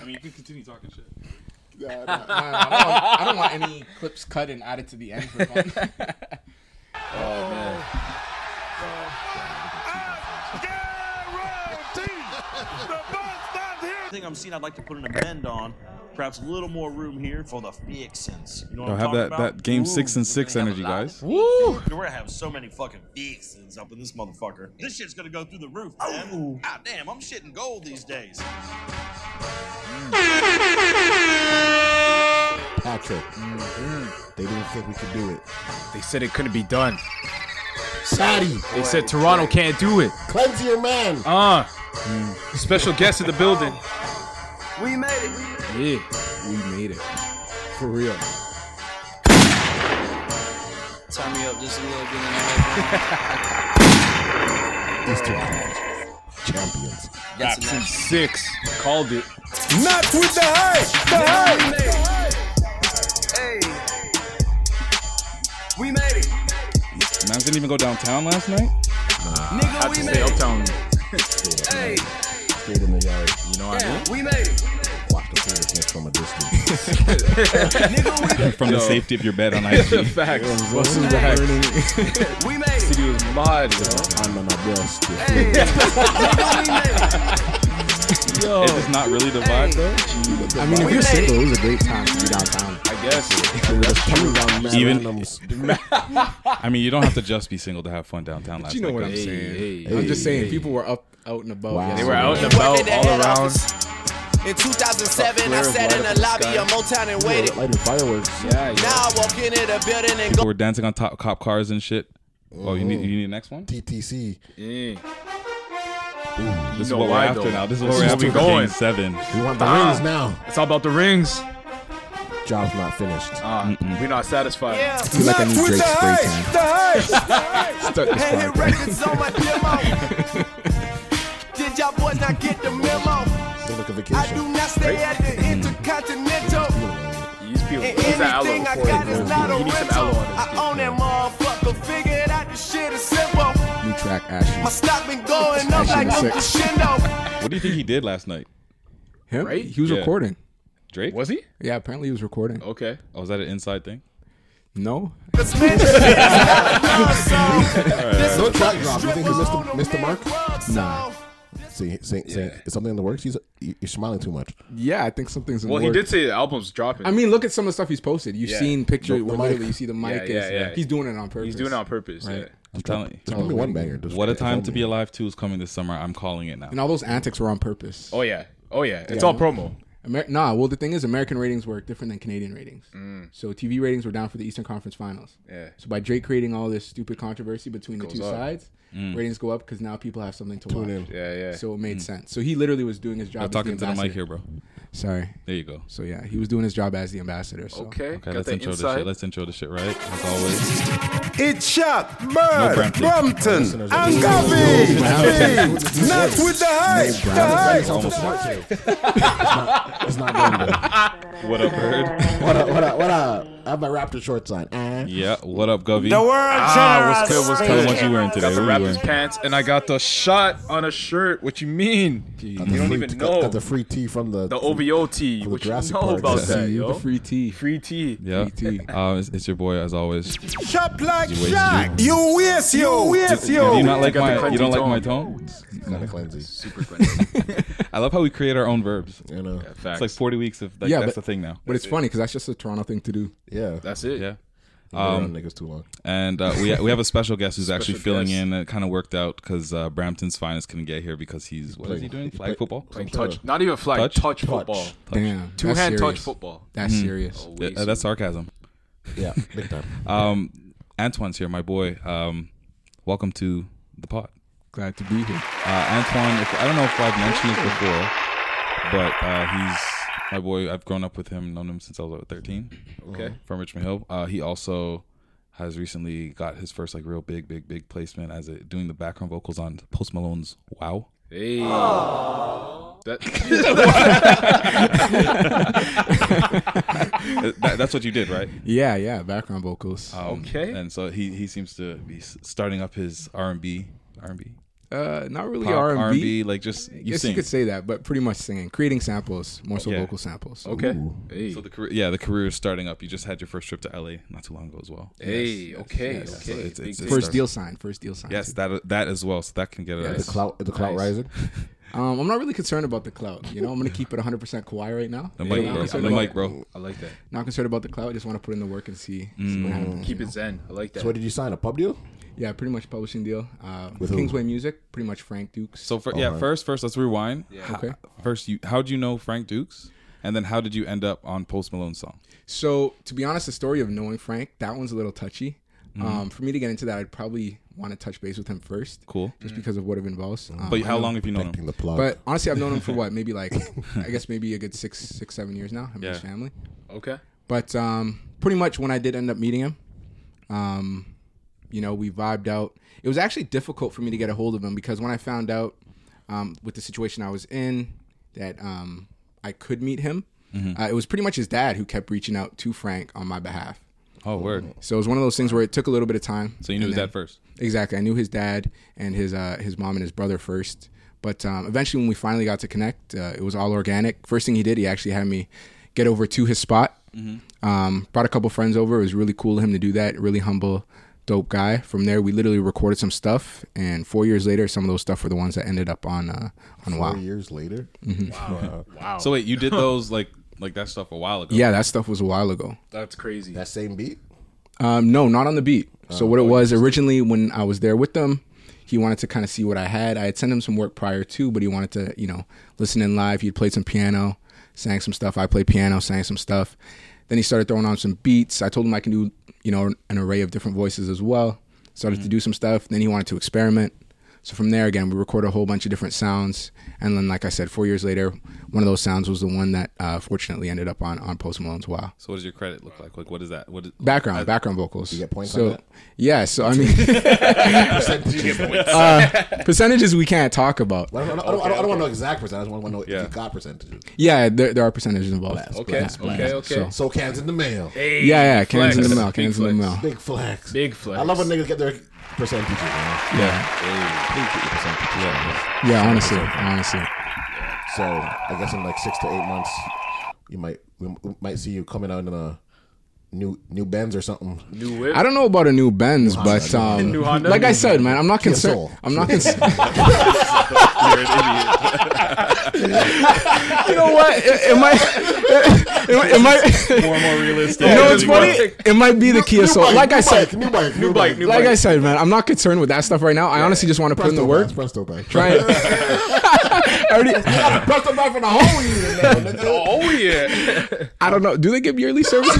I mean, you can continue talking shit. Nah, nah, nah, I, don't want, I don't want any clips cut and added to the end for fun. Oh man. thing I'm seeing I'd like to put an amend on. Perhaps a little more room here for the fixins. You know what Don't I'm have talking that, about? that game Ooh, six and six we're gonna have energy, a lot of guys. Woo! We're gonna have so many fucking fixins up in this motherfucker. This shit's gonna go through the roof, man. Ah, damn, I'm shitting gold these days. Mm. Patrick. They didn't think we could do it. Mm-hmm. They said it couldn't be done. Saudi, They said Toronto can't do it. cleanse your man. Uh. Special guest in the building. We made it. Yeah. We made it. For real. Turn me up just a little bit. And I'll- Eastern Conference champions. Raps in six. Called it. Not with the hype. The hype. hey, we made it, Man, didn't even go downtown last night. nigga. Had to stay uptown. Hey, Straight in the yard. You know what I mean? we made it, Watch the foolishness from a distance. From the safety of your bed on IG. Facts. What's What's in in the back? we made it. Studio is mod. yo. I'm on my breast. Hey, nigga, we made it. Yo. Is this not really the vibe, though? I mean, if We you're made single, it was a great time to be downtown. I guess. Even- Even I mean, you don't have to just be single to have fun downtown last you know night. what I'm guys. saying? hey, I'm just saying, hey. people were up, out and about. Wow. yesterday. They were out and Worked about at the all head around. office. In 2007, I Flares sat light in up the in the lobby sky. of Motown and waited. lighting fireworks. Yeah, yeah. Now I walk into the building and People go. were dancing on top cop cars and shit. Oh, you need you need the next one. TTC. Yeah. This is know what we're why, after though. now. This is This what we're is after. where for we Game going. seven. We want the Ah. rings now. It's all about the rings. Job's not finished. Uh, we're not satisfied. Yeah. feel like I need Drake's spray The hype. Start this Hanging podcast. records on my demo. Did y'all boys not get the memo? Don't look at I do vacation. not stay at the Intercontinental. These people, And who's that aloe anything I for got it, is bro? not a You need some aloe rental. I on own that motherfucker. Figure it out, this shit is simple. New track, My Ashes. stock been going up like a Six. crescendo. What do you think he did last night? Him? Right? He was Yeah. recording. Drake? this. Was he? Yeah, apparently he was recording. Okay. Oh, was that an inside thing? No? This man shit is not a love song. This No a fucking track drop. You think stripper it's on a Mr. Mark? rug Nah. song. See, see, see, is something in the works? He's, you- you're smiling too much. Yeah, I think something's in Well, the he works. did say the album's dropping. I mean, look at some of the stuff he's posted. You've Yeah. seen pictures The- the where mic. literally you see the mic. yeah, is, yeah. He's doing it on purpose. he's doing it on purpose. Right. I'm telling Just you. give me one banger. Just What a time hold to me. be alive two is coming this summer. I'm calling it now. And all those antics were on purpose. Yeah. Oh yeah. Oh yeah. It's all promo. Amer- nah, well, the thing is, American ratings work different than Canadian ratings. So TV ratings were down for the Eastern Conference Finals. Mm. Yeah. So by Drake creating all this stupid controversy between the two up. Mm. sides, ratings go up because now people have something to watch. in. Yeah, yeah. Mm. So it made sense. So he literally was doing his job. Mm. I'm as talking to the mic ambassador. here, bro. Sorry. There you go. So yeah, he was doing his job as the ambassador. So. okay. Okay, Got let's the intro this inside. shit. Let's intro this shit, right? As always. It's shot, Bird, Brampton. Brompton, and Gavi. Not with the hype, the hype. It's not going there. What up, bird? What up? What up? What up? I have my Raptor shorts on. Eh. yeah. What up, Govy? The world generous. Ah, what's good, what's Tell good? them what you wearing today. Got the What you Raptors wearing? pants, and I got the shot on a shirt. What you mean? You The don't free- even got- know Got the free tea from the the OVO tee. What you know Jurassic Park. about Yeah. that, See, yo? the free tea. Free tee. Yeah. PT. Uh, it's, it's your boy, as always. Shop like You waste Shaq. You waste you. waste Do you not like got the my? You cleansing don't like tone. my tone? kind of cleansy. Super clean. I love how we create our own verbs. You know. It's like 40 weeks of like Yeah, that's but- the thing now. But it's funny because that's just a Toronto thing to do. Yeah. That's it. Yeah. Um, niggas too long. And uh, we we have a special guest who's actually Special filling guest. in. It kind of worked out because uh, Brampton's finest couldn't get here because he's what is he doing? Flag football. Playing touch. Not even flag. Touch, Touch? football. Damn. Two that's hand touch serious. football. Mm-hmm. That's serious. Yeah, uh, that's sarcasm. Yeah, big time. Um, Antoine's here, my boy. Um, welcome to the pod. Glad to be here. Uh, Antoine, if, I don't know if I've mentioned this before, but uh, he's my boy. I've grown up with him, known him since I was like 13. Oh. Okay. from Richmond Hill. Uh, he also has recently got his first like real big, big, big placement as a, doing the background vocals on Post Malone's "Wow." Hey. Oh. That, Uh, that- that's what you did, right? Yeah, yeah. Background vocals. Um, Okay. And so he he seems to be s- starting up his R and B R and B Uh, not really Pop, R and R&B, B. like just you Yes, sing. you could say that, but pretty much singing, creating samples, more so Yeah. vocal samples. Okay. Hey. So the career, yeah, the career is starting up. You just had your first trip to LA not too long ago as well. Hey, okay, yes. okay. So it's- Big it's- deal. First deal sign, first deal sign. Yes, that that as well. So that can get The us. clout, the clout rising. Um, I'm not really concerned about the clout. You know, I'm gonna keep it 100% Kawhi right now. The mic, Yeah, bro. so The like- mic, bro. I like that. Not concerned about the clout. I just want to put in the work and see, see Mm. what happens. Keep it zen. I like that. So what did you sign? A pub deal? Yeah, pretty much publishing deal. Uh, With who? Kingsway Music, pretty much Frank Dukes. So for, yeah, Alright. first, first, let's rewind. Oh, Okay. First, you how would you know Frank Dukes, and then how did you end up on Post Malone's song? So to be honest, the story of knowing Frank, that one's a little touchy. Mm-hmm. Um, for me to get into that, I'd probably want to touch base with him first. Cool. Just because of what it involves. Um, But I how know- long have you known Mm. Protecting him? the plug. But honestly, I've known him for what? Maybe like, I guess maybe a good six, six, seven years now. Him and his Yeah. family. Okay. But um, pretty much when I did end up meeting him, um, you know, we vibed out. It was actually difficult for me to get a hold of him because when I found out um, with the situation I was in that um, I could meet him, Mm-hmm. uh, it was pretty much his dad who kept reaching out to Frank on my behalf. Oh, word. So it was one of those things where it took a little bit of time. So you knew And his then- dad first. Exactly. I knew his dad and his uh, his mom and his brother first. But um, eventually, when we finally got to connect, uh, it was all organic. First thing he did, he actually had me get over to his spot. Mm-hmm. Um, brought a couple friends over. It was really cool of him to do that. Really humble, dope guy. From there, we literally recorded some stuff, and four years later, some of those stuff were the ones that ended up on uh, on Four Wow. years later. Mm-hmm. Wow. So wait, you did those like like that stuff a while ago. Yeah, that stuff was a while ago. That's crazy. That same beat. Um, no, not on the beat. So what it was originally when I was there with them, he wanted to kind of see what I had. I had sent him some work prior to, but he wanted to, you know, listen in live. He'd played some piano, sang some stuff. I played piano, sang some stuff. Then he started throwing on some beats. I told him I can do, you know, an array of different voices as well. Started to do some stuff. Then he wanted to experiment. So from there again, we recorded a whole bunch of different sounds, and then, like I said, four years later, one of those sounds was the one that uh, fortunately ended up on on Post Malone's Wow. So what does your credit look like? Like what is that? What is, Background, I- background vocals. You Uh, get points so, on that? Yeah, so I mean, Uh, percentages we can't talk about. I don't, I don't, I don't, want to know exact percent. I just want to know Yeah. if you got percentages. Yeah, there, there are percentages involved. Okay. Yeah, Okay. Okay. So, So cans in the mail. Hey, yeah, yeah, cans flex. in the mail, Big cans in the flex. mail. Big flex. Big flex. I love when niggas get their percentages. Man. Yeah, Please get your percentages. yeah, honestly, honestly. So I guess in like six to eight months, you might we we might see you coming out in a new new Benz or something. New whip. I don't know about a new Benz, but um, New Honda? like I said, man, I'm not concerned. Soul. I'm not concerned. you know what? It, it might. It, might- it might. More and more realistic. You know what's funny? It might be the Kia Soul. bike, Like I said, bike, new bike, new bike, new like I said, man, I'm not concerned with that stuff right now. I honestly just want to put in the Presto bike, Presto work. bike. Try it. I already, Presto bike for the whole year. Now. Oh yeah. I don't know. Do they give yearly services?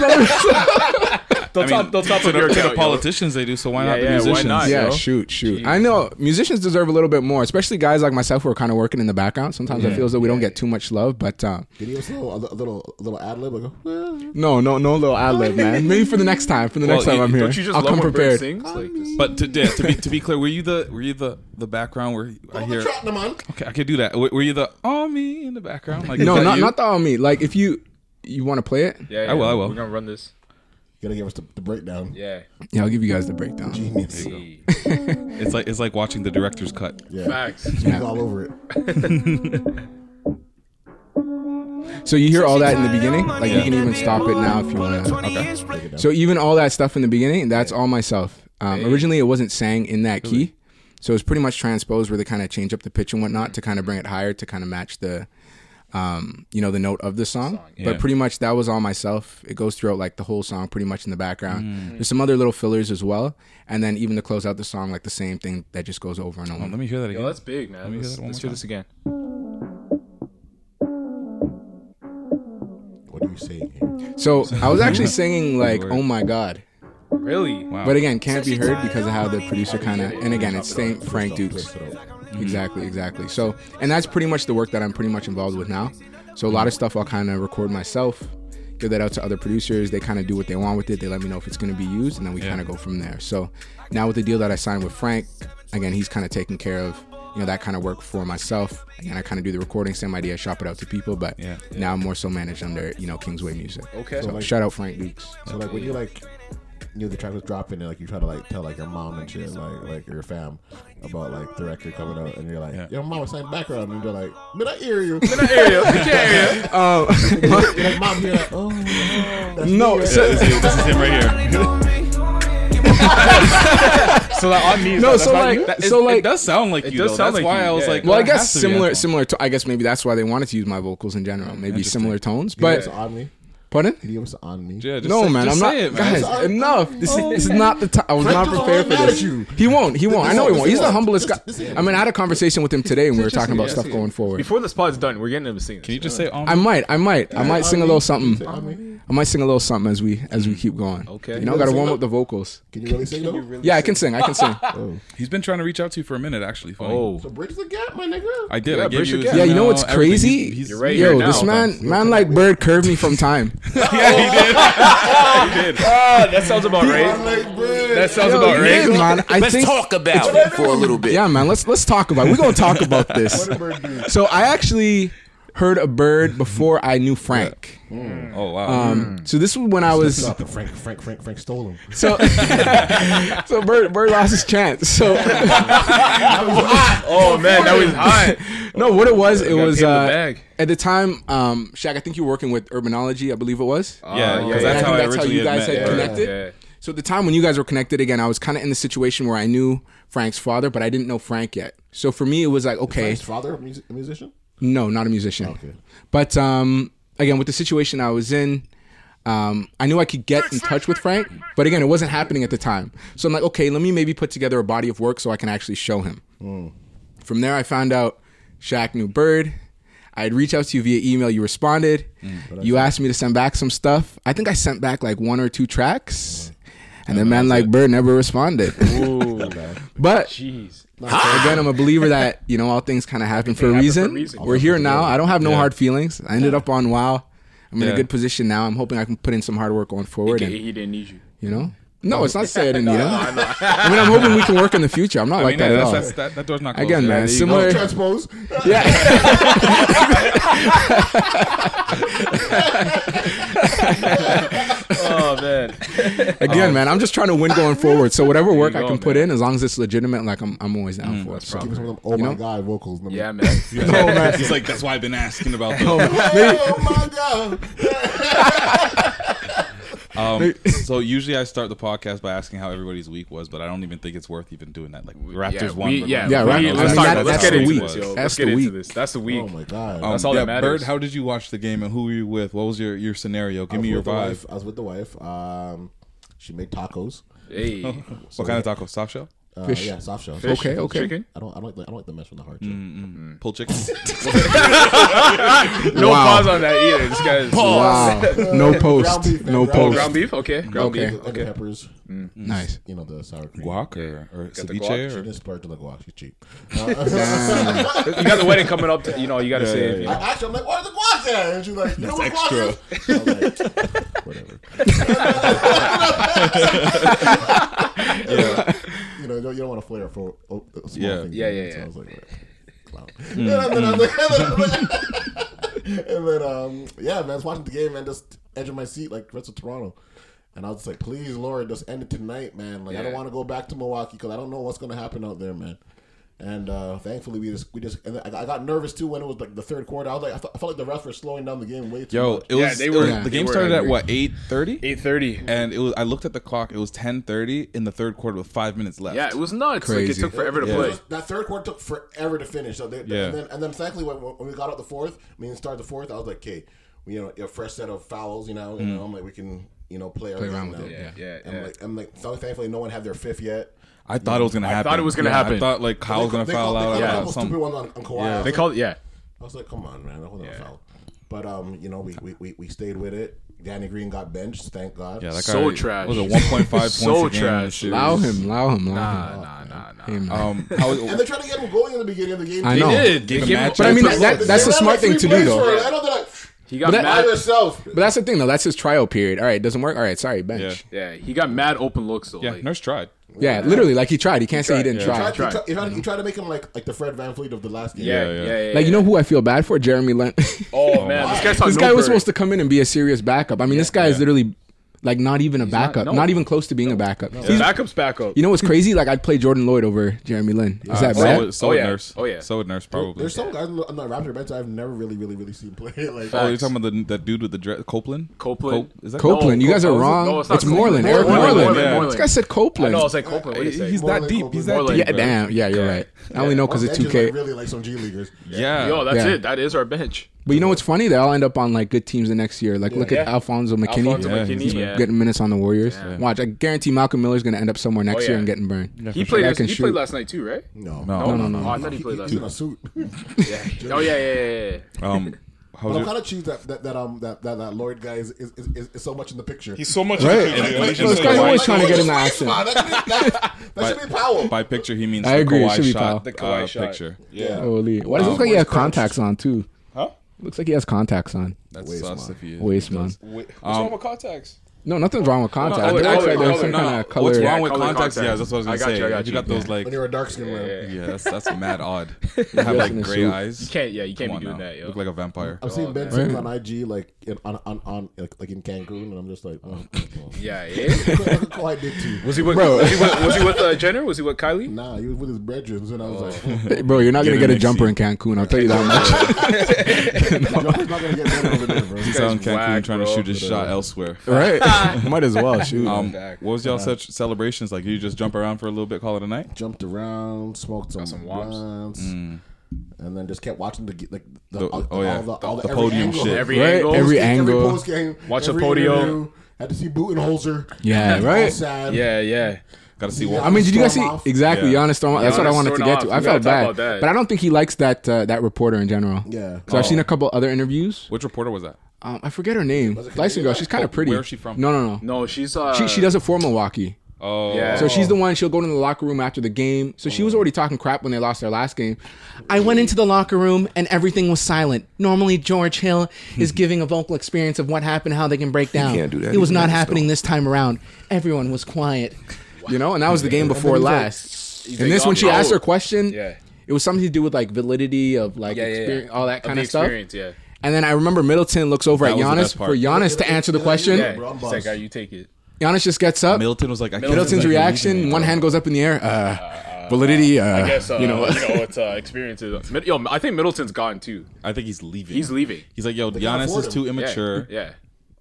Don't I mean, top. Don't top to of the, your to the account, yo. politicians they do. So why Yeah, not the yeah, why musicians? not? yeah, yo. shoot, shoot. I know musicians deserve a little bit more, especially guys like myself who are kind of working in the background. Sometimes I feel as though we don't get too much love, but uh, Did he also a little a little, a little ad lib? Like, oh, well, no, no, no little ad lib, man. Maybe for the next time, for the next Well, time I'm here, Don't you just I'll love come when Bird prepared. sings? Um, Like this. But to, yeah, to be to be clear, were you the were you the the background where I hear? trotting them on. Okay, I could do that. Were, were you the oh me in the background? Like is No, that not you? not the all me. Like if you you want to play it, Yeah, yeah. I will, I will. We're gonna run this. You gotta give us the, the breakdown. Yeah. yeah, I'll give you guys the breakdown. Genius. It's like it's like watching the director's cut. Yeah. Facts. Speak all over it. So you hear all that in the beginning. Like you can even stop it now if you want to. So even all that stuff in the beginning, that's all myself. Um, Originally, it wasn't sang in that key, so it's pretty much transposed where they kind of change up the pitch and whatnot to kind of bring it higher to kind of match the, um, you know, the note of the song. yeah. But pretty much that was all myself. It goes throughout like the whole song, pretty much in the background. There's some other little fillers as well, and then even to close out the song, like the same thing that just goes over and over. Let me hear that again. Yo, that's big, man. me hear Let's, that one let's do more time. this again. What are you saying here? so I was actually singing like, Word. "Oh my God." Really? wow. But again, can't be heard because of how the producer kind of, and again, it's same Frank Mm-hmm. Dukes. Twist it up. Exactly, exactly. So, and that's pretty much the work that I'm pretty much involved with now. So, a lot of stuff I'll kind of record myself, give that out to other producers. They kind of do what they want with it. They let me know if it's going to be used, and then we kind of go from there. So, now with the deal that I signed with Frank, again, he's kind of taking care of. You know that kind of work for myself, and I kind of do the recording, same idea, shop it out to people. But Yeah. now I'm more so managed under you know Kingsway Music. Okay. so shout out Frank Dukes. So like when you like knew the track was dropping, and like you try to like tell like your mom and shit, like like your fam about like the record coming out, and you're like, Yeah. your mom was saying background, and they're like, man, I hear you. Oh. Um, You're like, mom, you're like, oh, that's no, me, so- right?" This is, this is him right here. So like on me, No, so like- so like- it does sound like It you. does though. sound like that's why you, I was yeah. like, well, I that has guess to be similar, Antoine. similar. To, I guess maybe that's why they wanted to use my vocals in general. Maybe Interesting. similar tones, He but was on me. pardon. He was on me. Yeah, just no, say- man, I'm just not. say it, man. guys, Just- enough. This, Oh, this is not the time. I was Frank not is all prepared for mad this. at you. He won't. He won't. I This know is- he won't. this He's is- the humblest guy. this- this is- I mean, I had a conversation with him today, and we were Just- talking about yeah, stuff see. going forward. Before this pod's done, we're getting him to sing. Can you just say on? I might. I might. I might sing a little something. On me. I might sing a little something as we as we keep going. Okay. You know, I gotta Sing warm up. up the vocals. Can you really sing though? Really? Yeah, I can sing. I can sing. He's been trying to reach out to you for a minute, actually. Funny. Oh. So bridge the gap, my nigga. I did. Yeah, I gave Bruce, you. you his can. Yeah, you know email, what's everything. crazy? He's- he's- You're right Yo, here now. this man, man, like Bird curved me from time. Ah, that sounds about right. like bridge. That sounds Yo, about you right. did, man. I Let's think. talk about it for a little bit. Yeah, man. Let's let's talk about. It. We're gonna talk about this. So I actually heard a bird before I knew Frank. Hmm. Mm. Oh wow. Um, so this was when I was Stop it. Frank, Frank, Frank, Frank stole him. so so bird bird lost his chance. So Oh man, that was hot. no, what it was, it gotta was pay the uh, bag. at the time, um, Shaq. I think you were working with Urbanology. I believe it was. yeah, Oh, because yeah, that's yeah. how I I think that's how originally you met guys had Bird. connected. Yeah. So at the time when you guys were connected again, I was kind of in the situation where I knew Frank's father, but I didn't know Frank yet. So for me, it was like, okay, His father, a music, a musician. no, not a musician. But um, again, with the situation I was in, um, I knew I could get in touch with Frank, but again, it wasn't happening at the time. So I'm like, okay, let me maybe put together a body of work so I can actually show him. From there, I found out Shaq knew Bird. I'd reach out to you via email. You responded. you asked me to send back some stuff. I think I sent back like one or two tracks, and the man like Bird never responded. but Jeez. again, I'm a believer that you know all things kind of happen for a happen for a reason. reason. We're here now. I don't have no hard feelings. I ended up on WoW. I'm in a Yeah. good position now. I'm hoping I can put in some hard work going forward. He, And, he didn't need you. you know, no, it's not to say I didn't need him. I mean, I'm hoping we can work in the future. I'm not I like mean, that yeah, at that's, all. that's, that, that door's not closed. Again, Yeah, there man, you similar- go. Transpose. yeah. Oh man. Again, Um, man, I'm just trying to win going forward. So whatever work you I go, can put man. in, as long as it's legitimate, like I'm, I'm always Mm, down for it. So. Give us some of them. Oh You my know? god, vocals. number- Yeah, man. No, Oh, man. He's like, that's why I've been asking about that. Oh my god. Um, so usually I start the podcast by asking how everybody's week was, but I don't even think it's worth even doing that. Like Raptors won. we- but- yeah, Yeah, we- right. Let's, I mean, talk- that- let's that's get the into week. this, yo. Let's That's get the into week. this. That's the week. Oh my god. Um, That's all yeah, that matters. Bird, how did you watch the game and who were you with? What was your, your scenario? I Give was me your with the vibe. wife- I was with the wife. Um, she made tacos. Hey. What kind of tacos? Soft shell? Uh, Fish. Yeah, soft shell. Okay, okay. Chicken? Mm-hmm. I don't. I don't like. The, I don't like the mess with the hard shell. Mm-hmm. Pulled chicken? No Wow. pause on that either. This guy's Wow. No Ground post. beef, man. No Ground beef. post. Mm-hmm. ground beef. Okay. Ground Okay. beef. The Okay. Mm. peppers. Nice. You know the sour cream. Guac or, or the guac. ceviche? She Or? didn't splurge on the guac. She's cheap. You got the wedding coming up. you know, you got to say. you know. I asked her, I'm like, where's the guac at? And she's like, you know what guac is? I was like, whatever. You know, you don't, you don't want to flare up for oh, a small Yeah. thing. Yeah, yeah, Mm. So yeah. I was like, whatever. Clown. And then, I'm like- Mm. and then, um, yeah, man, I was watching the game, man, just edge of my seat, like the rest of Toronto. And I was just like, please, Lord, just end it tonight, man. Like, I don't Yeah. want to go back to Milwaukee because I don't know what's going to happen out there, man. And uh, thankfully, we just we just and I got- I got nervous too when it was like the third quarter. I was like, I felt, I felt like the refs were slowing down the game way too Yo, much. it was, Yeah, they were- it was- Yeah. the they game were started at angry. what, 8.30? 8:30. And it was. I looked at the clock. It was 10.30 in the third quarter with five minutes left. Yeah, it was nuts. Like it Crazy. took forever to It play. was- that third quarter took forever to finish. So they, Yeah. and, then, and then thankfully, when, when we got out the fourth, I mean, start the fourth, I was like, okay, you know, a fresh set of fouls, you know, Mm. you know, I'm like, we can, you know, play, play around with it, yeah. Yeah, I'm yeah. like, I'm like, so thankfully, no one had their fifth yet. I thought it was gonna happen. thought it was gonna happen. I thought like Kyle was gonna They foul called- they out. called a Yeah, couple stupid some, ones on, on Kawhi. I was They like- called. Yeah. I was like, come on, man, that wasn't a foul. But um, you know, we, we, we, we stayed with it. Danny Green got benched, thank God. yeah, that guy So trash. Was a 1.5 points So a game trash. this year. Allow him. Allow him. Allow Nah, him. nah, nah, nah. Hey, man. Um, how was- and they tried to get him going in the beginning of the game. I too. know. did. They Give him gave him- matchup. But I mean, That's that, that's a They ran, smart like, thing three to do, plays though. for it. I know they're like, He got But by mad. yourself. But that's the thing, though. That's his trial period. All right, doesn't work. All right, sorry, bench. Yeah, he got mad open looks though. Oh, yeah, like, Nurse tried. Yeah, literally, like he tried. He can't say he didn't yeah. try. Tried- he tried- he tried- He tried to make him like like the Fred Van Fleet of the last game. yeah, yeah, Yeah, yeah, yeah. yeah, Like you know who I feel bad for? Jeremy Lin. Oh man, this guy this guy was supposed to come in and be a serious backup. I mean, this guy is literally Like not even a not- backup. Not, no. even close to being a backup. He's- Backup's backup. You know what's crazy? Like I'd play Jordan Lloyd over Jeremy Lin. Is that Uh, so, bad? would- so Oh, would yeah. nurse. Oh, yeah. So would nurse probably. There's some guys on the Raptor bench I've never really, really, really seen play. Like, Oh, you're talking about the that dude with the dress, Copeland. Copeland. Cope- is that Copeland, you guys are Copeland. wrong. No, it's it's not Moreland. Copeland. Eric Moreland, Moreland. Moreland, Moreland. This guy said I Copeland. know. I was like Copeland. What do you Copeland? say? He's Moreland, that deep. He's that Copeland. deep. yeah, bro. damn. Yeah, you're right. I only know because it's bench is, 2K. Like really like some G leaguers. Yeah. Yo, that's Yeah. it. That is our bench. But you know what's funny? They all end up on like good teams the next year. Like look at Yeah. Alfonso McKinney. Alfonso Yeah, McKinney, he's yeah. Getting minutes on the Warriors. Watch, I guarantee Malcolm Miller's going to end up somewhere next Oh, year yeah. and getting burned. He played. That This, can he played shoot. last night too, right? No, No. no, no. Oh, I thought he He- played last he's in a night. suit. Oh yeah, yeah, yeah, yeah. Um, how But was I'm your, kind of cheese that that that um that that, that Lloyd guy is is, is, is is so much in the picture. He's so much. Right. of a- Well, he's just Well, this like, guy's why- always trying to get in the Wait, action. man, That, should be- that, that should be Powell. by picture he means I the agree, it Kawhi should be shot. foul. The Kawhi Kawhi shot. picture. Um, Yeah. Holy. Why does it look like he has contacts on, too? Huh? Looks like he has contacts on. That's Waste sus man. if he is. Waste, man. Wait, Um, What's wrong with contacts? No, nothing's wrong with No, contacts. oh, It no, looks no, like there's no, some no. kind of color. What's wrong with color contacts? contacts. Yeah, that's what I was I gonna got say. you, I got you got you. those like When you're a dark skinned man. Yeah, that's that's mad odd. You have in like a gray suit. eyes. You can't- yeah, you can't Come be on doing that, yo. Look like a vampire. I've seen Ben Simmons on IG like in, on on, on like, like in Cancun, and I'm just like, oh, Yeah, yeah. look at Kawhi did to you. Was he with? Was he with, was he with uh, Jenner? Was he with Kylie? Nah, he was with his brethren, and I was like, oh, Bro, you're not going in to get a next jumper in Cancun. I'll tell you that much. Joker's not gonna get better over there, bro. He's out in guy's Cancun whack, trying to bro. shoot his shot elsewhere. right? Might as well shoot. Um, what was y'all such celebrations like? You just jump around for a little bit, call it a night. Mm. Jumped around, smoked some, some wops. blunts, and then just kept watching the like the, The- all, oh, yeah. all the, The- all the, the every podium angle. shit. Every Right, angle. every- angle. post game, Watch the podium. Had to see Butenholzer. Yeah, All right. sad. yeah, yeah. Got to see Yeah. what. I mean, did you guys see Stormoff. exactly Yeah. Giannis Stormoff? That's what I Giannis wanted to get to. Stormoff. I We felt gotta talk bad, about that. but I don't think he likes that uh, that reporter in general. Yeah. So I've seen a couple other interviews. Oh. Which reporter was that? Um, I forget her name. Dyson girl. She's kind Oh, of pretty. where is she from? No, no, no. No, she's uh. She she does it for Milwaukee. Oh, Yeah. So she's the one. She'll go into the locker room after the game. So she was already talking crap when they lost their last game. I went into the locker room and everything was silent. Normally George Hill is giving a vocal experience of what happened, how they can break down. can't do that. It was He not can't happening this time around. Everyone was quiet. You know, and that was the game before he's like- oh, last. and this, when she asked her question, Yeah. it was something to do with like validity of like Yeah, yeah, yeah. experience, all that kind the of stuff. experience, Yeah. And then I remember Middleton looks over That at was the Giannis best part. for Giannis to answer the question. Yeah, Yeah. bro, I'm He's like, boss. "Ah, you take it. Giannis just gets up. Middleton was like. I can't Middleton's believe you're leaving reaction: me, one bro. hand goes up in the air. Uh, validity. Uh, I guess uh, you know. it's uh, experiences. Mid- Yo, I think Middleton's gone too. I think he's leaving. He's leaving. He's like, yo, can't Giannis afford is too Yeah, immature. Yeah,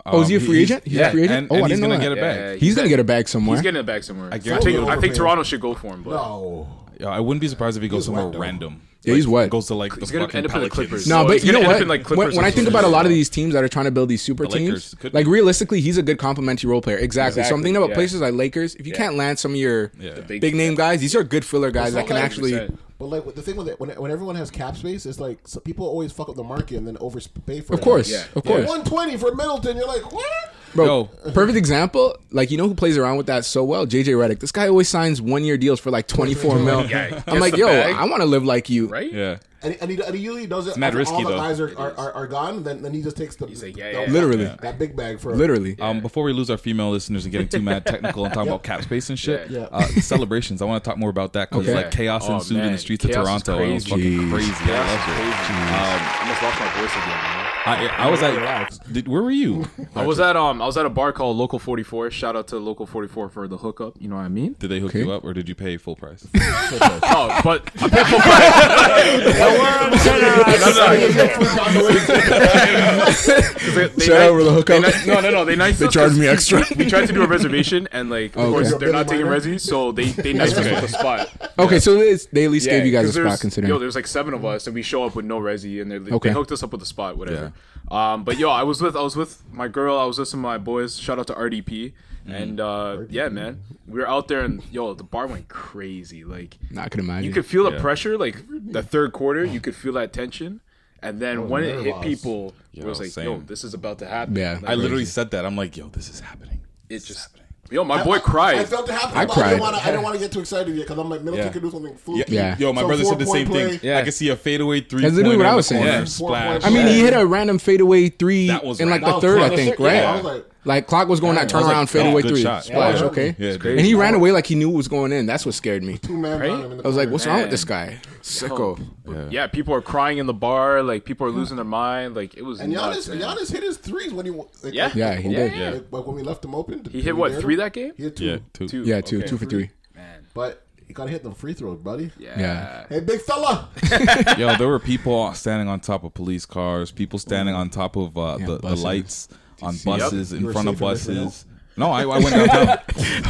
oh, is he a Um, free he- agent? He's yeah, a free agent. And, oh, and I he's didn't know gonna that. get it back. Yeah, He's, gonna get a bag somewhere. He's getting it back somewhere. I, guarantee think, you. I think Toronto should go for him, but No. Yeah, I wouldn't be surprised if he goes somewhere wet, though. random. Yeah, he's Like, wet. Goes to like the he's gonna fucking end up in the Pelicans. Clippers. no, So but he's you know gonna end up what? in, like, when, Clippers when I or think something. about a lot of these teams that are trying to build these super The Lakers teams, could like be. realistically, he's a good complementary role player. Exactly. So I'm Exactly, thinking about yeah. places like Lakers. If you can't land some of your Yeah. The big, big- name guys, these are good filler guys that can Sometimes- actually. But like with the thing with it, when, when everyone has cap space, it's like so people always fuck up the market and then overpay for it. Of course, Yeah. of Like, course, one twenty for Middleton. You're like what? bro. Yo. Perfect example. Like you know who plays around with that so well? JJ Redick. This guy always signs one year deals for like twenty four mil. Yeah, he I'm gets like, the yo, bag. I want to live like you. right? Yeah. And, and, he, and he usually does it. mad after risky, all the though. guys are, are, are, are gone. Then, then he just takes the, like, yeah, the- yeah, yeah. Literally. that big bag for Literally. Um, before we lose our female listeners and getting too mad technical and talking about cap space and shit, Yeah. Yeah. Uh, celebrations. I want to talk more about that because Okay. like chaos Oh, ensued in man. the streets of Chaos is Toronto. It was crazy. fucking crazy. I loved it. Um, Um, I almost lost my voice again. I, I was at. Did, where were you? Man. I was at um, I was at a bar called Local 44. Shout out to Local 44 for the hookup. You know what I mean? Did they hook you up or did you pay full price? Oh, but I paid full price. Shout out for the hookup. No, no, no. They nice. They us charged 'cause me extra. We tried to do a reservation, and like, of course, Okay. they're not taking resi, so they they nice us with the spot. Okay, so it's, they at least Yeah, gave you guys a 'cause spot there's- Yo, considering. there's like seven of us, and we show up with no resi, and they Okay. they hooked us up with a spot, whatever. Um, but yo, I was with I was with my girl, I was with some of my boys. Shout out to RDP, Mm-hmm. and uh, yeah, man, we were out there, and yo, the bar went crazy. Like Nah, I can imagine. you could feel the pressure, like the third quarter, you could feel that tension, and then when it hit nervous. people, it was like, yo, same. this is about to happen. Yeah. Like, I literally said that. I'm like, yo, this is happening. it just. Yo, my boy cried. I felt it happen. I I cried. I cried. didn't wanna- I didn't want to get too excited yet because I'm like Middleton Yeah. can do something fluky. Yeah. Yo, my Some brother said the four-point same thing. play. I could see a fadeaway three. That's literally what I was saying. Yeah. Yeah. Splash. I mean, he hit a random fadeaway three That was in like random. the third, That I was think, clever. right? Yeah, I was like, Like clock was going that I was like, turnaround oh, fadeaway good three shot. splash. Yeah. Okay, Yeah, dude. and he ran away like he knew what was going in. That's what scared me. Two man Right? volume in the I was like, corner. what's wrong with this guy? Sicko. Yeah, people are crying in the bar. Like people are losing their mind. Like it was. And nuts, Giannis, man. Giannis hit his threes when he wa- like, Yeah. Yeah, he Yeah, did. yeah. Like, like when we left him open. He hit what three that game? He hit two, Yeah, two. Two. Yeah, two, Okay. two for three. Man. but he gotta hit them free throws, buddy. Yeah. Yeah. Hey, big fella. Yo, there were people standing on top of police cars, people standing on top of uh, the, the buses. lights on see- buses You in were front of safe in this buses. No, I, I went downtown.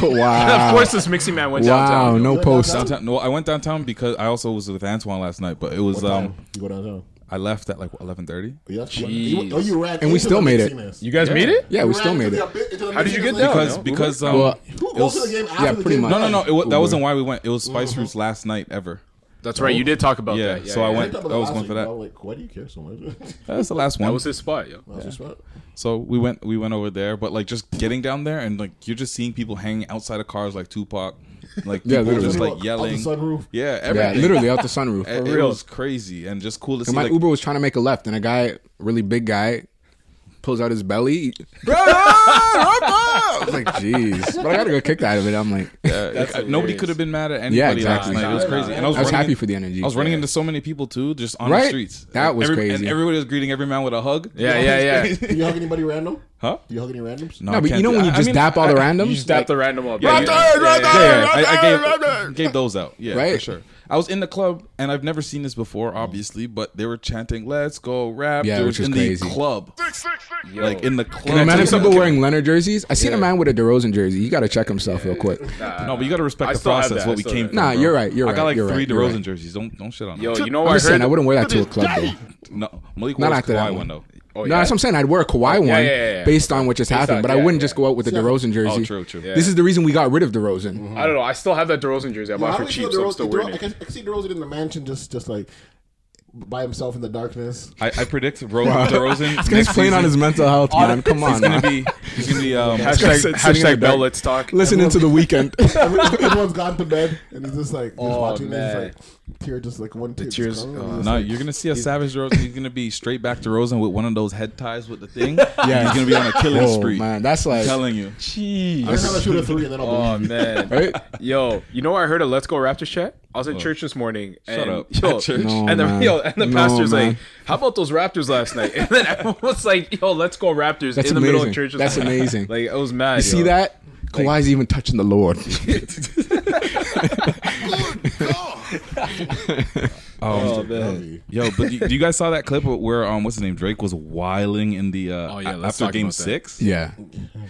wow. Of course, this mixing man went Wow. downtown. No post. downtown. No, I went downtown because I also was with Antoine last night. But it was um, you go downtown. I left at like eleven thirty. Yeah, Jeez. you, oh, you ran. And we into still the made big it. Siemens. guys made it? Yeah, we You still ran made into the it. big- into the How did big you get Siemens. there? No, Because because um, Well, Who it goes was- to the game after yeah, the pretty game? Uh-huh. much. no no no. It, wa- Uber. that wasn't why we went. It was Spice Root's last night ever. That's right. You did talk about Yeah, that. Yeah. so I yeah. went- That I was going for that. I'm like, why do you care so much? That's the last one. That was his spot, yo. That's just right. So we went we went over there, but like just getting down there and like you're just seeing people hanging outside of cars like Tupac, like Yeah, people literally. just Out like the yelling, sunroof. yeah, Yeah, everything. literally out the sunroof. It, it was crazy and just cool to see. And my like, Uber was trying to make a left, and a guy, really big guy, pulls out his belly. Bro, I was like, jeez. But I got a good kick out of it. I'm like, uh, like, I- nobody could have been mad at anybody exactly. last night. It was Nah, crazy, nah. and I was, I was running happy in- for the energy. I was running into so many people too, just on Right? the streets. That was crazy. and everybody was greeting everybody with a hug. Yeah, yeah, yeah. Do you hug anybody random? Huh? Do you hug any randoms? No, but I you know can't when do- you I- I just mean, dap all the I- randoms? You just dapped Like, the random up. Yeah, Yeah, yeah, yeah, yeah, yeah. yeah, yeah. I, I gave, gave those out. Yeah, for Right. sure. I was in the club and I've never seen this before, obviously, but they were chanting "Let's go rap." it Yeah, which was is in crazy. the club, like in the club. Can I imagine So- people wearing Leonard jerseys? I seen a man with a DeRozan jersey. You got to check himself real quick. No, but you got to respect I the still have process. that, I What we still came have from. that. Nah, bro. you're right, you're I got right, like you're three right, you're DeRozan right. jerseys. Don't don't shit on Yo, them. you know I'm what just I heard? saying, I wouldn't wear that to a club though. No, Malik Not Willis after that Kawhi one. one though. Oh, No, yeah. that's what I'm saying. I'd wear a Kawhi one yeah, yeah, yeah. based on what just happened, on- but I yeah, wouldn't yeah. just go out with the DeRozan jersey. Oh, true, Mm-hmm. true. This is the reason we got rid of DeRozan. I don't know. I still have that DeRozan jersey. I Well, bought how it do for we cheap, feel so DeRozan- I'm still DeRozan- wearing I it. can, I can see DeRozan in the mansion, just just like by himself in the darkness. I, I predict Ro- DeRozan. This guy's next playing on season, his mental health, man. Come on, He's gonna man. be. He's gonna be. Um, Hashtag, sitting in the hashtag Bell, back. let's talk. listening to the weekend. Every- Everyone's gone to bed, and he's just like just Oh, watching this, man. like tear, just like one tear. tears, just coming, uh, and he's No, like, you're gonna see a savage DeRozan. He's gonna be straight back to Rosen with one of those head ties with the thing. yeah, he's gonna be on a killing Oh spree. man, that's like Telling you, I'm gonna shoot a three, and then I'll Oh, believe. you." man. right. Yo, you know where I heard a Let's Go Raptors chat? I was at church this morning. And, Shut up. Yo, At church? No, and the, man. yo, and the No, pastor's man. like, how about those Raptors last night? And then everyone was like, yo, Let's Go Raptors That's in the amazing. middle of church. this That's morning. amazing. Like, I was mad. you see yo. that? Kawhi's even touching the Lord. Oh, man. yo, but you, you guys saw that clip where um, what's his name? Drake was whiling in the uh, Oh, yeah, a- let's after talk Game about that. Six. yeah,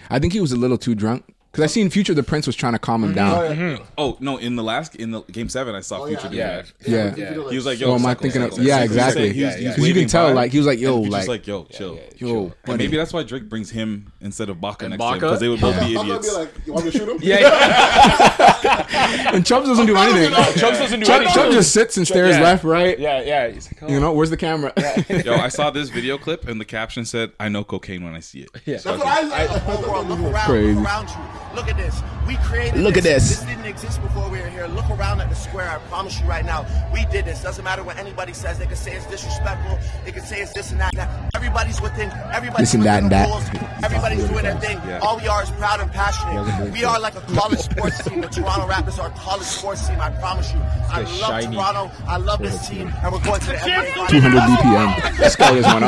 I think he was a little too drunk because I seen Future the Prince was trying to calm Mm-hmm. him down. Oh no, in the last in the Game Seven, I saw Mm-hmm. Oh, Future. do Yeah. that. Yeah. you feel He was like, Oh, "Yo, am I cycle, thinking of- cycle." yeah, He was saying- exactly. he was- he was Yeah, yeah. You can waving tell, by, like, he was like, and "Yo, Future's like- like, yo, chill, Yo, chill." And maybe that's why Drake brings him instead of Baca next time Baca? because they would both be I'm gonna be idiots. like, you want me to shoot him? Yeah, yeah. And Chubbs doesn't do anything. Chubbs doesn't do Chubb, anything. Chubb just sits and stares Yeah. left, right. Yeah, yeah. He's like, You know, where's the camera? Yo, I saw this video clip and the caption said, "I know cocaine when I see it." Yeah. That's what I said. world. Look around, Crazy. look around you. Look at this. We created Look at this. This didn't exist before we were here. Look around at the square. I promise you right now, we did this. Doesn't matter what anybody says. They can say it's disrespectful. They can say it's this and that. and that. Everybody's within. Everybody's This and that within and the that. rules. Everybody's doing their thing. All we are is proud and passionate. We are like a college sports team. The Toronto Raptors are a college sports team. I promise you. I love shiny. Toronto. I love this team, and we're going to the NBA. Finals. 200 BPM. This guy just went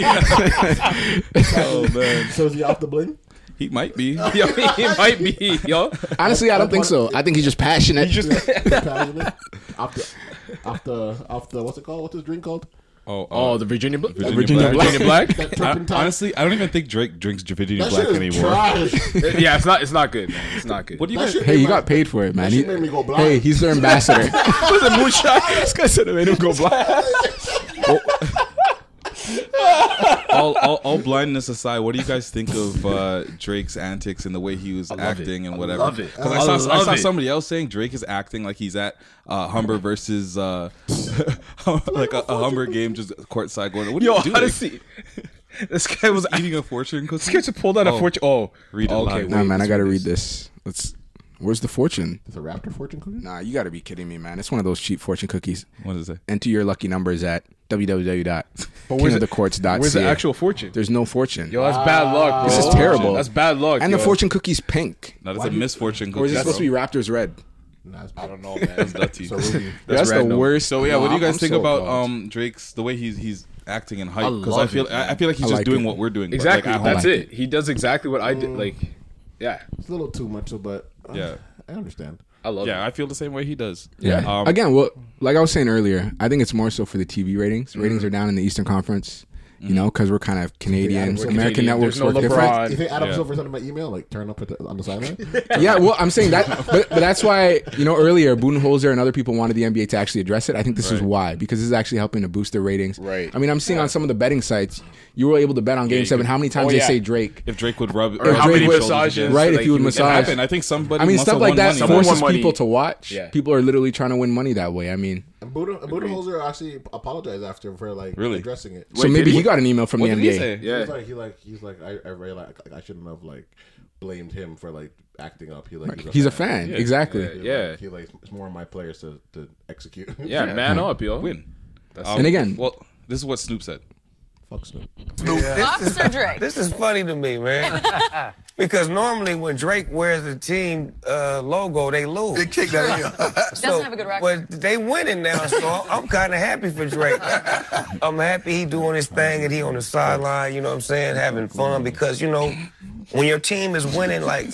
off. Oh man, So is he off the bling? he might be. yo, he might be, yo. Honestly, I don't think so. I think he's just passionate. Passionate? off the, off the, off the. What's it called? What's this drink called? Oh, Oh, the Virginia, Bl- Virginia, Virginia Black. Black. Virginia That I- turpentine. honestly, I don't even think Drake drinks Virginia that Black shit is anymore. trash. Black. "Oh." yeah, it's not. It's not good. Man. It's not good. What do you That guys? shit hey, you made my- got paid for it, man. That shit He- made me go blind. hey, he's their ambassador. was a moonshot? this guy said it made him go black. all, all, all blindness aside, what do you guys think of uh, Drake's antics and the way he was acting and whatever? love it. 'Cause I I, saw, I love saw it. somebody else saying Drake is acting like he's at uh, Humber versus uh, like a, a Humber game, just courtside going. What are Yo, you doing? honestly, this guy was. This eating a fortune cookie. guy just pulled out a Oh, fortune. Oh, read it Okay, live. nah, Wait, man, I let's gotta read read this. Let's. Where's the fortune? Is a raptor fortune cookie? Nah, you gotta be kidding me, man. It's one of those cheap fortune cookies. What is it? Enter your lucky numbers at www.kingofthecourts.ca. where's the actual fortune? There's no fortune. Yo, that's bad luck. Ah. Bro. this is terrible. That's bad luck. And yo. the fortune cookie's pink. No, that's a misfortune. Or is it cookie, supposed to bro. be Raptors red? I don't know, man. That's dirty. So Ruby. That's red, the no. worst. So yeah, what do you Nah, guys I'm think so about bummed. um Drake's the way he's he's acting and hype? I Because I, love feel it, man. I, I feel like he's I just like doing it. what we're doing. but, Exactly. Like, I that's like it. He does exactly what I did. Mm. Like, yeah, It's a little too much, but uh, Yeah. I understand. I love Yeah, it. I feel the same way he does. Yeah. Um, Again, well, like I was saying earlier, I think it's more so for the TV ratings. Mm-hmm. Ratings are down in the Eastern Conference, you know, because we're kind of Canadian. We're Canadian. American networks There's no work different. LeBron. If it add Yeah. up over something my email, like turn up at the, on the sideline. Yeah, well, I'm saying that, but, but that's why you know earlier Budenholzer and other people wanted the NBA to actually address it. I think this is Right. why because this is actually helping to boost their ratings. Right. I mean, I'm seeing on some of the betting sites, you were able to bet on Game you Seven could- how many times Oh, they yeah. say Drake. if Drake would rub, Or rub how many his shoulders massages, against- right, if like, you would it massage. happened. I think somebody. I mean, must stuff have like won that money. Someone forces won money. people to watch. Yeah. People are literally trying to win money that way. I mean, And Buda, Budenholzer actually apologized after for like Really? addressing it. so Wait, maybe did he, he? got an email from What the did NBA. he say? He's yeah. like he like he's like I, I realized like, I shouldn't have like blamed him for like acting up. He like He's a fan, exactly. He, like, Yeah. he like it's more of my players to, to execute. Yeah, man up, yo. win. Um, And again- well, this is what Snoop said. fuck Snoop. Fox or Drake? This is funny to me, man. because normally when Drake wears the team uh, logo, they lose. They kick that Doesn't have a good record. But they winning now, so I'm kind of happy for Drake. I'm happy he doing his thing and he on the sideline. You know what I'm saying, having fun because you know when your team is winning, like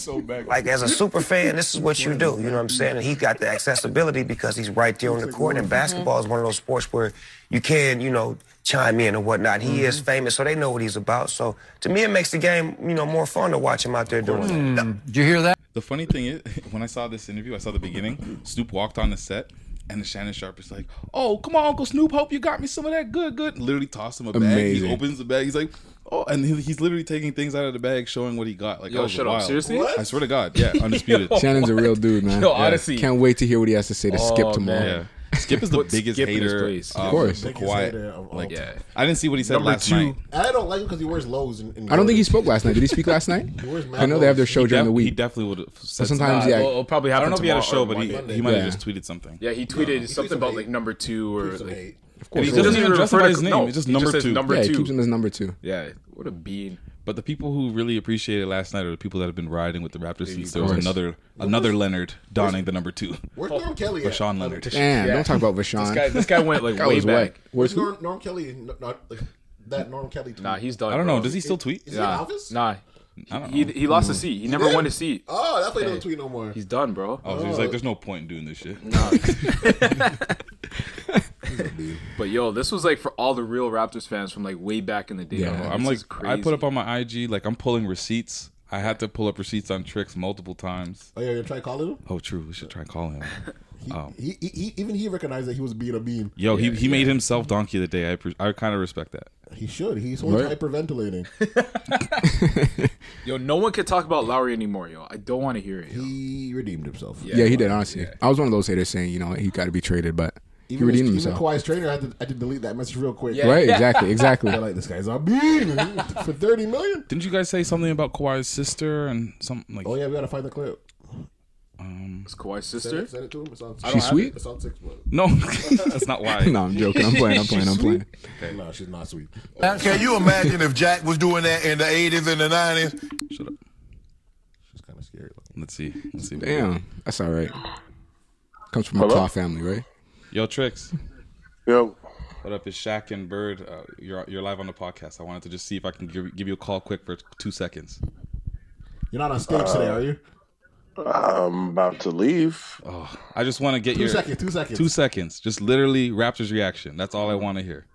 like as a super fan, this is what you do. You know what I'm saying? And he got the accessibility because he's right there on the court. And basketball is one of those sports where you can, you know, chime in and whatnot. He is famous, so they know what he's about. So to me, it makes the game, you know, more fun to watch him out there doing it. The funny thing is, when I saw this interview, I saw the beginning. Snoop walked on the set, and the Shannon Sharp is like, "Oh, come on, Uncle Snoop, hope you got me some of that good, good." Literally tossed him a bag. Amazing. He opens the bag. He's like, "Oh," and he, he's literally taking things out of the bag, showing what he got. Like, Yo, that was shut up. wild. Seriously? I swear to God, yeah, undisputed. Shannon's a real dude, man. Yo, honestly. Can't wait to hear what he has to say to Skip Oh, tomorrow. Yeah. Skip is the What's biggest Skip in his hater. place? um, Of course. for Biggest Kawhi. hater of all like, time. yeah. I didn't see what he said Number last two. night. And I don't like him because he wears lows. In, in I don't think he spoke last night. Did he speak last night? Where's Matt I know they have their show He during the def- He week. definitely would have said sometimes, something. yeah. Well, it'll probably I happen don't know if he had a tomorrow show, or but he, Monday. he might have Yeah. just tweeted something. yeah, he tweeted something some about hate. like number two or He's an like. eight. course. He doesn't even refer to his name. no, It's just he number says two. Number Yeah, he two. keeps him as number two. yeah, what a bean. But the people who really appreciated last night are the people that have been riding with the Raptors since there was course. another another Leonard donning the number two. Where's Norm Kelly? At? Rashawn Leonard. Damn, Yeah. don't talk about This guy, Vashon. this guy went like That way was whack. back. Where's Where's who? Norm, Norm Kelly? n- Not, like, that Norm Kelly. Tweet. Nah, he's done. I don't know. bro. Does he still tweet? Is he in office? Nah, I don't he know. he lost a seat. He never won a seat. Mm. Oh, that's why he don't tweet no more. He's done, bro. Oh, so he's like, there's no point in doing this shit. But yo, this was like for all the real Raptors fans from like way back in the day. Yeah. This I'm is like, I crazy. put up on my IG, like I'm pulling receipts. I had to pull up receipts on tricks multiple times. Oh yeah, you're trying to call him. Oh, true. We should try and call him. Um, He, he, he, he even he recognized that he was being a bean. Yo, he, he made himself donkey of the day. I pre- I kind of respect that. He should. He's always Right. hyperventilating. yo, no one can talk about Lowry anymore, yo. I don't want to hear it. Yo. he redeemed himself. Yeah, he did, honestly. I was one of those haters saying, you know, he got to be traded, but he Even, his, redeemed even himself. Kawhi's trainer had to, had to delete that message real quick. Right, exactly, exactly. They're like, this guy's a bean for thirty million. Didn't you guys say something about Kawhi's sister and something like? um, Oh yeah, we gotta find the clip. It's Kawhi's Send sister. it, send it to him. It's on. She's sweet? It's on six. One. No, that's not why. No, I'm joking. I'm playing. I'm playing. I'm playing. No, she's not sweet. Can you imagine if Jack was doing that in the 80s and the 90s? Shut up. She's kind of scary. Looking. Let's see. Let's see. Damn, that's all right. Comes from a claw family, right? Yo, tricks. Yo, What up? It's Shaq and Bird. Uh, you're you're live on the podcast. I wanted to just see if I can give, give you a call quick for two seconds. You're not on stage today, are you? I'm about to leave. Oh, I just want to get Two your seconds. Two seconds. two seconds. Just literally Raptors reaction. That's all I want to hear.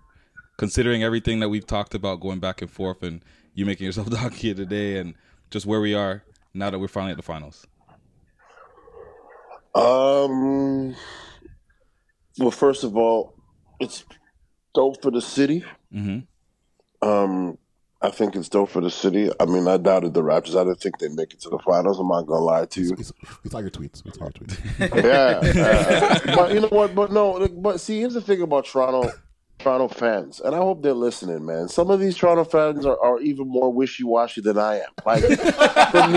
Considering everything that we've talked about going back and forth, and you making yourself donkey of the day, and just where we are now that we're finally at the finals. Um. Well, first of all, it's dope for the city. Mm-hmm. Um, I think it's dope for the city. I mean, I doubted the Raptors. I didn't think they'd make it to the finals. I'm not gonna lie to you. We saw, we saw your tweets. We saw your tweets. yeah. uh, but you know what? But no. like, But see, here's the thing about Toronto, Toronto fans, and I hope they're listening, man. Some of these Toronto fans are, are even more wishy washy than I am. Like for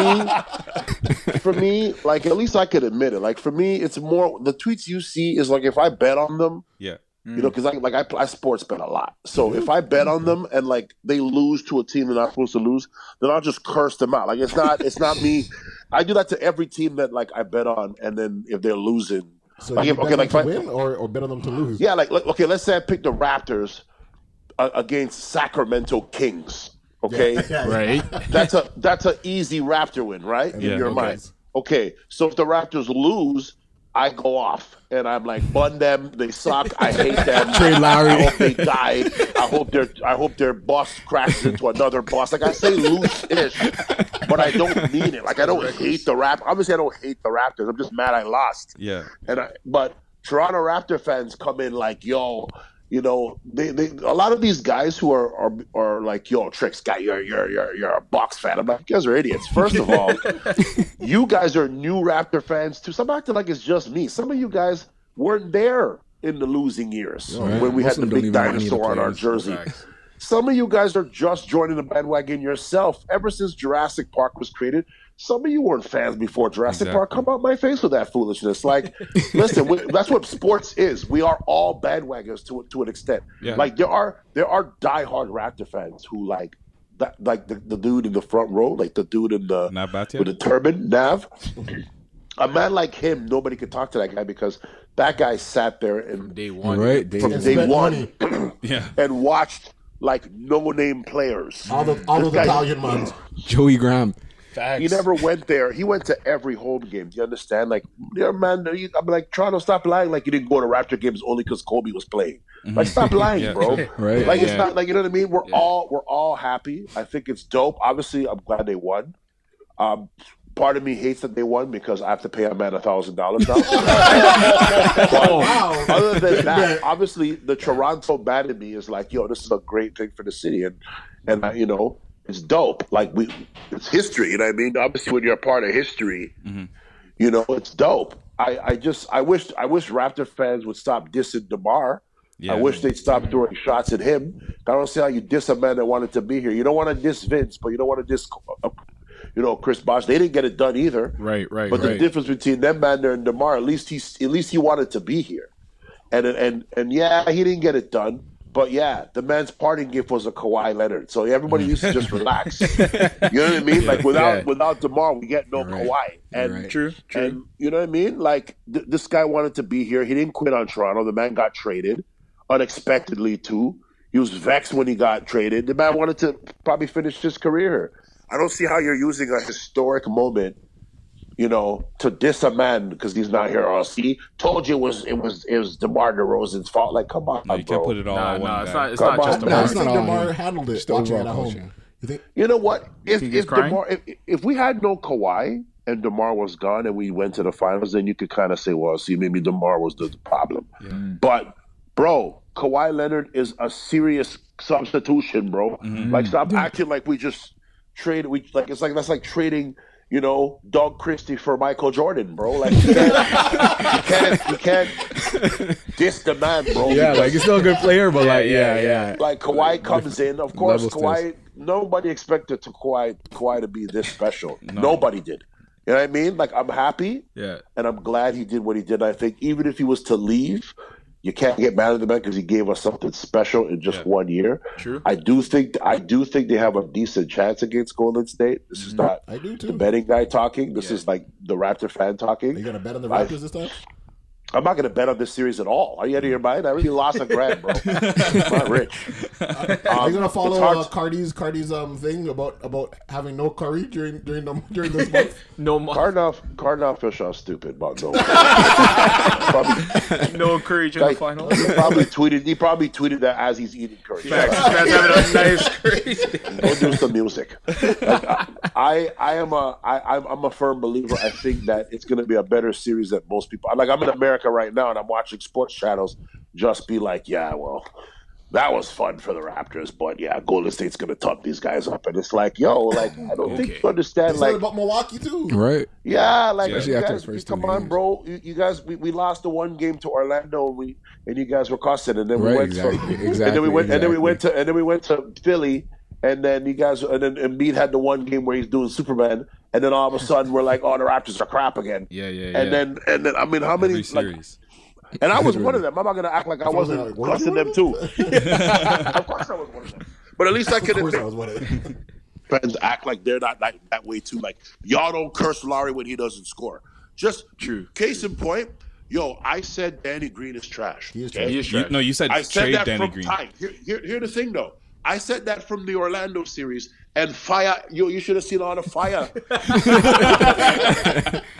me, for me, like at least I could admit it. Like for me, it's more the tweets you see is like if I bet on them, Yeah. You Mm. know, because I like I, I sports bet a lot. So Mm-hmm. if I bet on them and like they lose to a team they're not supposed to lose, then I'll just curse them out. Like it's not it's not me. I do that to every team that like I bet on, and then if they're losing, So like, you if, bet okay, them like if to I, win or, or bet on them to lose. yeah, like, like okay, let's say I pick the Raptors uh, against Sacramento Kings. Okay, Yeah, yeah, yeah. Right. That's a that's an easy Raptor win, right? Yeah, In your okay. mind. Okay, so if the Raptors lose, I go off and I'm like, bun them. They suck. I hate them. Trade Lowry. I hope they die. I hope their I hope their boss crashes into another boss. Like I say, loose ish, but I don't mean it. Like I don't hate the Raptors. Obviously, I don't hate the Raptors. I'm just mad I lost. Yeah. And I, but Toronto Raptor fans come in like, yo, you know, they, they a lot of these guys who are are, are like, yo, Tricks guy, you're you're you're you're a box fan. I'm like, you guys are idiots. First of all, you guys are new Raptor fans too. Some acting like it's just me. Some of you guys weren't there in the losing years Yeah, right. when we Most had the of them don't big even know any of the dinosaur on our players. jersey. Some of you guys are just joining the bandwagon yourself. Ever since Jurassic Park was created, some of you weren't fans before Jurassic Park. Come out my face with that foolishness. Like, listen, we, that's what sports is. We are all bandwagons to to an extent. Yeah. Like there are there are diehard Raptor fans who like that, like the, the dude in the front row, like the dude in the Nabatia? with the turban, Nav. A man like him, nobody could talk to that guy because that guy sat there and from day one. Right. from And day spent one, yeah, and watched like no name players. All the all This those guy- Italian moms. Joey Graham. He never went there. He went to every home game. Do you understand? Like, yeah, man, you- I'm like, Toronto, stop lying. Like, you didn't go to Raptor games only because Kobe was playing. Like, stop lying, Yeah. bro. Right. Like, it's Yeah. not like you know what I mean. We're all we're all happy. I think it's dope. Obviously, I'm glad they won. Um, part of me hates that they won because I have to pay a man a thousand dollars now. Wow. Other than that, obviously the Toronto bad in me is like, yo, this is a great thing for the city, and and uh, you know it's dope. Like we, it's history. You know what I mean? Obviously, when you're a part of history, you know it's dope. I, I just I wish I wish Raptor fans would stop dissing Demar. Yeah. I wish they'd stop throwing shots at him. I don't see how you diss a man that wanted to be here. You don't want to diss Vince, but you don't want to diss, uh, you know, Chris Bosh. They didn't get it done either. Right, right, But the right. difference between them man there and Demar, at least he's at least he wanted to be here, and and and yeah, he didn't get it done. But yeah, the man's parting gift was a Kawhi Leonard, so everybody used to just relax. you know what I mean? Like without Yeah. without Demar, we get no Kawhi, and True, true. and you know what I mean? Like th- this guy wanted to be here. He didn't quit on Toronto. The man got traded unexpectedly too. He was vexed when he got traded. The man wanted to probably finish his career. I don't see how you're using a historic moment, you know, to diss a man because he's not here. Oh, see, told you it was it was it was DeMar DeRozan's fault. Like, come on, No, you bro. can't put it all Nah, on nah, one it's guy. not- it's Come not just on. the No, I it's don't think not all Demar him. handled it Just the over overall at culture. home. You think? You know what? If he was if crying? DeMar, if, if we had no Kawhi and DeMar was gone and we went to the finals, then you could kind of say, well, see, maybe DeMar was the, the problem. But, bro, Kawhi Leonard is a serious substitution, bro. Mm-hmm. Like, stop acting like we just trade. We like it's like that's like trading. You know, Doug Christie for Michael Jordan, bro. Like you can't, you can't, you can't diss the man, bro. Yeah, because- like it's still a good player, but like yeah, yeah. like Kawhi comes in, of course, levels Kawhi. Nobody expected to Kawhi Kawhi to be this special. Nobody did. You know what I mean? Like I'm happy yeah, and I'm glad he did what he did. I think even if he was to leave, you can't get mad at the man because he gave us something special in just one year. True. I do think I do think they have a decent chance against Golden State. This is not I do the too. betting guy talking. This is like the Raptor fan Are talking. you gonna bet on the I- Raptors this Mm. time? I'm not going to bet on this series at all. Are you out of your mind? I already lost a grand, bro. I'm not rich. Are Um, you gonna it's follow hard uh, to- Cardi's Cardi's um thing about about having no curry during during the during this month? No, mo- Cardinal, Cardinal Fisher's stupid, but no. probably, no courage in the like, final. he probably tweeted. He probably tweeted that as he's eating curry. Facts. Man's having a nice courage. Go do some music. Like, I, I am a, I, I'm- I'm a firm believer. I think that it's going to be a better series than most people. Like I'm in America right now, and I'm watching sports channels. Just be like, yeah, well, that was fun for the Raptors, but yeah, Golden State's going to top these guys up, and it's like, yo, like I don't think you They understand. said Like about Milwaukee too. Right. Yeah, like Yeah. you Especially after guys, the first come two on, games. bro. You, you guys, we, we lost the one game to Orlando, and we and you guys were cussing, and then we Right, went exactly, to, and then we exactly, went, and then we exactly. went to, and then we went to Philly, and then you guys, and then Embiid had the one game where he's doing Superman, and then all of a sudden we're like, oh, the Raptors are crap again, yeah, yeah, yeah. and then and then I mean, how many every like, series? And I was one of them. I'm not gonna act like I wasn't cussing them too. of course I was one of them. But at least I could admit. Friends act like they're not like that way too. Like y'all don't curse Larry when he doesn't score. Just true. Case in point, yo, I said Danny Green is trash. He is trash. He is trash. You- no, you said I said trade that Danny from Green. Time. Here, here, here the thing though. I said that from the Orlando series, and fire. Yo, you should have seen all the fire.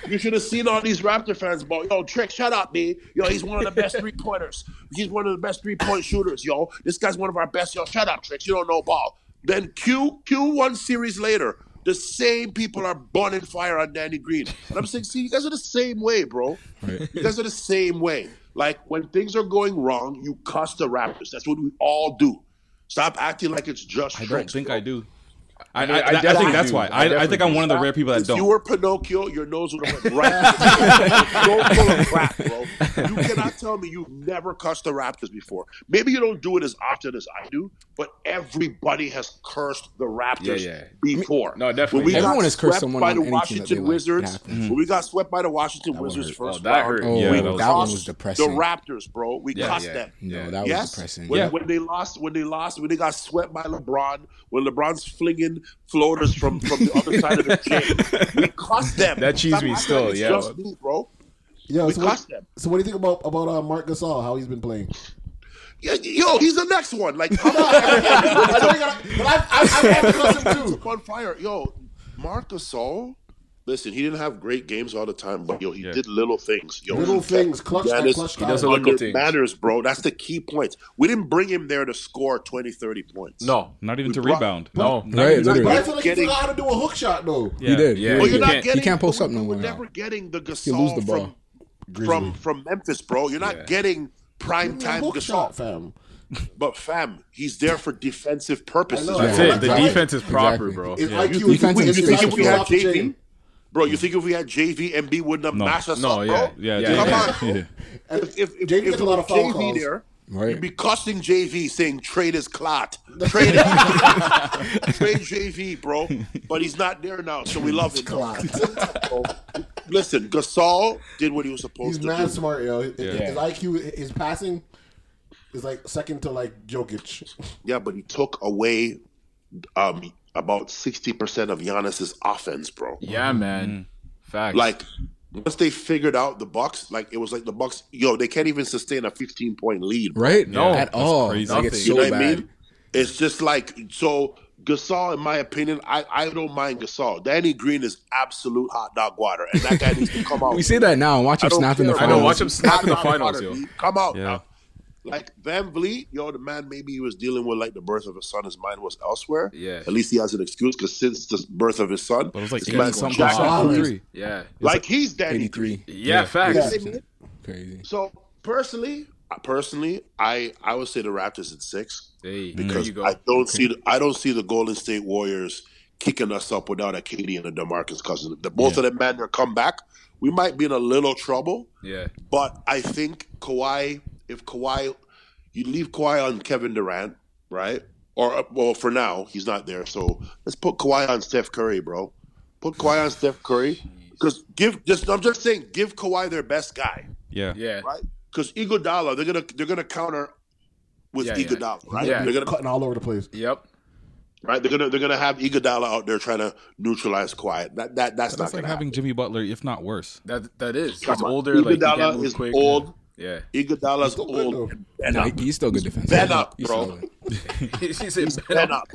you should have seen all these Raptor fans. But yo, Trick, shut up, man. Yo, he's one of the best three pointers. He's one of the best three point shooters. Yo, this guy's one of our best. Yo, shut up, Trick. You don't know ball. Then Q Q one series later, the same people are burning fire on Danny Green. And I'm saying, see, you guys are the same way, bro. You guys are the same way. Like when things are going wrong, you cuss the Raptors. That's what we all do. Stop acting like it's just. I don't tricks, think bro. I do. I, I, I, I think that's why. I, I, think I'm one of the rare people that If you don't. were Pinocchio, your nose would have went right. Don't full of crap, bro. You cannot tell me you've never cussed the Raptors before. Maybe you don't do it as often as I do, but everybody has cursed the Raptors Yeah, yeah. before. No, definitely. When we Everyone got has cursed swept someone by on the anything that they Washington like. Wizards, It happens. when we got swept by the Washington Wizards first, Oh, that hurt. round, Yeah, we that was- cussed that one was the depressing. Raptors, bro. We Yeah, cussed yeah. them. No, that was yes? depressing. When, Yeah. when they lost, when they lost, when they got swept by LeBron, when LeBron's flinging floaters from from the other side of the gym, we cussed them. That cheese Stop me acting still, like it's yeah. Just me, bro. Yeah, We so cost what, them. so what do you think about about uh, Mark Gasol? How he's been playing? Yeah, Yo, he's the next one. Like, come on. I know you gotta, but I've, I've, I've too. on fire. Yo, Marc Gasol. Listen, he didn't have great games all the time, but yo, he did little things. Yo, Little things, clutch that that is- clutch He guy. does little under- things. matters, bro. That's the key point. We didn't bring him there to score 20, 30 points. No. Not even We to brought- rebound. No. Not even- But not I even feel like getting- he forgot how to do a hook shot though. He did. Yeah, Yeah, Well, he, you're not can't, getting. he can't post up no We're more. now. never getting the He lose the Gasol ball. from from from Memphis, bro. You're not getting prime time hook Gasol, shot, fam. but fam, he's there for defensive purposes. know, That's Yeah. it. The That's right. defense is proper, bro. It's Yeah. like You you, think, you, defense we, and you think space if we is had off the JV, chain. bro, you think if we had JV, MB wouldn't have No. mashed us No, yeah, up, bro? Yeah, Yeah, yeah, come yeah. on. If, if, if, JV if gets a lot of foul JV calls. there, Right. you'd be costing JV saying trade is clot. Trade it. trade JV, bro. But he's not there now, so we love him. Listen, Gasol did what he was supposed He's to do. mad smart, yo. His, Yeah. his IQ, his passing is like second to like Jokic. Yeah, but he took away um, about 60% of Giannis's offense, bro. Yeah, man. Mm-hmm. Facts. Like once they figured out the Bucks, like it was like the Bucks, yo, they can't even sustain a 15 point lead. bro. Right? No, at that's all. crazy. Like, it's You so know what I bad. mean? It's just like so. Gasol, in my opinion, I, I don't mind Gasol. Danny Green is absolute hot dog water, and that guy needs to come out. We say that now. and Watch I him don't snap in the care. I finals. know, watch him snap in the Hot dog finals, water, yo. dude. Come out. Yeah. now. Like Van Vliet, yo, the man, maybe he was dealing with like the birth of his son. His mind was elsewhere. Yeah. At least he has an excuse because since the birth of his son, But it was like this 80 man's something. jacked. Jack- shot from three. Yeah. like he's Danny Green. 83. Yeah, facts. You know what I mean? Crazy. So personally, personally, I I would say the Raptors at six Hey, there because you go. I don't see the, I don't see the Golden State Warriors kicking us up without a KD and a DeMarcus Cousins. If The both of them man their comeback, we might be in a little trouble. yeah. But I think Kawhi, if Kawhi, you leave Kawhi on Kevin Durant, right? Or uh, well, for now he's not there, so let's put Kawhi on Steph Curry, bro. Put Kawhi on Steph Curry because give just I'm just saying give Kawhi their best guy Yeah. Yeah. right? Because Iguodala, they're gonna they're gonna counter with Yeah, yeah. Iguodala, right? Yeah. They're gonna Cutting all over the place. Yep. right. They're gonna they're gonna have Iguodala out there trying to neutralize Quiet. That that that's, That's not like gonna having Jimmy Butler, if not worse. That that is. happen. He's older. Iguodala Like he can't move is quick. old. Yeah. Iguodala's still good, old. though. and bent No, up. he- he's still good defense. Ben up, He's bro. solid. he said, He's bent up.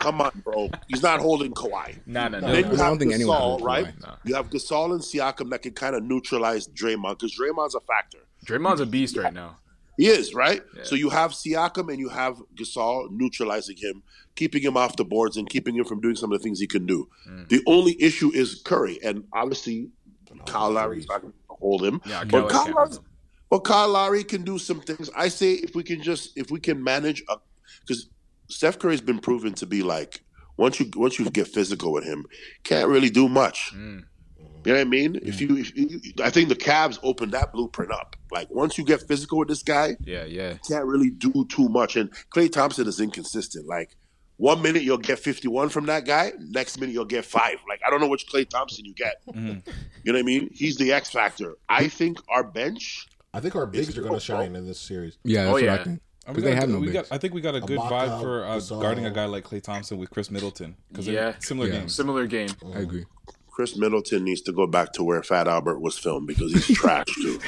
Come on, bro. He's not holding Kawhi. Nah, nah, Then nah. you I don't have think anyone Gasol, holds right? Kawhi. You have Gasol and Siakam that can kind of neutralize Draymond because Draymond's a factor. Draymond's a beast right now. He is, right? So you have Siakam and you have Gasol neutralizing him, keeping him off the boards and keeping him from doing some of the things he can do. Mm. The only issue is Curry, and obviously Kyle Lowry's not going to hold him. Yeah, Kyle but, Lowry Kyle can't Lowry, hold him. but Kyle Lowry can do some things. I say if we can just if we can manage a because Steph Curry's been proven to be like once you once you get physical with him, can't really do much. Mm. You know what I mean? If you, if you, I think the Cavs opened that blueprint up. Like once you get physical with this guy, Yeah, yeah. can't really do too much. And Clay Thompson is inconsistent. Like one minute you'll get 51 from that guy, next minute you'll get five. Like I don't know Mm-hmm. which Clay Thompson you get. You know what I mean? He's the X factor. I think our bench I think our bigs are going to shine in this series. Yeah, that's Oh, what I yeah. think. I, 'Cause mean, they we got have a- no we bigs. got, I think we got a good Ibaka, vibe for uh, Gasol. guarding a guy like Clay Thompson with Chris Middleton because Yeah. similar Yeah. game, similar game. Oh. I agree. Chris Middleton needs to go back to where Fat Albert was filmed because he's trash too.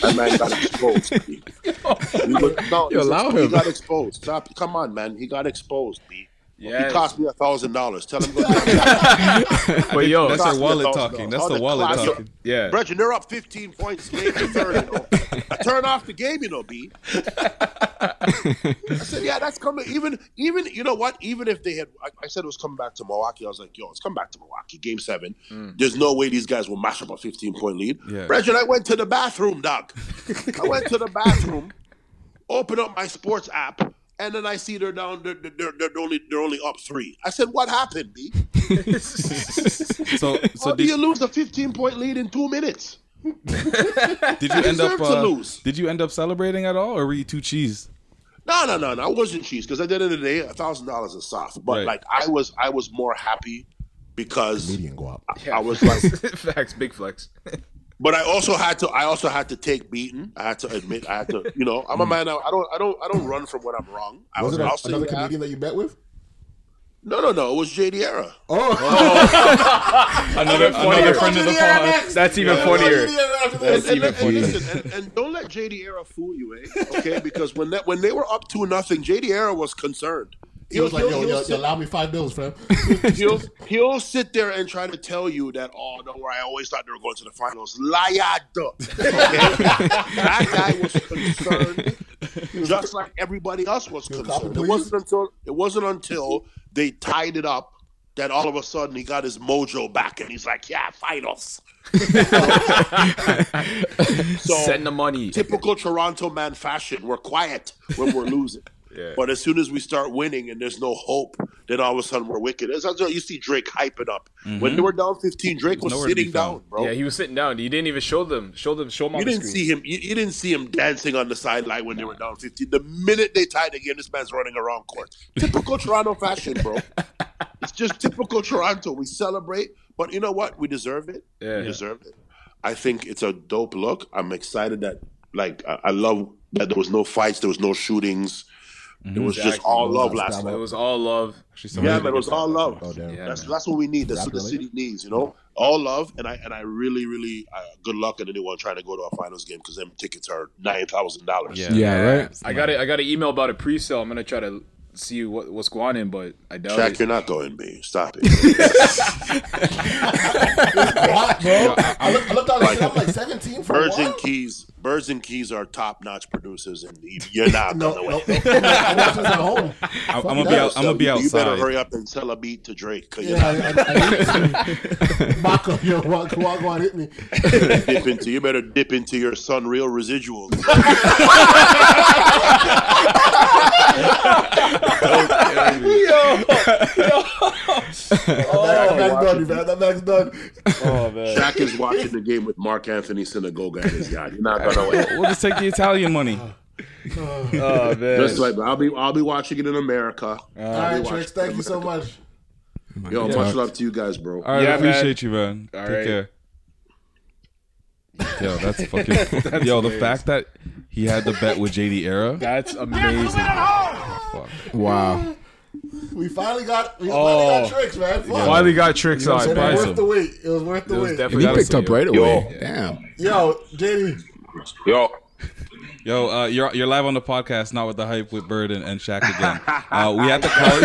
That man got exposed. B. He was- no, You allow he him. got exposed. Stop. Come on, man. He got exposed. B. Yes. He cost me a thousand dollars. Tell him go. But yo, that's your Cost me wallet $1,000. talking. That's Oh, the wallet cost- talking. Yeah. Brethren, they're up 15 points late in the third. You know. I turn off the game, you know, B. I said, yeah, that's coming. Even, even, you know what? Even if they had, I, I said it was coming back to Milwaukee. I was like, yo, it's coming back to Milwaukee, game seven. There's no way these guys will mash up a 15 point lead. Mm. Yeah. Brethren, I went to the bathroom, dog. I went to the bathroom, opened up my sports app, and then I see they're down, they're, they're, they're, only, they're only up three. I said, what happened, B? So, How so do you did, lose a 15 point lead in two minutes? did you end up? deserve to uh, lose. Did you end up celebrating at all, or were you too cheesed? No, no, no, no. I wasn't cheese because at the end of the day, a thousand dollars is soft. But Right. like, I was, I was more happy because I- Yeah. I was like, facts, big flex. but I also had to, I also had to take beating. I had to admit, I had to, you know, I'm Mm. a man. I I don't, I don't, I don't run from when I'm wrong. I Was it a- I'll say another that. comedian that you met with? No, no, no. It was JD Era. Oh, Another, another friend of the pod. That's even Yeah, funnier. JD Era after That's that. even And- and- and funnier. listen, And and don't let JD Era fool you, eh? Okay, because when that when they were up two nothing, JD Era was concerned. he was like, He'll- yo, he'll yo, yo, sit- allow me five bills, fam. he'll he'll sit there and try to tell you that oh don't worry I always thought they were going to the finals liar duh. okay? that guy was concerned just like everybody else was concerned it wasn't until it wasn't until they tied it up that all of a sudden he got his mojo back and he's like yeah finals so Send the money. typical Toronto man fashion we're quiet when we're losing. Yeah. But as soon as we start winning and there's no hope, then all of a sudden we're wicked. As as you see Drake hyping up. When they were down 15, Drake was Mm-hmm. Nowhere to be sitting down, found. bro. Yeah, he was sitting down. You didn't even show them. Show them. Show them. on you the didn't screen. see him. You, you didn't see him dancing on the sideline when they were down 15. The minute they tied the game, this man's running around court. Typical Toronto fashion, bro. It's just typical Toronto. We celebrate, but you know what? We deserve it. Yeah. We deserve it. I think it's a dope look. I'm excited that, like, I, I love that there was no fights, there was no shootings. Mm-hmm. It was just Exactly. all love last It night. was all love. Yeah, man, it was all love. Yeah, that's man. that's what we need. That's Rap what the related? city needs. You know, all love, and I and I really, really uh, good luck on anyone trying to go to a finals game because them tickets are nine thousand dollars. Yeah. Yeah, right. I got it. I got an email about a pre-sale. I'm gonna try to see what, what's going on, but I doubt Shaq, it. you're not going, B. Stop it. What, bro? I, look- I looked on it. I'm like 17 for Birds and what? Keys, Birds and Keys are top notch producers, and you- you're not No, going no, away. no. I'm watching this at home. I'm, I'm Fuck gonna be that. out. I'm gonna be You- You better outside. hurry up and sell a beat to Drake because Yeah, I, you're I, I Mock up, yo, walk, walk, walk, hit me. not dip into. You better dip into your Sunreal residuals. that man's done, man. That man's done. Oh, Shaq is watching the game with Mark Anthony Sinagoga and his guy. You're not Oh, going away. we'll just take the Italian money. Oh man. Just like I'll be, I'll be watching it in America. All right, Trix, thank you so much. Uh, Yo, much love to you guys, bro. All right, Yeah, appreciate you, man. All Take right. care. Yo, that's fucking. yo, the fact that he had the bet with JD Era. That's amazing. Wow. We finally got, we Oh. finally got Trix, man. Fuck. Finally got tricks You know on. what I'm It Surprise was worth him. the wait. It was worth the It was wait. definitely He gotta picked say up it. right away. Yo. Damn. Yo, JD, Yo, Yo, uh, you're you're live on the podcast, not with the hype with Bird and, and Shaq again. Uh, we had to call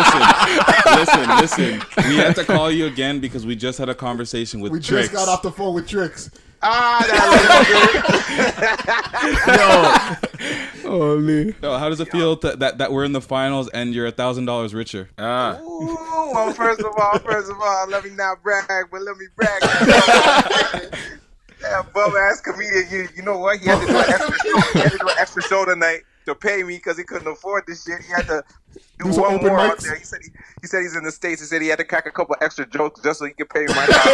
you. listen, listen, listen, listen. We had to call you again because we just had a conversation with we Tricks. just got off the phone with Trix. Ah, Holy. Yo, how does it feel to, that that we're in the finals and you're a thousand dollars richer? Ah. Ooh, well, first of all, first of all, let me not brag, but let me brag. yeah, bum ass comedian. You, you know what? He had to do an extra show. He had to do an extra show tonight to pay me because he couldn't afford this shit. He had to do, Do some one open more out mics. there. He said he, he said he's in the states. He said he had to crack a couple extra jokes just so he could pay my. time.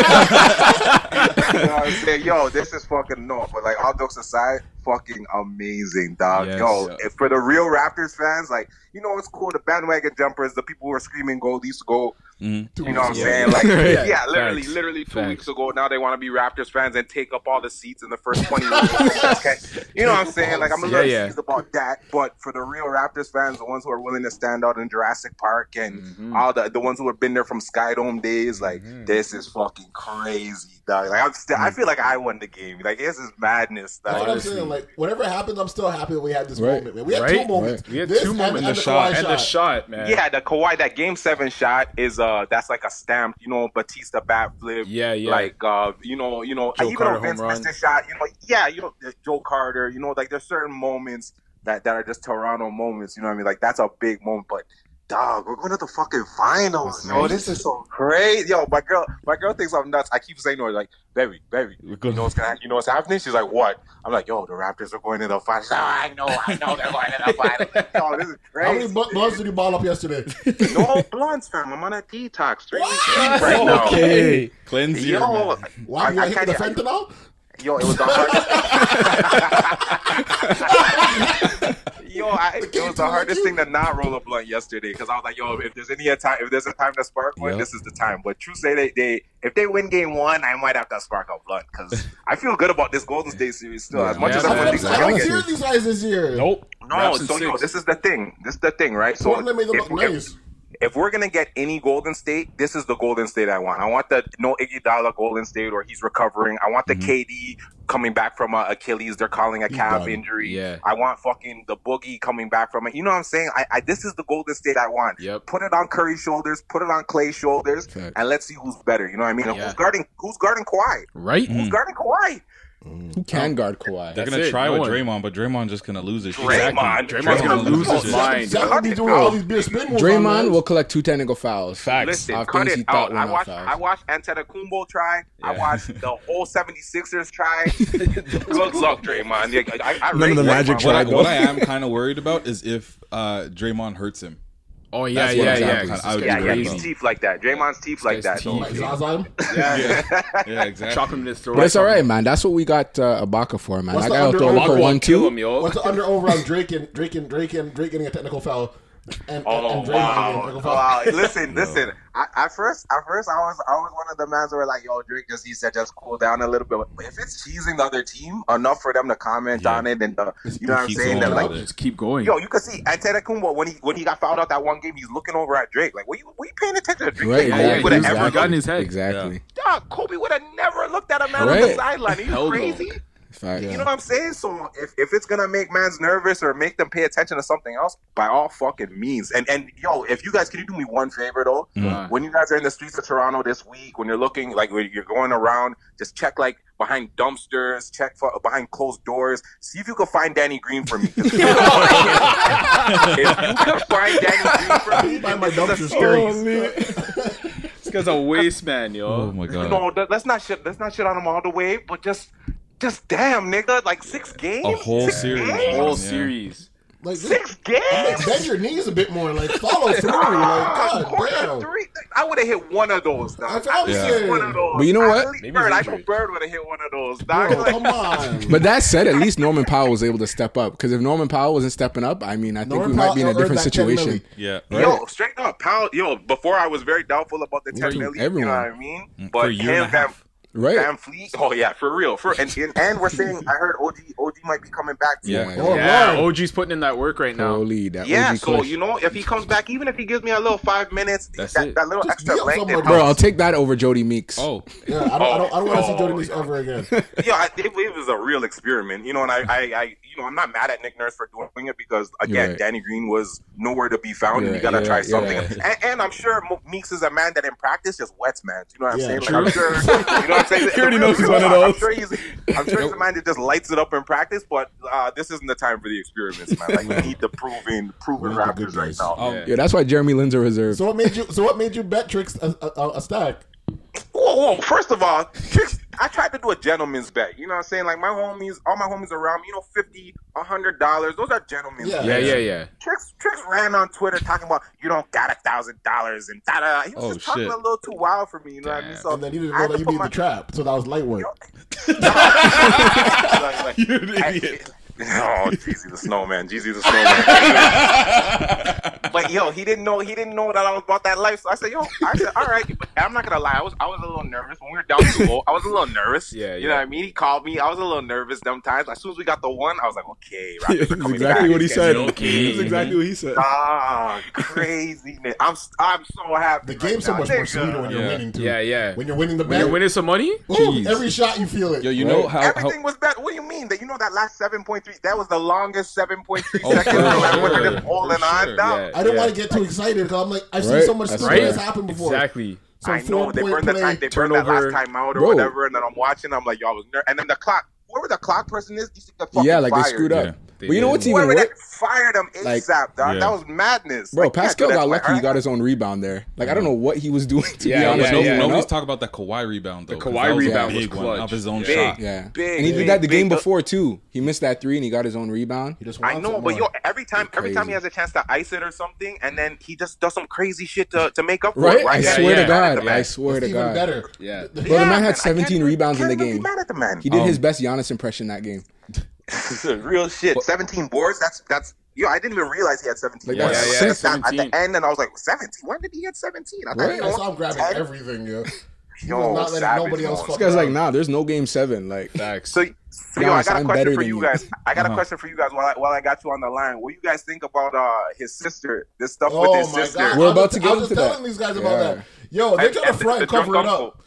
you know what I'm saying? Yo, this is fucking normal. But like all jokes aside, fucking amazing, dog. Yes. Yo, if- for the real Raptors fans, like you know, it's cool. The bandwagon jumpers, the people who are screaming goal, these go. Two You know what I'm weeks saying? ago. Like, Yeah. yeah, literally, Mm-hmm. Facts. literally two Facts. weeks ago, now they want to be Raptors fans and take up all the seats in the first 20 minutes. Okay. You know what I'm saying? Like, I'm a Yeah, little yeah. teased about that, but for the real Raptors fans, the ones who are willing to stand out in Jurassic Park and Mm-hmm. all the the ones who have been there from Skydome days, like, this is fucking crazy, dog. Like, I'm still, I feel like I won the game. Like, this is madness, dog. Mm. That's what I'm saying. Like, whatever happens, I'm still happy we had this Right. moment. Man. We had Right. two moments. Right. We had This two and- moments. and The shot. Kawhi And the shot, man. Yeah, the Kawhi that game seven shot is uh that's like a stamp, you know, Batista bat flip. Yeah, yeah. Like uh, you know, you know, Joe even Carter though Vince home run. missed the shot, you know, yeah, you know, there's Joe Carter, you know, like there's certain moments that that are just Toronto moments, you know what I mean? Like that's a big moment, but dog, we're going to the fucking finals, yo. This is so crazy, yo. My girl, my girl thinks I'm nuts. I keep saying to her like, baby, baby, you know what's gonna, happen- you know what's happening. She's like, what? I'm like, yo, the Raptors are going to the finals. She's like, "Oh, I know, I know, they're going to the finals. Yo, this is crazy. How many bu- blunts did you ball up yesterday? No blunts, fam. I'm on a detox. Three weeks What? deep right now. Okay. Cleanse yo, your I, mind. Why you I got hit with the can't- fentanyl? Yo, it was the hardest. yo, I, it was the hardest thing to not roll a blunt yesterday because I was like, yo, if there's any a time, if there's a time to spark one, Yep. this is the time. But true say they, they if they win game one, I might have to spark a blunt because I feel good about this Golden State series still. as much as I want these I guys don't to hear get. these guys this year. Nope. No, so yo, this is the thing. This is the thing, right? So Portland made them if- look if- nice. if we're gonna get any Golden State, this is the Golden State I want. I want the no Iguodala Golden State, or he's recovering. I want the Mm-hmm. KD coming back from a Achilles. They're calling a calf done. injury. Yeah. I want fucking the Boogie coming back from it. You know what I'm saying? I, I this is the Golden State I want. Yep. Put it on Curry's shoulders. Put it on Clay's shoulders, and let's see who's better. You know what I mean? And Yeah. Who's guarding? Who's guarding Kawhi? Right. Who's Mhm. guarding Kawhi? Who can guard Kawhi? They're gonna try with Draymond, but Draymond just gonna lose his shit. Draymond. Exactly. Draymond's Draymond's gonna gonna lose his lose shit. his mind. Cut it out. Draymond will collect two technical fouls. Facts. Listen, cut it out. I watched, I watched Antetokounmpo try. I Yeah. watched the whole 76ers try. Good luck, Draymond. Yeah, I, I None of the rate magic Draymond. tried, What I, though. what I am kind of worried about is if uh, Draymond hurts him. Oh yeah, yeah, yeah, Yeah, yeah, His teeth like that. Draymond's teeth like that. though. Like Zaza. Yeah. yeah, exactly. Chop him in his throat. But it's all right, man. That's what we got uh, Ibaka for, man. What's that the guy will under- throw Ibaka for will one, kill two. him, yo. What's the under over on Drake and Drake and Drake and Drake getting a technical foul? And, Oh and, and Draymond getting a wow, technical foul. wow! Listen, listen. I, at first, at first, I was, I was one of the mans who were like, "Yo, Drake just he said just cool down a little bit." But if it's cheesing the other team enough for them to comment on it, and uh, you know what I'm Keep saying, going then like, with it. just keep going. yo, you can see Antetokounmpo when he when he got fouled out that one game, he's looking over at Drake like, "What you, what you paying attention to?" Drake? Like, Kobe Right, exactly. would have never exactly. gotten his head. Exactly. dog. Kobe would have never looked at a man on the Right. sideline. Are you Hell no. crazy? Fact. You know what I'm saying? So if, if it's gonna make man's nervous or make them pay attention to something else, by all fucking means. And and yo, if you guys can you do me one favor though, Mhm. when you guys are in the streets of Toronto this week, when you're looking like when you're going around, just check like behind dumpsters, check for, behind closed doors, see if you can find Danny Green for me. 'Cause if you can find- if you can find Danny Green for me, By my this is a dumpster series. This guy's a waste man, yo. Oh my You know, let- let's not shit. Let's not shit on him all the way, but just, just damn, nigga, like six games, A whole Six series, games? man, Whole yeah. series. Like, Six games. Like, bend your knees a bit more. Like follow through. Like God damn. Three, I would have hit one of those. Dog. That's what I I'm would have saying. hit one of those. But you know I what? believe Maybe Bird, he's I know Bird would have hit one of those. Dog. Bro, come on. But that said, at least Norman Powell was able to step up. Because if Norman Powell wasn't stepping up, I mean, I think Norman we might be in a Powell different earned that 10 million. situation. Yeah. Yo, straight up, Powell. Yo, before I was very doubtful about the ten Dude, million. You know everyone. what I mean? But Mm, For a year and a him, Van- half. Right. Van Fleet. Oh yeah, for real. For and and, and we're saying I heard OG OG might be coming back. Too. Yeah, Oh, yeah. Lord. OG's putting in that work right now. Holy, that Yeah, OG so clutch. you know, if he comes back, even if he gives me a little five minutes, that, that little extra length, it Bro, I'll helps. take that over Jody Meeks. Oh. Yeah, I don't, I don't, I don't want to see Oh, Jordan Lee's ever again. yeah, I, it, it was a real experiment, you know. And I, I, I, you know, I'm not mad at Nick Nurse for doing it because again, You're right. Danny Green was nowhere to be found, and Yeah, you gotta yeah, try yeah. something. And, and I'm sure Mo- Meeks is a man that in practice just wets man. You know what I'm Yeah, saying? Like, true. I'm sure, you know what I'm saying. He already The real knows he's deal, one of I'm- I'm those. sure he's, I'm sure he's a man that just lights it up in practice, but uh, this isn't the time for the experiments, man. Like we need the proven, proven Raptors right now. Oh, Yeah, that's why Jeremy Lin's a reserve. So what made you? So what made you bet tricks a, a, a- a stack? Whoa, whoa! First of all, tricks, I tried to do a gentleman's bet. You know what I'm saying? Like my homies, all my homies around me, you know, fifty, a hundred dollars. Those are gentlemen's. Yeah, bets. yeah, yeah. yeah. Tricks, Tricks ran on Twitter talking about you don't got a thousand dollars and da da. da." He was Oh, just talking shit. a little too wild for me. You know what I mean? So and then you didn't I know had that to you put beat my- the trap, so that was light work. Like, like, I- Oh, Jeezy the Snowman, Jeezy the Snowman. but yo, he didn't know he didn't know that I was about that life. So I said, yo, I said, all right. But I'm not gonna lie, I was I was a little nervous when we were down two I was a little nervous. Yeah, You know what I mean? He called me. I was a little nervous sometimes. As soon as we got the one, I was like, okay, Raptors are That's coming exactly back. what he It's said. getting okay. That's exactly what he said. Ah, craziness! I'm I'm so happy. The game's so much more sweeter when you're winning too. Yeah, yeah. When you're winning the When you're bet. winning some money, Ooh, every shot you feel it. Yo, you know how- how- Everything was bad. What do you mean? That you know that last seven point three? That was the longest seven point three Oh, seconds. for I went to sure. this hole and For I sure. down. Yeah, I don't yeah. want to get too excited because I'm like I've Right, seen so much that's stuff right. that's happened before. Exactly. So I know they four-point burned that play, time. They burned that turnover. last time out or Bro. whatever, and then I'm watching. I'm like, yo, I was ner-. and then the clock. Whoever the clock person is, these niggas fucking yeah, like fired. they screwed up. Yeah, they but you know did. what's even Whoever worse? that fired them ASAP, Like- dog. Yeah. That was madness. Like, Bro, you can't do Pascal that to got my lucky. He heart. got his own rebound there. Like I don't know what he was doing to Yeah, be yeah, honest. But no, with you. nobody's talking about that Kawhi rebound though. 'cause Kawhi that was a rebound was big one clutch. off his own Big. shot. Yeah, Big, and he big, did that the big. game before too. He missed that three and he got his own rebound. He just I wants know, it but more. yo, every time, every time Crazy. he has a chance to ice it or something, and then he just does some crazy shit to, to make up for Right? it. I Right? swear yeah, to God. yeah. I swear It's to even God. better. Yeah. Bro, the man man, I had can't 17 be- rebounds in the can't be game. mad at the man. He did Um, his best Giannis impression that game. Real shit. Seventeen boards. That's that's. Yo, I didn't even realize he had seventeen. Like, boards. that's I sick. was at the- At 17. the end, and I was like, seventeen. When did he get seventeen? I thought Right? he That's was why I'm grabbing 10. everything, yo. He Yo, was not letting savage nobody else mode. fuck This guy's like, around. nah, there's no game seven. Like, Facts. So, so yo, I Giannis, got a I'm better question for than you you. guys. I got Uh-huh. a question for you guys while I, while I got you on the line. What you guys think about uh his sister? This stuff Oh with his my sister. god! We're I was- about to get I was into just that. telling these guys Yeah. about that. Yo, they're And- trying to and the- front the and cover drunk it uncle. up.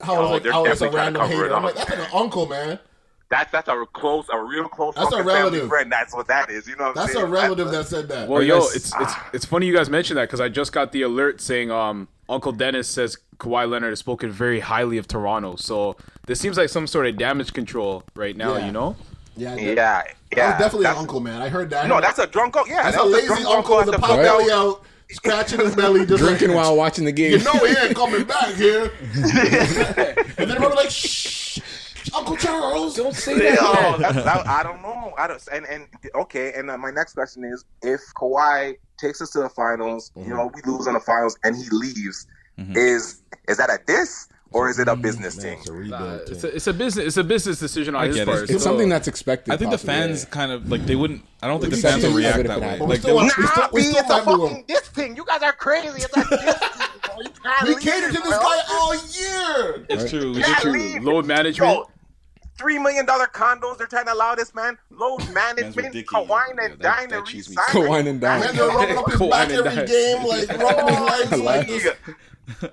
How I was Yo, like, they're oh, it's a definitely trying to random cover it hater. I'm up. like, that's an uncle, man. That's that's a close, a real close. That's a fucking family relative. Friend. That's what that is. You know. What I'm That's a saying? relative that said that. Well, Are you yo, guys- it's it's it's funny you guys mentioned that because I just got the alert saying um Uncle Dennis says Kawhi Leonard has spoken very highly of Toronto, so this seems like some sort of damage control right now. Yeah. You know, yeah, Oh, Yeah, that- yeah. that was definitely an that's, uncle, man. I heard that. No, that's a drunk uncle. Yeah, that's that a was lazy drunk uncle with at the the pop pop out. belly out, scratching his belly, just drinking like, while watching the game. You know he ain't coming back here. and then everybody like, shh, Uncle Charles. Don't say Yeah, that. oh, that's, that, I don't know. I don't. And and okay. And uh, my next question is, if Kawhi takes us to the finals, Mm-hmm. you know, we lose in the finals, and he leaves, is is that a diss or is it a business thing? Uh, it's, a, it's a business it's a business decision on I his get it. part. It's so- something that's expected. I think the possibly. fans kind of like they wouldn't. I don't think the Would you fans say will it's react negative that if it way. happened? Like But we they- still, we still, we B, still it's a might do him. fucking diss thing. You guys are crazy. It's a diss thing. Bro. You can't We leave, catered to this bro. guy all year. it's true. You It's can't true. leave. load management. Bro, Three million dollar condos. They're trying to allow this man load management, ridiculous. Kawhi Yeah, and that- dine that and cheesed me. resign. Kawhi and Dine. Man, they're rubbing up his Cool, back I mean, every that- game, like rubbing his legs. Like, this.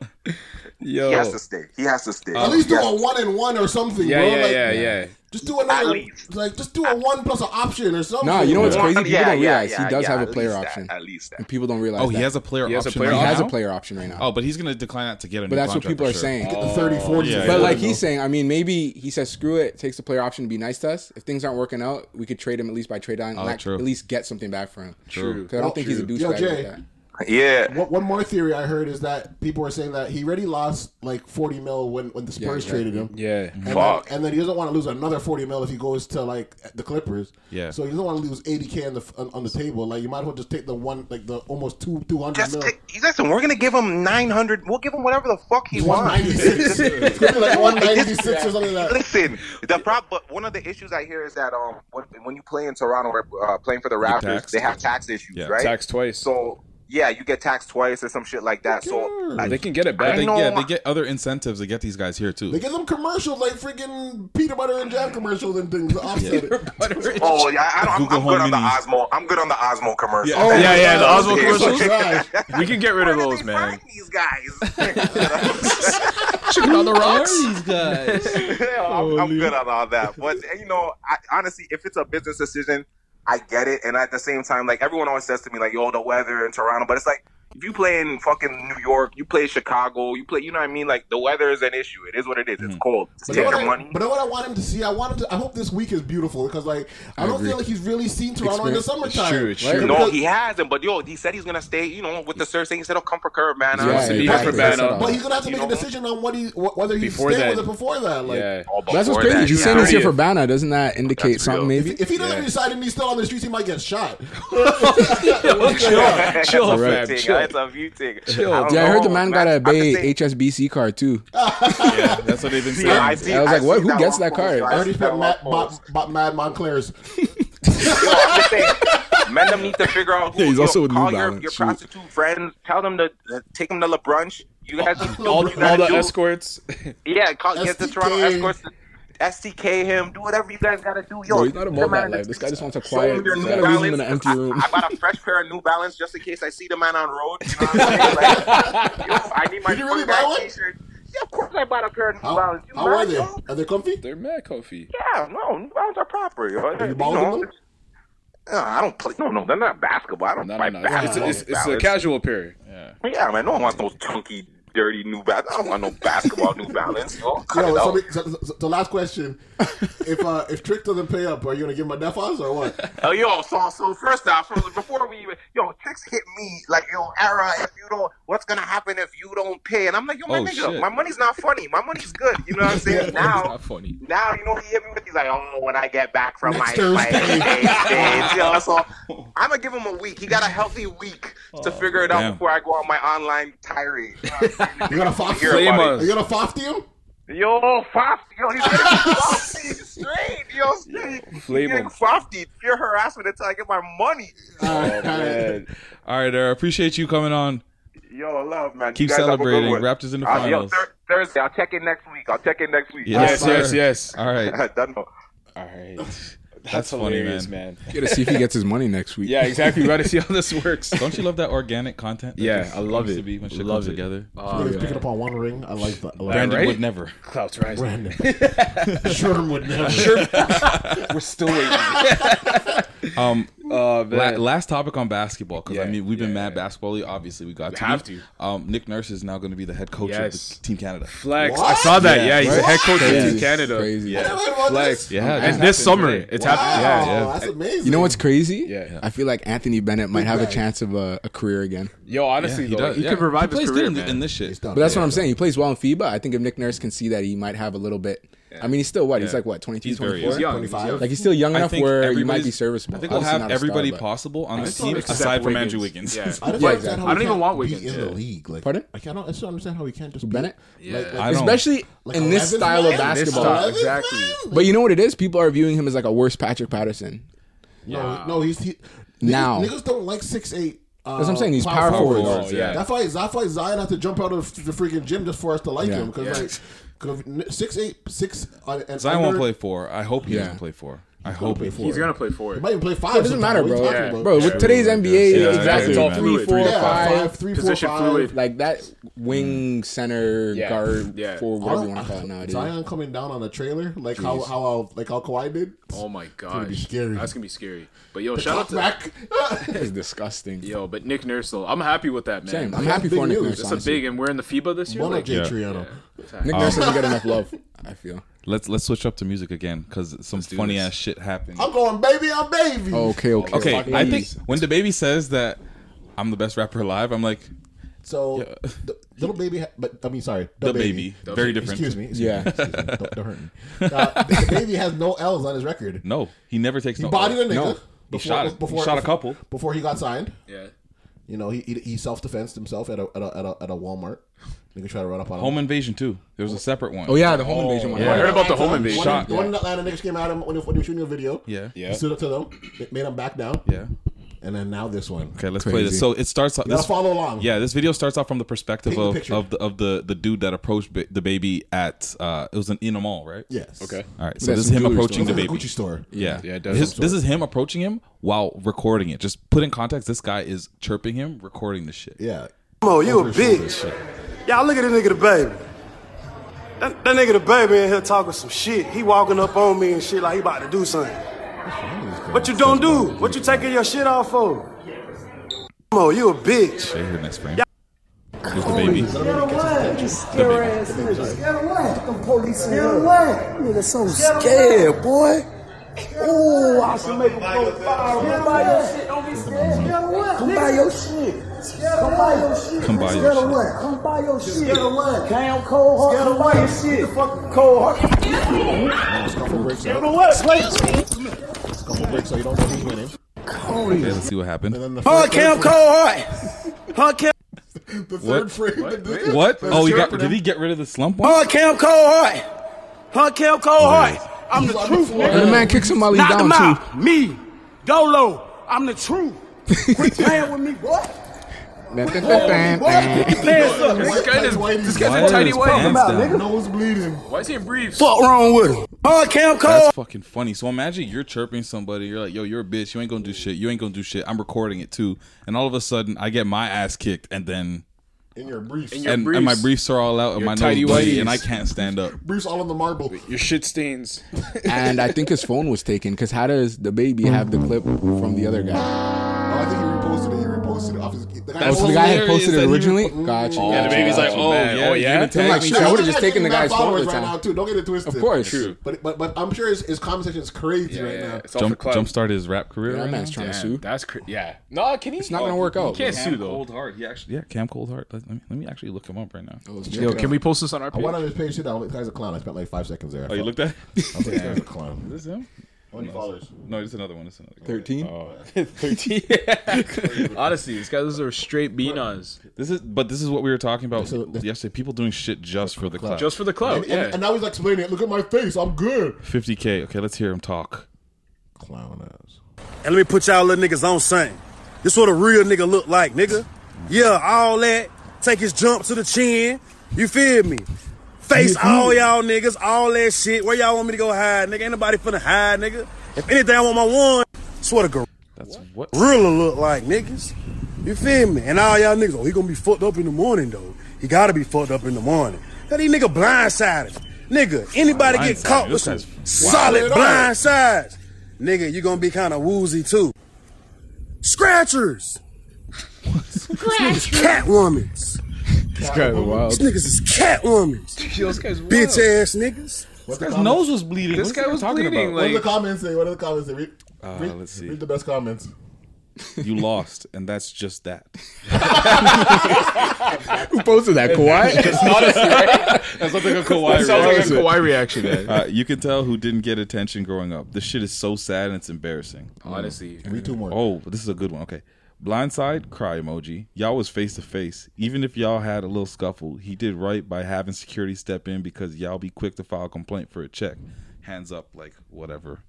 Yo, He has to stay. He has to stay. At least He do has a one and one or something, Uh, Yeah, bro. yeah, like, yeah, yeah. Just do another, least. like just do a one plus an option or something. Nah, you know what's Yeah, crazy? People yeah, don't realize yeah, he does yeah, have a at player least that, option. at least that. And people don't realize Oh, that. he has a player He has a option. player right He has a now? player option right now. Oh, but he's gonna decline that to get a new but that's what contract, people I'm are sure. saying. Get the 30, 40. yeah, But yeah. like he's saying, I mean, maybe he says, "Screw it," takes the player option to be nice to us. If things aren't working out, we could trade him at least by trade on, Oh, like, true. at least get something back for him. True. 'Cause I don't think he's a True. douchebag Yo, like Jay. that. Yeah. One, one more theory I heard is that people are saying that he already lost like 40 mil when, when the Spurs exactly. traded him. Yeah. And Fuck. Then, and then he doesn't want to lose another 40 mil if he goes to like the Clippers. Yeah. So he doesn't want to lose 80k on the on, on the table. Like you might as well just take the one like the almost two 200 Just mil. take, listen, we're gonna give him nine hundred. We'll give him whatever the fuck he wants. 196. it's gonna be like 196 or something like that. Listen, the problem. But one of the issues I hear is that um, when, when you play in Toronto, uh, playing for the Raptors, taxed. they have tax issues, Yeah, right? Tax twice. So yeah, you get taxed twice or some shit like that. So they can get it I back. They, know- yeah, they get other incentives to get these guys here too. They give them commercials like freaking peanut butter and jam commercials and things to offset it. oh yeah, I, I don't, I'm, Google I'm good on the Home Minis. Osmo. I'm good on the Osmo commercial. Yeah. Oh, yeah, yeah, the God, Oswald those commercials. things are trash. we can get rid Where of did those, they man. find these guys? on the rocks. These guys. Yeah, I'm, I'm good on all that. But you know, I, honestly, if it's a business decision, I get it. And at the same time, like everyone always says to me, like, "Yo, the weather in Toronto," but it's like if you play in fucking New York, you play Chicago, you play, you know what I mean? Like the weather is an issue. It is what it is. Mm-hmm. It's cold. It's But take know the what I- money. But know what I want him to see? I want him to. I hope this week is beautiful because, like, I, don't agree. feel like he's really seen Toronto in the Experience- summertime. true, it's Like, true. No, because- he hasn't. But yo, he said he's gonna stay. You know, with the search saying he said he'll come for curve, man. Yeah, Yeah, exactly. Leave it for That's Banner. what I'm- But he's gonna have to You make a know? decision on what he wh- whether he's Before staying that. with it before that. Like, Yeah. That's what's crazy. He's saying he's here for Bana. Doesn't that indicate That's something? real. Maybe. if, if he doesn't Yeah. decide and he's still on the streets, he might get shot. chill, chill, Alright. fam, chill. That's a view ticket. yeah, I heard the man got a Bay HSBC card too. yeah, that's what they've been See, saying. I I was like, what? Who gets that I card? already put Matt, bought, bought Mad Montclair's. Men them need to figure out who. Yeah, he's yo, also with New call your, Balance, your shoot. prostitute friends. Tell them to uh, take them to La Brunch. You guys need to do all what you all gotta the do. escorts. Yeah, call, get the STK. Toronto escorts. To, STK him. Do whatever you guys gotta do. Yo, Bro, he's not come about out that of life. This guy just wants a Show him quiet. your You New gotta leave him in an Balance. empty room. I bought a fresh pair of New Balance just in case I see the man on the road. You know what I'm saying? Like, yo, I need my Did you really fuck that buy one? T-shirt. Yeah, of course I bought a pair of New How, Balance. You how are mad, they? yo? Are they comfy? They're mad comfy. Yeah, no, New Balance are proper. Yo. Are you You balling know, them? no, I don't play. No, no, they're not basketball. I don't No, buy no, no. It's, basketball. it's, it's, it's a Balance. casual pair. Yeah. Yeah, man, no one wants no chunky, dirty New Balance. I don't want no basketball New Balance. Yo, cut Yo, it out. somebody, so, so- so last question: If uh, if Trick doesn't pay up, are you gonna give him a death us or what? Oh, yo, so so first off, so before we even, yo, chicks hit me like, yo, era, if you don't, what's gonna happen if you don't pay? And I'm like, yo, my Oh, nigga, shit. my money's not funny. My money's good. You know what I'm saying? now, Not funny. now, you know, he hit me with, he's like, oh, when I get back from Next my, my Thursday. days, days, you know, so I'm gonna give him a week. He got a healthy week to figure it out Oh, damn. before I go on my online tirade. You know what I'm saying? You gonna fof Hear about him? Flame it. us. You gonna fof him? Yo, Fofty, yo, he's getting Fofty straight, yo, straight. He's Flame getting him. Fofty, pure harassment until I get my money. Oh, man. All right, Eric. Appreciate you coming on. Yo, love, man. Keep You guys have a good celebrating. one. Raptors in the Uh, yo, finals. Thur- Thursday, I'll check in next week. I'll check in next week. Yes, Yes, yes, sir. yes. All right. Done. All All right. That's, That's funny, hilarious, man. man. You gotta see if he gets his money next week. Yeah, exactly. We gotta see how this works. Don't you love that organic content? that Yeah, just I love comes it. To be when shit Love comes it. Oh, together. Oh, Somebody's picking up on one ring. I like that. I like Brandon right? would never. Clouds rising. Brandon. Sherm would never. We're still waiting. Um, Oh, la- man. last topic on basketball because I Yeah, mean we've been mad basketball. Obviously, we got We to have be. to. Um, Nick Nurse is now going to be the head coach Yes. of the Team Canada. Flex. I What? saw that. Yeah, Yeah, he's the right? head coach of Team Crazy. Canada. Crazy. Yeah. Why would I Flex. do this? Yeah, it And just this happened, summer, right? it's Wow, happening. Yeah, yeah. that's amazing. You know what's crazy? Yeah, yeah. I feel like Anthony Bennett might have a chance of a, a career again. Yo, honestly, Yeah, though, he yeah. could revive his He plays career, good in, man. in this shit. done. But that's what I'm saying. He plays well in FIBA. I think if Nick Nurse can see that, he might have a little bit. I mean, he's still what? He's Yeah. like what, 23, He's very 24? young. Like he's still young I enough think where you might everybody's- be serviceable. I think we'll Obviously have not a star, everybody but- possible on I the still team accept aside from Wiggins. Andrew Wiggins. Yeah. I don't, Yeah, understand exactly. how I he don't even can't want be Wiggins, in the yeah. league. Like, Pardon? I can't. I still understand how he can't just. Bennett? Be, Yeah. like, like, I don't- Especially like in this 11th style man? of In this basketball. style, 11th exactly. man? But you know what it is? People are viewing him as like a worse Patrick Patterson. No, no, he's he, Now. niggas, niggas don't like six eight. Uh, That's what I'm saying. He's power forwards. Oh, yeah. That's why that's why Zion had to jump out of the freaking gym just for us to like Yeah. him because Yeah. like 'cause six eight six uh, and Zion won't under- play four. I hope he Yeah. doesn't play four. I hope play he four. He's gonna play four. He might even play five. It doesn't matter, sometimes. bro. What are you Yeah. talking Bro, about? with today's NBA, Yeah, exactly. it's It's all all fluid. three, four, yeah, five. five, three, four, Position five. fluid. Like that wing center Yeah. guard Yeah. for I don't- whatever you want to call it nowadays. Zion coming down on a trailer, like how how uh, like how Kawhi did. Oh my god, be scary. That's gonna be scary. But yo, shout out to Back. That is disgusting. yo, but Nick Nurse though, I'm happy with that man. Same. I'm Like, happy big for Nick news. Nurse. That's honestly. a big, and we're in the FIBA this year. Mono Like, J yeah. Triano. yeah. Nick Nurse doesn't get enough love. I feel. Let's let's switch up to music again because some do funny this. ass shit happened. I'm going, baby. I'm baby. Oh, Okay, okay, Okay, Fuck I think these. when the baby says that I'm the best rapper alive, I'm like So, the, little baby, ha- but I mean, sorry, the baby. Very different. Excuse me. excuse Yeah. me, excuse me. Don't, don't hurt me. Uh, the baby has no L's on his record. No, he never takes He no. bodied a nigga. No, he shot. it. he shot a couple. before he got signed. yeah. You know, he he, he self defensed himself at a, at a at a at a Walmart. Nigga tried to run up on Home him. invasion too. There was a separate one. Oh yeah, the home invasion one. yeah. I heard about the home The invasion. one, Shot, the one in Atlanta niggas came at him when he, when he was shooting a video. Yeah. He Yeah. stood up to them, it made him back down, Yeah. and then now this one. Okay, let's play Crazy. this. So it starts off. You gotta This, follow along. yeah, this video starts off from the perspective Take a of, picture. of the of the the dude that approached ba- the baby at uh it was an in a mall, right? Yes. Okay. All right. So That's this is him some jewelry approaching It's the like a baby. Gucci store. Yeah. Yeah, it does His, some this is him approaching him while recording it. Just put in context. This guy is chirping him, recording the shit. Yeah. Mo, you a bitch. Y'all look at this nigga the baby. That, that nigga the baby in here talking some shit. He walking up on me and shit like he about to do something. What you don't do? What you taking your shit off for? Mo, you a bitch. Right here, next frame. Here's the baby. Nigga so scared, boy. Ooh, I should make him go viral. Come buy your shit. Don't be scared. Come buy your shit. Come buy your shit. Come buy your Scared shit. of what? Come buy your shit. Scared of what? Damn cold heart. Scared of what? Your shit. Fucking cold heart. Scared of what? Play. Couple breaks so you don't know who's winning. Oh, Okay, let's see what happened. And then the Huh, first- Cam Cold heart. Huh, Cam. The What? third frame. What? the- the- What? the Oh, he shirt got. for Did them. he get rid of the slump one? Oh, Cam Cole Hart. Huh, Cam Cole Hart. I'm the truth, nigga. And the man kicks him while he's Knock down, him too. out. Me, Dolo. I'm the truth. Quit playing with me, boy. Quit playing with me, boy. Pick your pants up. This nigga. guy is, this Why guy's is a tiny his white. pants down? Nose bleeding. Why is he in briefs? Fuck wrong with him? Oh, Cam Cole. That's fucking funny. So imagine you're chirping somebody. You're like, "Yo, you're a bitch. You ain't gonna do shit. You ain't gonna do shit." I'm recording it too, and all of a sudden, I get my ass kicked, and then In your briefs. and, and my briefs are all out, and Your my nose tighty bloody, whities. and I can't stand up. Briefs all on the marble. Your shit stains. and I think his phone was taken because how does the baby have the clip from the other guy? Oh, I think he reposted it. He reposted it off his. The guy That's the guy had posted it originally. Gotcha. Yeah, the gotcha, baby's gotcha. like, oh, yeah, you didn't I'm tag like, me. shit, I would have just taken the Mad guy's phone. followers at the right now time. too. Don't get it twisted. Of course. True. True. But but but I'm sure his, his comment section is crazy right now. It's Jump, jumpstart his rap career. Yeah, that right man's now? trying to Damn. sue. That's cr- yeah. No, can he? It's not gonna work out. He can't Cam sue though. Cold Hard. He actually, yeah, Cam Cold Hard. Let, let me let me actually look him up right now. Check it out. Oh, I went on his page. Shit, that guy's a clown. I spent like five seconds there. I Oh, you felt- looked at? I was like, this guy's a clown. Is this him? How many followers? No, it's another one. It's another one. 13? Oh. Honestly, these guys are straight beanas. This is, but this is what we were talking about yesterday. People doing shit just for the clout. Just for the clout. and, Yeah. and, and now he's explaining it. Look at my face. I'm good. 50k. Okay, let's hear him talk. Clown ass. And let me put y'all little niggas on same. This what a real nigga look like, nigga. Yeah, all that. Take his jump to the chin. You feel me? Face all y'all niggas, all that shit. Where y'all want me to go hide, nigga? Ain't nobody finna hide, nigga. If anything, I want my one. Swear to God. That's what Rilla look like, niggas. You feel me? And all y'all niggas, oh, he gonna be fucked up in the morning, though. He gotta be fucked up in the morning. Cause these nigga blindsided. Nigga, anybody get Blindsided. caught with This guy's some wild. solid Wow. blind sides. Nigga, you gonna be kinda woozy too. Scratchers! Scratchers! Catwomans! This guy was wild. These niggas is catwomans! Yo, this guy's wild. Bitch ass niggas! What's His nose was bleeding. This What is guy he was talking bleeding, about? What do the Like- comments say? What do the comments say? Read, Uh, read- let's see. read the best comments. you lost, and that's just that. Who posted that? Kawhi? That's something a Kawhi. That sounds like a reaction. Kawhi reaction, eh? Uh, you can tell who didn't get attention growing up. This shit is so sad and it's embarrassing. Honestly. Read two more. Oh, this is a good one. Okay. Blindside, cry emoji. Y'all was face to face. Even if y'all had a little scuffle, he did right by having security step in because y'all be quick to file a complaint for a check. Hands up, like whatever.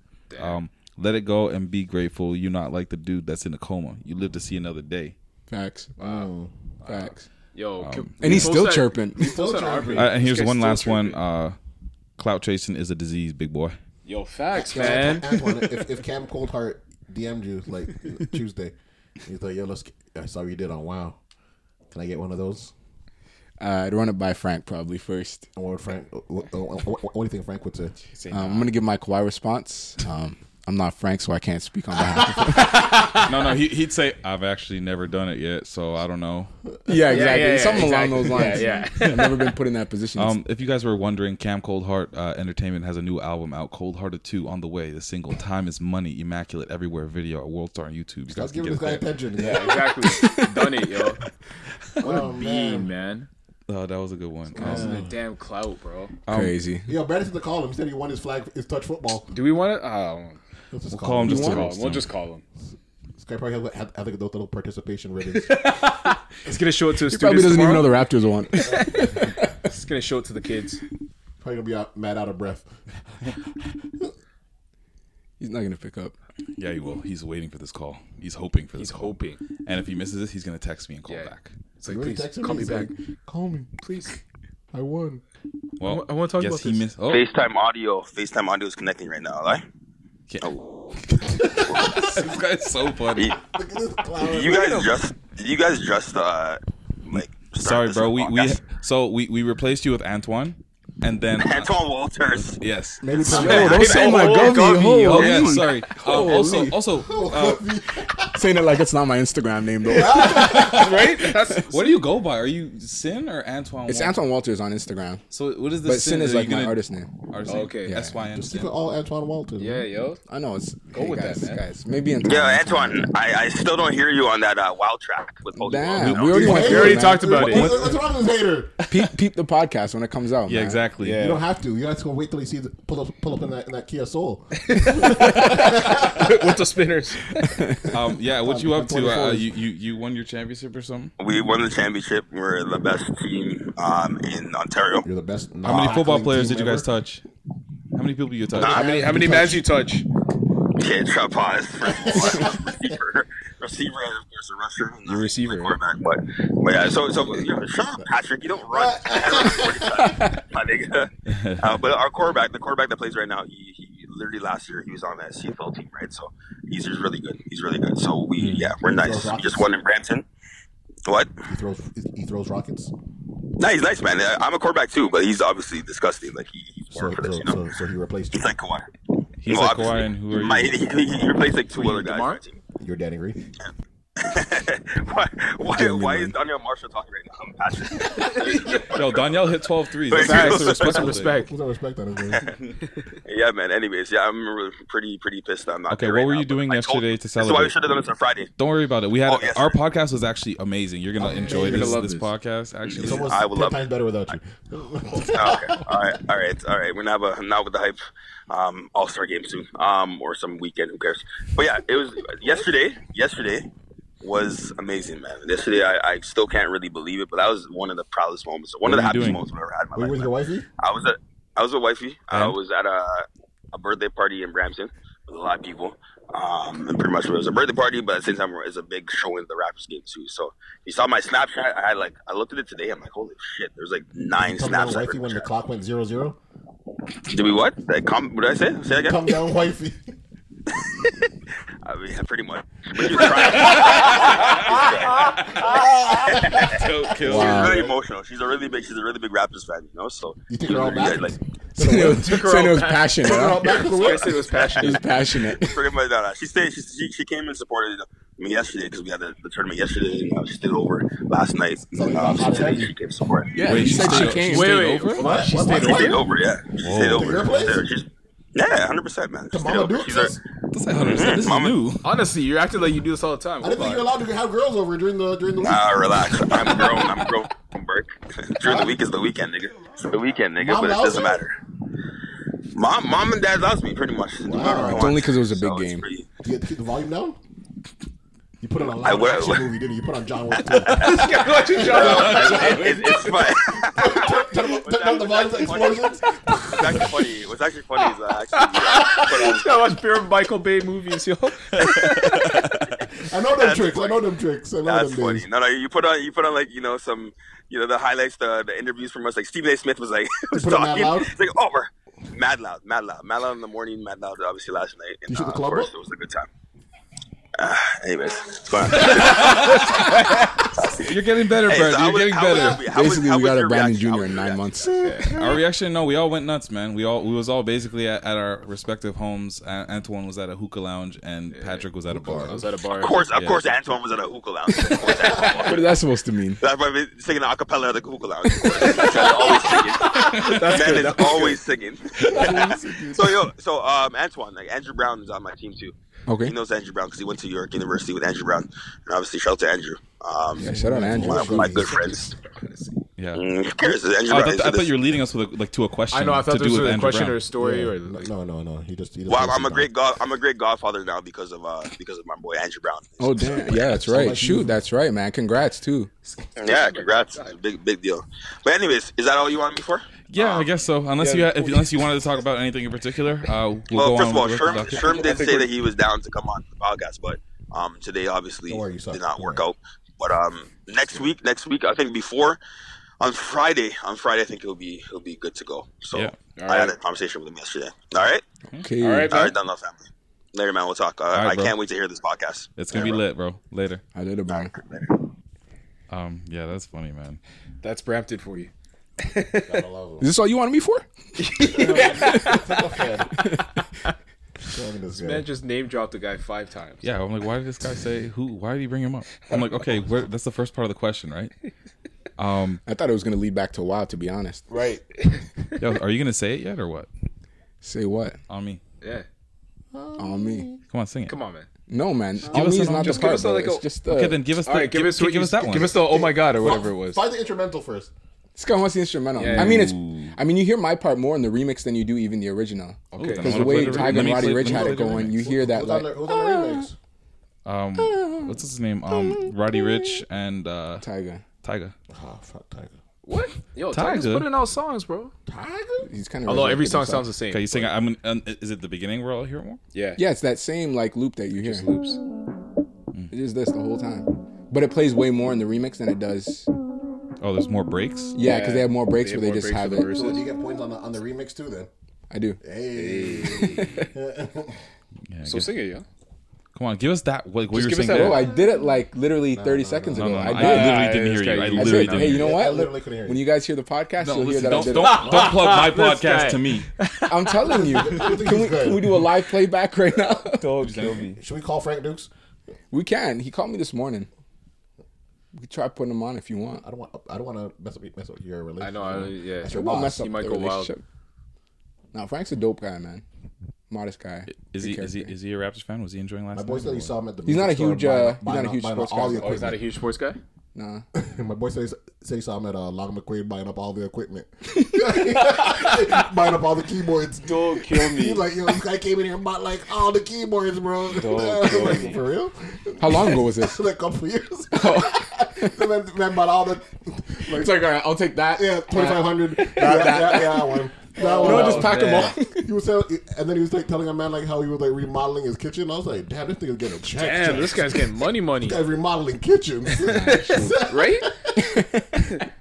Um, let it go and be grateful. You're not like the dude that's in a coma. You live to see another day. Facts. Wow. Facts. Um, Yo, can- And he's post still that- chirping. we post that article. Uh, and This here's guy's one still last one. chirping. Uh, clout chasing is a disease, big boy. Yo, facts, Shout out man. to Antoine, if, if Cam Coldheart DM'd you like Tuesday, he's like, "Yo, let's." Get, I saw what you did on Wow. Can I get one of those? Uh, I'd run it by Frank probably first. And what would Frank? What, what, what do you think Frank would say? Um, I'm going to give my Kawhi response. Um, I'm not Frank, so I can't speak on behalf of no, no, he, he'd say, I've actually never done it yet, so I don't know. Yeah, exactly. yeah, yeah, Something exactly. along those lines. Yeah, I've never been put in that position. Um, if you guys were wondering, Cam Coldheart uh, Entertainment has a new album out, Cold Hearted 2, on the way. The single Time is Money, Immaculate Everywhere video at World Star on YouTube. You Let's guys can get give this it there. guy attention. Yeah, exactly. Done it, yo. What Oh, a man. beam, man. Oh, that was a good one. That's Um, the damn clout, bro. um, Crazy. Yo, Brandon said to call him. He said he won his flag. His touch football. Do we want to? Uh, Let's just We'll call him we'll just just to call roast him. We'll him. just call him. This guy probably had, had, had like those little participation ribbons. He's gonna show it to his he probably students doesn't tomorrow. even know the Raptors won. He's gonna show it to the kids. probably gonna be out, mad out of breath. He's not going to pick up. yeah, he will. He's waiting for this call. He's hoping for this He's call. hoping. And if he misses this, he's going to text me and call Yeah. back. It's like, Really please texted call me He's back. like, call me. Please. I won. Well, I wanna talk guess about he this. missed- oh. FaceTime audio. FaceTime audio is connecting right now, right? Okay. Oh. this guy's so funny. You, Look at this clown. you guys just you guys just uh like started Sorry, this bro. We, we podcast. So we, we replaced you with Antoine, and then. Antoine Walters. Yes. Maybe Tom- Yo, don't say my Oh, Govey. Govey, ho. yo. Oh, yeah, sorry. Um, also, Holy. also uh, Saying it like it's not my Instagram name, though. right? That's what do you go by? Are you Sin or Antoine? Walters? it's Antoine Walters on Instagram. So what is the But Sin is Are you like my gonna- artist name. Artist Oh, name? okay. That's why I Just keep understand. it all Antoine Walters. yeah, man. yo. I know it's go with guys, that, man. guys. Maybe in Yeah, Antoine, I, I still don't hear you on that uh, wild track with Post Damn, Malone. we already went Hater, through it, already man. talked about What- it. What's wrong with this hater? Peep, peep the podcast when it comes out. Yeah, man. Exactly. You don't have to. You don't have to go wait till he sees it pull up, pull up in that, in that Kia Soul. What's the spinners? Um, yeah, what you On- up on to? Uh, 24s. you, you you won your championship or something? We won the championship. We're the best team um, in Ontario. You're the best. How many football players did you guys touch? How many people you touch? Nah, How many- how many mans you touch? Okay, Trap Pause. receiver, receiver, of course, a rusher. Your receiver. Quarterback, but, but yeah, so, so you know, shut up, Patrick. You don't run. My nigga. Uh, but our quarterback, the quarterback that plays right now, he, he literally last year, he was on that CFL team, right? So he's just really good. He's really good. So we, yeah, we're nice. We just won in Brampton. What? He throws he throws rockets. No, he's nice, man. I'm a quarterback too, but he's obviously disgusting. Like he, he So, so, so, so he replaced you. He's like Kawhi. He's Well, like Kawhi, obviously, and who are my- you? He, he- he replaced like two other guys. on the team. You're Dan Green. Why, why, why is Daniel Marshall talking right now? I'm passionate. Yo, Danielle hit 12 threes. Wait, That's, that's a respectable wait, wait, thing. Put some respect on his name. yeah, man. Anyways, yeah, I'm really pretty, pretty pissed. that I'm not Okay, there what right were now, you but doing I told- yesterday to This is celebrate? why we should have done this on Friday. Don't worry about it. We had Oh, yes, our podcast was actually amazing. You're gonna enjoy You're this, gonna love this, this. podcast. Actually, It's almost I will 10 love times it. better without you. Oh, okay. All right, all right, all right. We're gonna have a not with the hype um, All Star game soon, um, or some weekend. Who cares? But yeah, it was yesterday. Yesterday was amazing, man. Yesterday, I, I still can't really believe it, but that was one of the proudest moments, one What of the were you happiest doing? moments I've ever had in my Were you life. with your wifey? I was at I was with wifey. I And? was at a a birthday party in Brampton with a lot of people. Um, and pretty much it was a birthday party, but at the same time, it's a big showing of the Raptors game too. So you saw my Snapchat. I had like I looked at it today. I'm like, holy shit! There's like nine You come down snaps. I wifey when the clock went zero zero. did we what? Like, com- what did I say? Say again. Come down wifey. I mean, yeah, pretty much. But she was crying. She was kill. She's Wow. really emotional. She's a really big. She's a really big Raptors fan. You know, so You took her all back? Like, Saying it was passionate. huh? it was passionate. It was passionate. pretty much. No, no. She stayed. She, she, she came and supported me yesterday because we had the, the tournament yesterday. And, uh, she stayed over last night. And, um, she, said she came support. Yeah, Wait, you she said she stayed- came. she stayed Wait, wait, over? What? She What? stayed What? over. Yeah, she Whoa. stayed To over. your place? She's- she's- Yeah, hundred percent, man. She stayed over. She's a- That's like 100%. This is Mama- new. Honestly, you're acting like you do this all the time. I didn't think you were allowed to have girls over during the during the week. Nah, relax. I'm grown. I'm grown from work. During the week is the weekend, nigga. It's the weekend, nigga. Mom but it loves doesn't you? matter. Mom, mom and dad loves me pretty much. It's only because it was a big game. Did you keep the volume down? You put on a I live would- action would- movie, didn't you? You put on John Wick. Well, it- it- it's fine. Turn up the volume, explosions. It's actually funny. What's actually funny is uh, actually. I watch pure Michael Bay movies, yo. I know them That's tricks. I know them tricks. I know That's them funny. No, no, you put on, you put on like you know some, you know the highlights, the, the interviews from us. Like Stephen A. Smith was like was put it mad talking, loud? It's like over, mad loud, mad loud, mad loud in the morning, mad loud obviously last night. And, you shoot the uh, club of course, up? it was a good time. Uh, anyways, it's fine. You're getting better, Hey, bro. so how You're was- getting how was- better. how was- Basically, how we was got your abandoned Junior in nine months. Our reaction? No, we all went nuts, man. We all we was all basically at, at our respective homes. A- Antoine was at a hookah lounge, and Patrick was at a bar. I was at a bar. Of course, of course, Antoine was at a hookah lounge. Of course, Antoine What is that supposed to mean? That's why we're singing an acapella at the hookah lounge. Man's always singing. That's Man is always good, that's singing. so yo, so um, Antoine, like Andrew Brown is on my team too. Okay. He knows Andrew Brown because he went to York University with Andrew Brown, and obviously shout out to Andrew. Um, Yeah, shout out to Andrew. One of my good friends. Yeah. Mm, who cares? Oh, I, Andrew thought, Brown I is this- thought you were leading us with a, like to a question. to do with Andrew Brown. Yeah. no, no, no. He just. He just Well, I'm, goes I'm a down. great god. I'm a great godfather now because of uh because of my boy Andrew Brown. Oh damn! Yeah, that's right. Shoot, that's right, man. Congrats too. Yeah, congrats, big big deal. But anyways, is that all you wanted me for? Yeah, I Um, guess so. Unless yeah. you ha- if, unless you wanted to talk about anything in particular, uh, we'll go Well, first on of all, with Sherm, the Sherm did say that he was down to come on the podcast, but um, today obviously did not work out. But um, next week, next week, I think before on Friday, on Friday, I think it'll be it'll be good to go. So Yeah. I had a conversation with him yesterday. All right, Okay. all right, man. all right, Dunlop family. Later, man. We'll talk. Uh, right, I bro. can't wait to hear this podcast. It's gonna be lit, bro. Later. I did it, bro. Um, yeah, that's funny, man. That's Brampton for you. Is this all you wanted me for? This man just name dropped the guy five times. Yeah, I'm like, why did this guy say who? Why did he bring him up? I'm like, okay, where, that's the first part of the question, right? Um, I thought it was gonna lead back to wow. To be honest. Right. yo, are you gonna say it yet or what? Say what? On me. Yeah. On me. Come on, sing it. Come on, man. Oh. No, man. Just on give us me is an- not just the give part. us a, bro. like, a- uh, it's just the. Okay, then give us the- All right, give, give- us what give you- us that one. Give us the oh my god or Well, whatever it was. Find the instrumental first. This guy wants the instrumental. Yeah. I mean, it's. I mean, you hear my part more in the remix than you do even the original. Okay. Ooh, then I Because the wanna way play the remix. Tiger Let and me Roddy play- Rich let me had play it the going, remix. you hear that Who's on, the, like ah. who's on the remix? Um, what's his name? Um, Roddy Rich and uh, Tiger. Tiger. Oh fuck, Tiger. What? Yo, Tiger's Tiger? putting out songs, bro. he's kind of. Although every song sounds the same. Okay, you saying I'm? An, um, is it the beginning where I'll hear it more? Yeah. Yeah, it's that same like loop that you hear. loops. Mm. It is this the whole time, but it plays way more in the remix than it does. Oh, there's more breaks. Yeah, because they have more breaks where they just have it. So do you get points on the on the remix too? Then. I do. Hey. Yeah, So give- sing it, yeah. Come on, give us that. Just What, what you were give us saying? that there. Oh, I did it like literally 30 seconds No, ago. no, no, I I did. literally didn't hear you. I said, literally didn't Hey, you hear know you. what? I literally couldn't hear you. When you guys hear the podcast, No, you'll hear listen, that I don't, did don't, it. don't plug my This guy. podcast to me. I'm telling you. Can we, can we do a live playback right now? Should we call Frank Dukes? We can. He called me this morning. We could try putting him on if you want. I don't want. I don't want to mess up mess up your relationship. I know. I, yeah. That's your We'll boss. mess up He might the go wild. relationship. Now Frank's a dope guy, man. Modest guy. Is Good he, is he character. is he a Raptors fan? Was he enjoying last My night? boy said he saw him at the. He's not music a store huge, uh, buying- he's not a buying huge buying sports all guy. the Oh, he's not a huge sports guy. Nah. My boy said, said he saw him at uh, Long McQuaid buying up all the equipment, buying up all the keyboards. Don't kill me. He's like, yo, this guy came in here and bought like all the keyboards, bro. Don't kill Like, me. For real? How long ago was this? Oh. like a couple years. and then, then bought all the It's like, all right, I'll take that. yeah, twenty five hundred. Yeah, that. yeah, yeah, that one. That one. no, just pack them all. He was tell, and then he was like telling a man like how he was like remodeling his kitchen. I was like, damn, this thing is getting a check. Damn, this guy's getting money, money, guy's remodeling kitchens. right?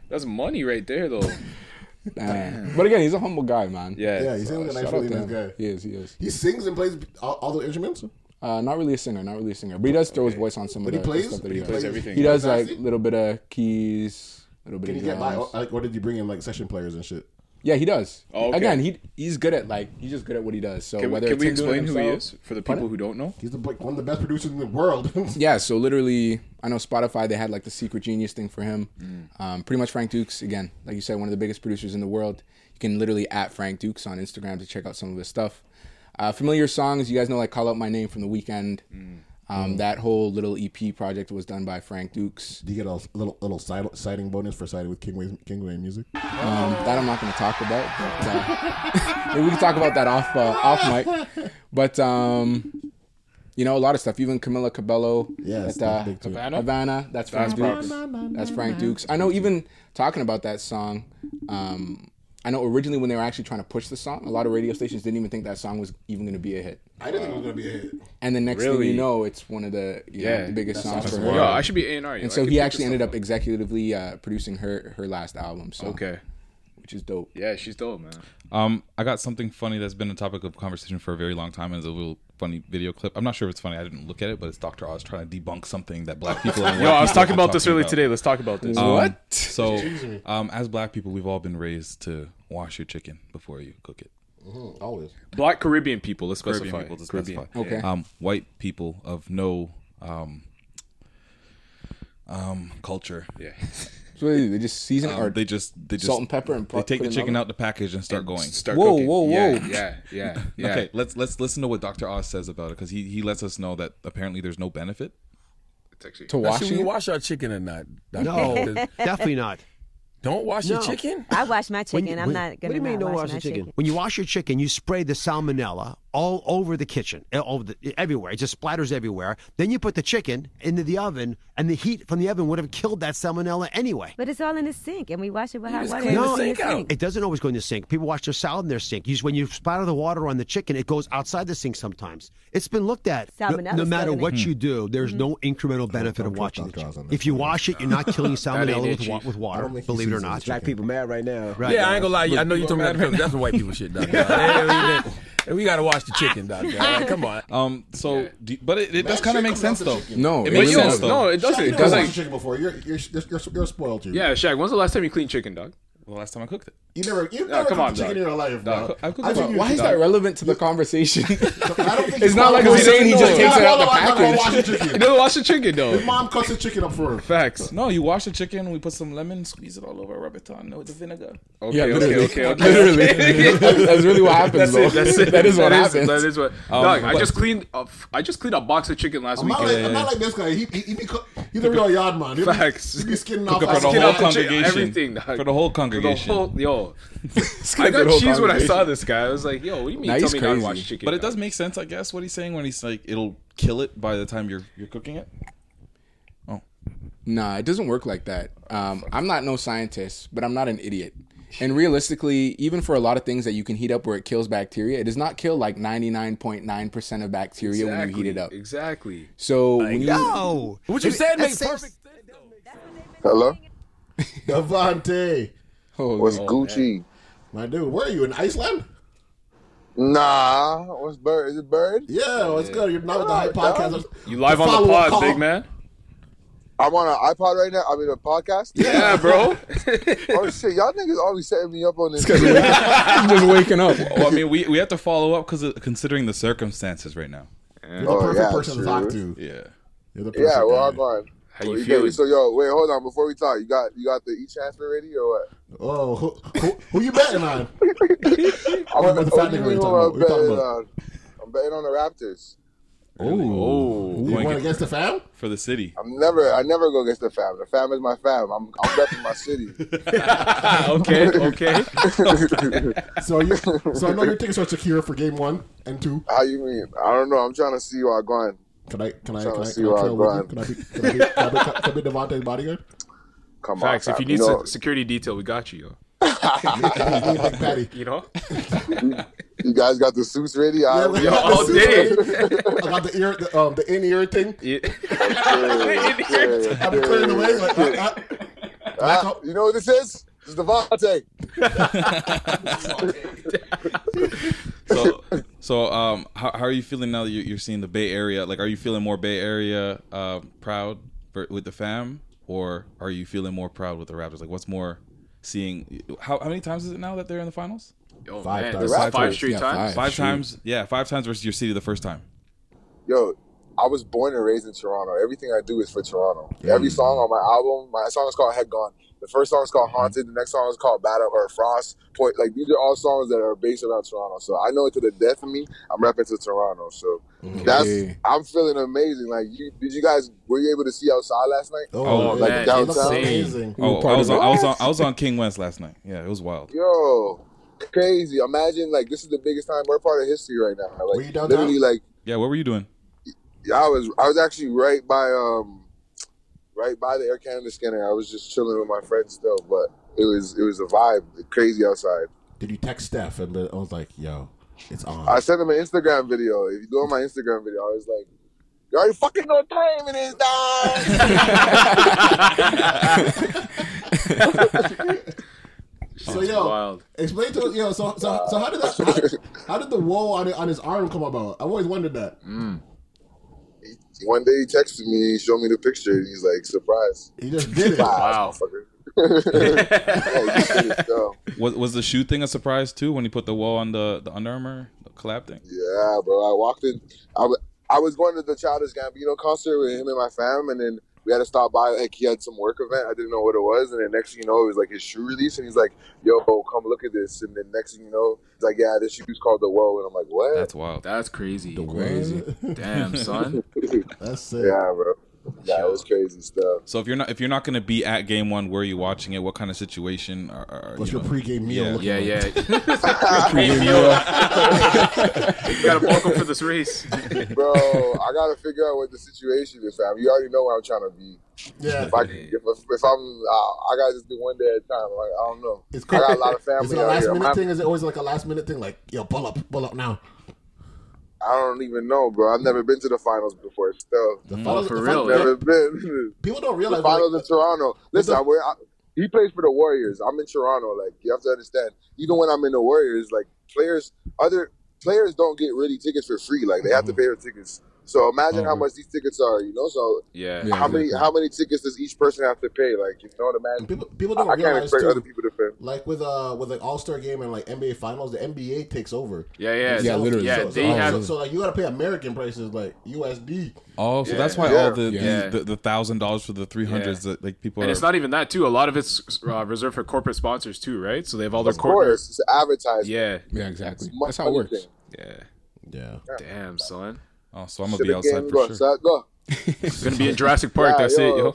That's money right there, though. Nah. But again, he's a humble guy, man. Yeah. yeah, he seems like a nice, Shout out really to nice him. guy. He is, he is. He sings and plays all, all the instruments. Uh, not really a singer, not really a singer, but he does throw his voice on some But of he the plays- stuff that but he, he does. plays everything. He does like Fantastic. a little bit of keys, a little bit Can of he get by? drums. Like, what did you bring in? Like session players and shit. Yeah, he does. Oh, okay. Again, he he's good at like he's just good at what he does. So Can we, whether can it's we him doing it explain who he himself- is for the people who don't know? He's the, like, one of the best producers in the world. Yeah, so literally, I know Spotify they had like the secret genius thing for him. Mm. Um, pretty much Frank Dukes again, like you said, one of the biggest producers in the world. You can literally at Frank Dukes on Instagram to check out some of his stuff. Uh, familiar songs, you guys know, like "Call Out My Name" from The Weekend. Mm. Um, That whole little EP project was done by Frank Dukes. Do you get a little little side, siding bonus for siding with Kingway Kingway Music? Um, that I'm not going to talk about. But, uh, maybe we can talk about that off uh, off mic. But um, you know, a lot of stuff. Even Camilla Cabello. Yes, at, uh, that's big too. Havana. That's Frank That's Dukes. That's Frank Dukes. I know. Even talking about that song, um, I know originally when they were actually trying to push the song, a lot of radio stations didn't even think that song was even going to be a hit. I didn't think it was gonna be a hit. And the next thing Really? you know, it's one of the you know, Yeah. the biggest songs for her. Yo, I should be A and R. and so he actually ended up executively uh, producing her her last album. So Okay. which is dope. Yeah, she's dope, man. Um, I got something funny that's been a topic of conversation for a very long time, and it's a little funny video clip. I'm not sure if it's funny. I didn't look at it, but it's Dr. Oz trying to debunk something that black people. and Yo, white I was people talking have been about this earlier about. today. Let's talk about this. Um, What? So, um, as black people, we've all been raised to wash your chicken before you cook it. Mhm, always. Black Caribbean people. Let's Caribbean specify. people to Caribbean. specify. Okay. Um, white people of no um, um, culture. Yeah. So what do they do? They just season Um, or they just they just salt and pepper and they put- take put the in chicken oven? out the package and start going. Start Whoa, cooking. whoa, Yeah, whoa. Yeah, yeah, yeah. Okay, let's let's listen to what Dr. Oz says about it because he he lets us know that apparently there's no benefit. It's actually- to Now, wash should we it. wash our chicken or not? Dr. No, Oz? definitely not. Don't wash your No. chicken. I wash my When chicken. you- I'm when- not gonna. What do you mean not don't wash wash my your chicken? When you wash your chicken, you spray the salmonella all over the kitchen, eh, all over the, everywhere. It just splatters everywhere. Then you put the chicken into the oven, and the heat from the oven would have killed that salmonella anyway. But it's all in the sink, and we wash it with hot just water. clean the It's in sink out. It doesn't always go in the sink. People wash their salad in their sink. You, when you splatter the water on the chicken, it goes outside the sink sometimes. It's been looked at. No- Salmonella's no matter still in what it. Hmm. you do, there's no incremental benefit of washing the chicken. If you wash it, you're not killing salmonella with, wa- with water, believe it or not. Black people mad right now. Right. yeah, I ain't gonna lie. to you. I know you're Look, talking about look, because that's some white people shit, Dr. Oz. Hey, we- hey, we gotta wash the chicken, Dr. Oz. Come on. Um. So, do, but it, it does kind of make sense though. No, it, it makes really sense doesn't. though. No, it doesn't. You Because never like, watched chicken before. You're you're, you're, you're, you're spoiled, you. yeah, Shaq. When's the last time you cleaned chicken, dog? The last time I cooked it. You never Nah, you never come cooked on, chicken dog. in your life, Dog, dog. I cooked I it. think you- Why is that dog. relevant to the conversation? I don't think It's you not like follow we're the saying he rules. just takes it No, out no, no, no, the no, wash the package. chicken. You never washed the chicken, though. His mom cuts the chicken up for him. Facts. No, you wash the chicken, we put some lemon, squeeze it all over, rub it on with the vinegar. Okay, okay, Yeah, literally. okay, okay. Literally. That's- that's really what happens, That's it, though. that's it. That is what happens. That is what. Um, Dog, I but- just cleaned. A, f- I just cleaned a box of chicken last I'm week. not, like, I'm not like this guy. He, he, he be cook, He's a real yard man. He'll be- Facts. he'll be skinning Cook it off for our the skin whole off the chicken, congregation. Everything dog. For the whole congregation. For the whole- yo, I gonna be the got whole cheese when I saw congregation. this guy. I was like, yo, what do you mean? tell me not to watch chicken. But it dog? does make sense, I guess, what he's saying when he's like, it'll kill it by the time you're you're cooking it. Nah, it doesn't work like that. Um, I'm not no scientist, but I'm not an idiot. And realistically, even for a lot of things that you can heat up where it kills bacteria, it does not kill like 99.9% of bacteria when you heat it up. Exactly. So when you no, What you said makes perfect. Hello? Devante. What's Gucci? My dude, where are you? In Iceland? Nah, what's bird? Is it bird? Yeah, what's good? You're not with the hype Alright, podcast. dog. You live on the Follow-up pod, call. big man. I'm on an iPod right now. I mean, a podcast. Yeah, bro. oh shit, y'all niggas always setting me up on this. just waking up. Well, I mean, we, we have to follow up because considering the circumstances right now. You're the Oh, perfect yeah, person to talk true. Yeah. You're the yeah, well, I'm on. How you Well, feeling? So yo, wait, hold on. Before we talk, you got you got the e transfer ready or what? Oh, who, who, who you betting on? What- what the Oh, fat you nigga we talking mean who about? I'm We talking betting about? on? I'm betting on the Raptors. Oh, you Going going against the fam? For the city. I'm never, I never go against the fam. The fam is my fam. I'm, I'm repping my city. okay, okay. So you, so I know your tickets are secure for game one and two. How you mean? I don't know. I'm trying to see where I'm going. Can I, can I, Trying can to I, see can I where trail I'm with you? going. Can I be, can I be, can I be, can I be Devontae's bodyguard? Come Facts. on, If fam. you need know, se- security detail, we got you. yo. you know, you guys got the suits ready. I, I yo, got the all suit day. ready. I got the ear, the, um, the in ear thing. I'm clearing the way. Like, I, I, Ah, you know what this is? This is Devontae. So, so um, how, how are you feeling now that you're, you're seeing the Bay Area? Like, are you feeling more Bay Area uh, proud for, with the fam, or are you feeling more proud with the Raptors? Like, what's more seeing? How, how many times is it now that they're in the finals? Five man, times. this is Five five times. straight Yeah, times? Five, five. Shoot. times. Yeah, five times versus your city the first time. Yo, I was born and raised in Toronto. Everything I do is for Toronto. Every song on my album, my song is called Head Gone. The first song is called Haunted. The next song is called Battle or Frost. Point. Like these are all songs that are based around Toronto. So I know it to the death of me. I'm repping to Toronto. So that's Okay. I'm feeling amazing. Like you, did you guys were you able to see outside last night? Oh. like man, downtown. insane. We were Oh, part I was on, of it. I was on I was on King West last night. Yeah, it was wild. Yo, crazy! Imagine like this is the biggest time we're part of history right now. Like literally, like Yeah, what were you doing? Yeah, I was I was actually right by um right by the Air Canada scanner. I was just chilling with my friends still, but it was it was a vibe, crazy outside. Did you text Steph? And I was like, yo, it's on. I sent him an Instagram video. If you go on my Instagram video, I was like, "You already fucking know what time it is, dog." So yo, explain to us, yo. So so, so how did that? How, how did the woe on on his arm come about? I've always wondered that. One day he texted me, he showed me the picture, and he's like, "Surprise!" He just did it. Wow, motherfucker. Was was the shoe thing a surprise too when you put the wall on the the Under Armour the collab thing? Yeah, bro. I walked in. I wa- I was going to the Childish Gambino concert with him and my fam, and then we had to stop by. Like he had some work event. I didn't know what it was, and then next thing you know, it was like his shoe release, and he's like, "Yo, come look at this." And then next thing you know, he's like, "Yeah, this shoe's called the Woe," and I'm like, "What?" That's wild. That's crazy. Crazy. Damn, son. That's it. Yeah, bro. That was crazy stuff. So if you're not if you're not gonna be at game one, where are you watching it? What kind of situation? Are, are, What's you your pregame meal looking Yeah, yeah, like? yeah. Pregame meal. You gotta bulk up for this race. bro. I gotta figure out what the situation is, fam. You already know where I'm trying to be. Yeah. If, I, if, if I'm, uh, I gotta just do one day at a time. Like, I don't know. I got a lot of family Is it a out last here. I'm minute happy- thing? Is it always like a last minute thing? Like yo, pull up, pull up now. I don't even know, bro. I've never been to the finals before. Still, the finals- for the finals- real, never yeah. been. People don't realize, the finals in Toronto. Listen, the- I, wear- I, he plays for the Warriors. I'm in Toronto. Like you have to understand, even when I'm in the Warriors, like players, other players don't get really tickets for free. Like they have to pay for tickets. So imagine how much these tickets are. You know, so Yeah. how many how many tickets does each person have to pay? Like you know, what imagine people, people don't I, I can't realize, expect too. other people to pay. Like with uh with an All Star game and like NBA Finals, the NBA takes over. Yeah, yeah. Yeah, literally. Yeah, So, they so, have- so, so, like you gotta pay American prices like USD. Oh, so that's why all the Yeah. the the thousand dollars for the three hundreds that like people And are. it's not even that too. A lot of it's uh, reserved for corporate sponsors too, right? So they have all their Of corporate. course, it's advertising. Yeah. Yeah, exactly. It's money thing. Yeah. Yeah. Damn, son. Oh, so I'm gonna Should be the outside game for go sure. outside? Go. It's gonna be in Jurassic Park. Yeah, that's yo. it, yo.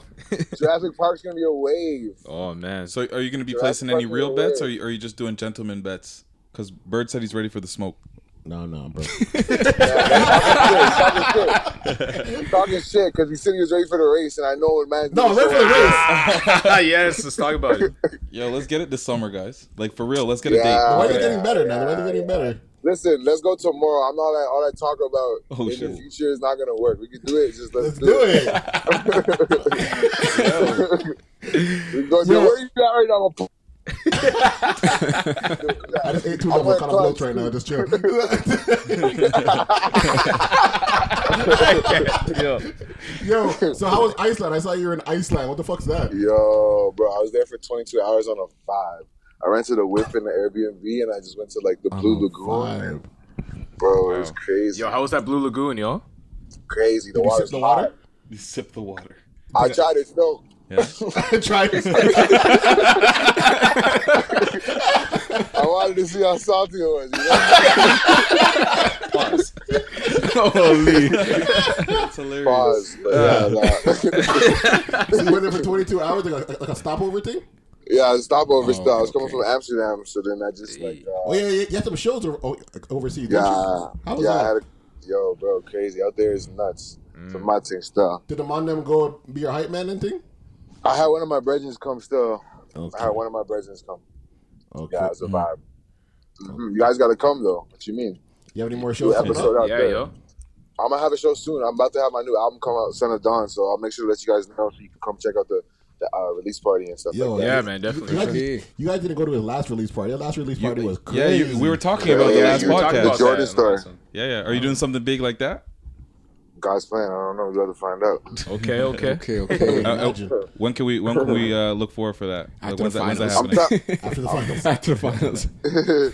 Jurassic Park's gonna be a wave. Oh man. So are you going to be Jurassic placing any Park real will bets, or win. are you, are you just doing gentleman bets? Because Bird said he's ready for the smoke. No, no, bro. Talking shit because he said he was ready for the race, and I know what man. No, ready for the race. yes, let's talk about it. Yo, let's get it this summer, guys. Like for real, let's get a date. The Yeah. Why weather's you getting better now. The weather's getting better. Listen, let's go tomorrow. I'm not all that all that talk about Oh, in shit. the future is not gonna work. We can do it. Just let's, do it. we go. Yo. Yo, where you at right now? I'm gonna- I just ate two I'm double gonna cut clutch. bloats right now. Just chill. Yo. Yo, so how was Iceland? I saw you were in Iceland. What the fuck's that? Yo, bro, I was there for 22 hours on a vibe. I rented a whip in the Airbnb, and I just went to like the Oh, Blue Lagoon. and- Bro, it was crazy. Yo, how was that Blue Lagoon, yo? Crazy. The water's hot. You sip the water. I tried it. No. Yeah. I tried it. I wanted to see how salty it was. You know? Pause. Holy. That's hilarious. Pause. But yeah, nah. So you went there for 22 hours, like a, like a stopover thing? yeah, it's stopover stuff. I was coming from Amsterdam, so then I just like. Uh, Oh, yeah, yeah. You had some shows over, o- overseas. didn't Yeah, you? How was yeah. I that? had a, yo, bro, crazy out there is nuts. Some matching stuff. Did the mom them go be your hype man and thing? I had one of my brethrens come still. Okay. I had one of my brethrens come. Okay. Yeah, it's a vibe. Mhm. You guys gotta come though. What you mean? You have any more New shows? coming episode up? out there. I'm gonna have a show soon. I'm about to have my new album come out, Son of Dawn. So I'll make sure to let you guys know so you can come check out the, the uh, release party and stuff. Yo, like that. you- You guys, you guys didn't go to his last release party. That last release party was Yeah, crazy. you, we were talking about the last podcast. The Jordan story. Yeah, yeah. Are you doing something big like that? God's plan. I don't know. We got to find out. Okay, okay, Okay, okay. Uh, uh, when can we when can we uh, look forward for that? After when's the that- when's that finals. happening? I'm ta- After the finals. After the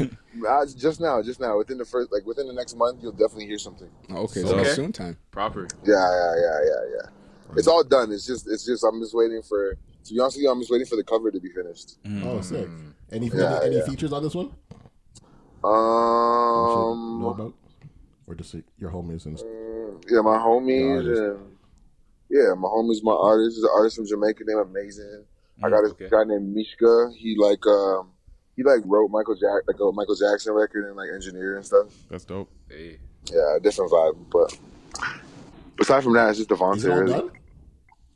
finals. Uh, just now, just now, within the first, like within the next month, you'll definitely hear something. Oh, Okay, so it's soon time. Proper. Yeah, yeah, yeah, yeah, yeah. It's all done. It's just, it's just. I'm just waiting for. To be honest with you, I'm just waiting for the cover to be finished. Oh, sick. Any, Yeah, any, any yeah. features on this one? Um, know about? Or just like, your homies and yeah, my homies. artist. and- yeah, my homies, my artist. There's an artist from Jamaica named Amazing. Mm, I got this guy named Mishka. He like, um, he like wrote Michael Jack, like a Michael Jackson record and like engineer and stuff. That's dope. Yeah, different vibe. But aside from that, it's just Devontae. Is it all really. done?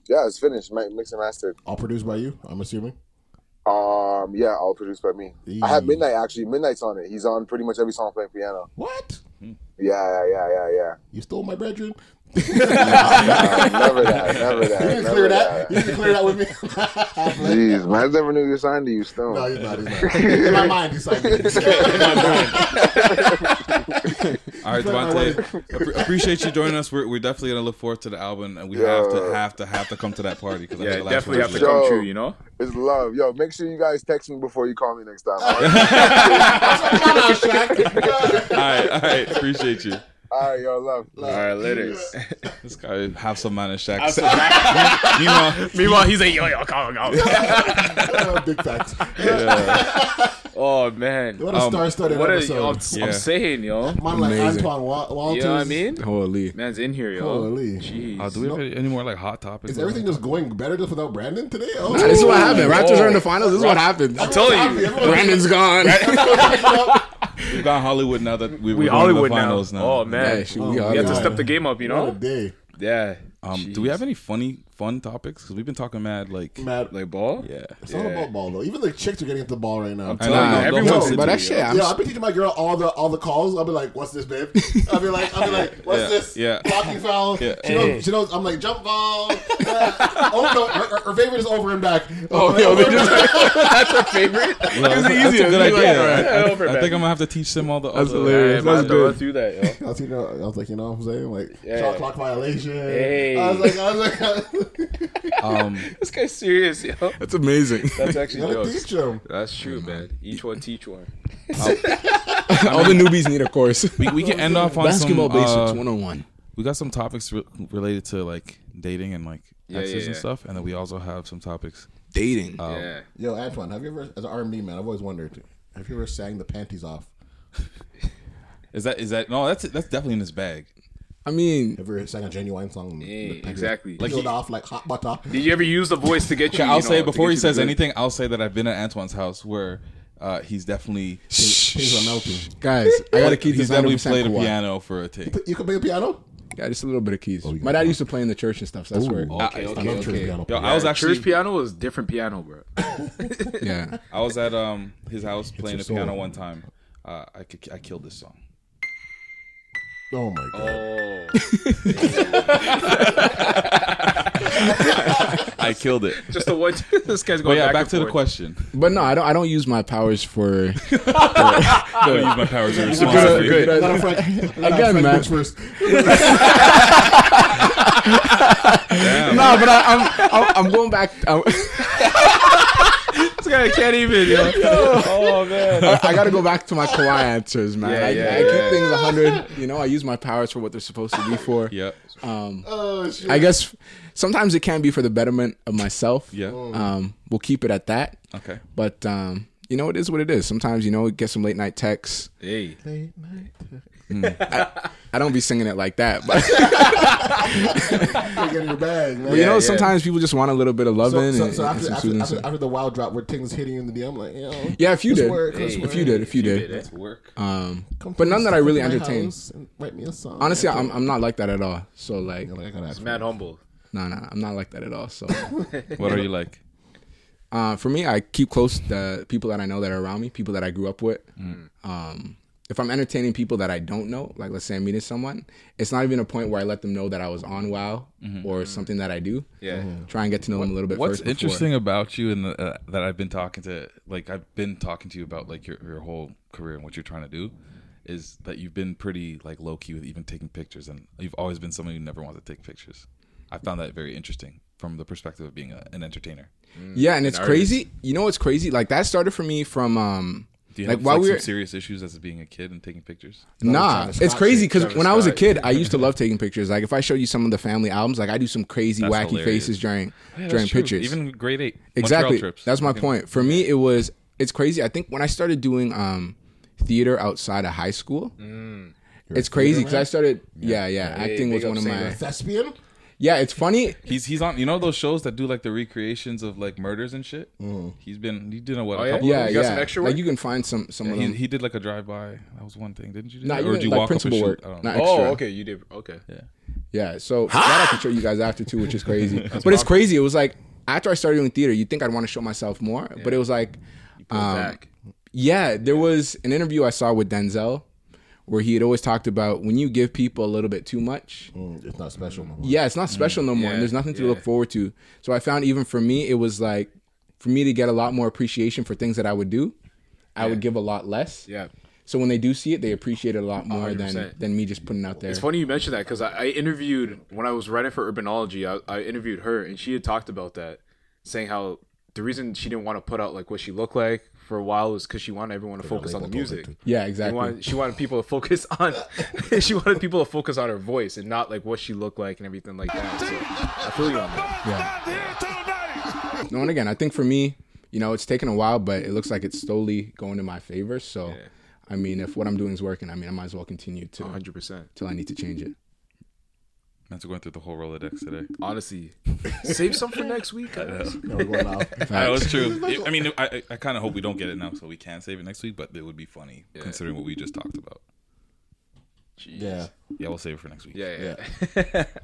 Yeah, it's finished. Mi- Mix and mastered. all produced by you? I'm assuming. Um, yeah, all produced by me. I have Mm. Midnight actually. Midnight's on it. He's on pretty much every song playing piano. What? Hmm. Yeah, yeah, yeah, yeah, yeah. You stole my bedroom. never that, never that, You can never clear that. that. You can clear that with me. Jeez, man, I never knew you signed to you, Stone. No, he's not. He's not. In my mind, he's like. All right, Devontae. appre- appreciate you joining us. We're, we're definitely gonna look forward to the album, and we have to Yeah. have to have to come to that party because Yeah, the last definitely one have to was come lit. true, you know. It's love. Yo, make sure you guys text me before you call me next time. all right, all right. Appreciate you. All right, yo, love. love. this guy have some man in Shaq. Have some man. meanwhile, Meanwhile, he's like, yo, yo, come on, come on. Big facts. Yeah. Oh man, What a star-studded what a- episode. yo, I'm, s- I'm Yeah. saying, yo, Man like Amazing. Antoine Wa- Walters. You know what I mean? Holy man's in here, yo. Holy. Jeez. Uh, do we have any, any more like hot topics? Is everything just going better just without Brandon today? Oh, Nah, this is what Ooh. happened. Raptors are Oh. in the finals. This is what happened. I'm telling you. Brandon's gone. We've gone Hollywood now that we, We we're going to the Hollywood now. finals now. Oh, man. Yeah, shoot, we We have to Hollywood. step the game up, you know? What a day. Yeah. Um, do we have any funny, fun topics? Because we've been talking mad, like mad, like ball. Yeah, It's all about ball though. Even the chicks are getting into the ball right now. I'm telling I know, you, everyone's Yo, into but it, that yo. shit. I'm Yo, s- I've been teaching my girl all the all the calls. I'll be like, "What's this, babe?" I'll be like, "I'll be like, what's Yeah, this? yeah. Blocking foul." Yeah. She, knows, Hey. she knows. I'm like, "Jump ball." oh no, her, her- her favorite is over and back. Oh, yo, they just- that's her favorite. Well, that's a good idea. I, I- I think I'm gonna have to teach them all the. all the- that, I was, you know, I was like, you know what I'm saying? Like, Yeah. shot clock violation. Hey. I was like, I was like, Um, this guy's serious, yo. That's amazing. That's actually Gotta dope. teach 'em. That's true, man. Each one teach one. All the newbies need a course. we, we can end off on basketball some, basics uh, 101. We got some topics re- related to like dating and like Yeah, exes yeah, and yeah. stuff, and then we also have some topics dating. Um, Yo, Antoine, have you ever, as an R&B man, I've always wondered, have you ever sang the panties off? Is that is that no? That's that's definitely in his bag. I mean, ever sang a genuine song? exactly. Like Like peeled he- off like hot butter. Did you ever use the voice to get you? Okay, I'll you know, say to before get he you says the- anything, I'll say that I've been at Antoine's house where uh, he's definitely things are melting. Guys, I gotta keep He's this 100% definitely played a Kawhi. piano for a take. You could play a piano. Yeah, just a little bit of keys. My dad used to play in the church and stuff, so that's where. Okay, okay, I love church okay. piano. Yo, I was Yeah, actually church piano was different piano, bro. Yeah. I was at um his house playing the your soul. piano one time. Uh, I could, I killed this song. Oh my god. I killed it. Just the one. This guy's But going yeah, back, back, and to the forth. question. But no, I don't. I don't use my powers for. for Ah. I don't use my powers for of good- responsibility. good- Let him Frank- let him Frank Again, man. bitch first. no, but I, I'm, I'm I'm going back. I'm, This guy can't even. Yo. Oh man. I, I got to go back to my Kawhi answers, man. Yeah, I, yeah, I keep yeah. things 100. You know, I use my powers for what they're supposed to be for. Yep. Um, Oh, shit. I guess sometimes it can be for the betterment of myself. Yeah. Um, we'll keep it at that. Okay. But um, you know, it is what it is. Sometimes you know, get some late night texts. Hey. Late night. Hmm. Mm. I, I don't be singing it like that, but Get in your bag, man. but you know, sometimes people just want a little bit of So, loving. so, and, so and after, some after, soothing after, stuff. after the wild drop where things hitting you in the DM, like, you know, yeah, if you let's did, work, let's if work. you did, if you did, Let's work. um, Come but to none the that I really my entertain. house and Write me a song. Honestly, I'm, I'm not like that at all. So like, It's mad humble. no, no, I'm not like that at all. So, What are you like? uh, for me, I keep close the people that I know that are around me, people that I grew up with. Mm. Um, if I'm entertaining people that I don't know, like let's say I'm meeting someone, it's not even a point where I let them know that I was on WoW Mm-hmm. or something that I do. Yeah. try and get to know them a little bit. Mm-hmm. What's first before- interesting about you and the, uh, that I've been talking to, like I've been talking to you about like your, your whole career and what you're trying to do, is that you've been pretty like low key with even taking pictures, and you've always been someone who never wants to take pictures. I found that very interesting from the perspective of being a, an entertainer. Yeah, Mm, and An it's artist. crazy. You know what's crazy? Like that started for me from um Do you like have while like, we were some serious issues as being a kid and taking pictures? Nah, Travis it's Scott crazy shit. because Travis when I was a Scott. kid, I used to love taking pictures. Like if I show you some of the family albums, like I do some crazy That's wacky hilarious. faces during Yeah, that's during true. pictures. Even grade eight Montreal exactly. trips. That's my Fucking- point. For me, it was it's crazy. I think when I started doing um theater outside of high school, it's Mm. a theater crazy because man? I started. Yeah, yeah, Hey, acting was big up one of Sarah. my. thespian. Yeah, it's funny. He's he's on. You know those shows that do like the recreations of like murders and shit. He's been he did a what? Oh, a yeah? couple Yeah, Of yeah. them? like you can find some some Yeah, of them. he, he did like a drive by. That was one thing, didn't you? Do Nah, that? you or did, did you like, walk principal up a work, shoot? I don't not know. extra. Oh, okay. You did. Okay. Yeah, so that I can show you guys after too, which is crazy. but it's crazy. It was like after I started doing theater, you'd think I'd want to show myself more, but it was like, um, back. yeah, there was an interview I saw with Denzel where he had always talked about when you give people a little bit too much. Mm, it's not special. No more. Yeah, it's not special no more, Mm, yeah, and there's nothing to yeah. look forward to. So I found even for me, it was like for me to get a lot more appreciation for things that I would do, I would give a lot less. Yeah. So when they do see it, they appreciate it a lot more than 100%. than me just putting out there. It's funny you mentioned that because I, I interviewed when I was writing for Urbanology. I, I interviewed her and she had talked about that, saying how the reason she didn't want to put out like what she looked like for a while was because she wanted everyone to focus on the music. Yeah, She exactly. wanted- she wanted people to focus on. she wanted people to focus on her voice and not like what she looked like and everything like that. So I feel you on that. No, and again, I think for me, you know, it's taken a while, but it looks like it's slowly going in my favor. So, I mean, if what I'm doing is working, I mean, I might as well continue to Hundred percent. till I need to change it. Man's going through the whole Rolodex today. Honestly, save some for next week. Guys. That was true. It- I mean, I- I, I kind of hope we don't get it now, so we can save it next week. But it would be funny considering what we just talked about. Yeah. Yeah, we'll save it for next week. Yeah, yeah.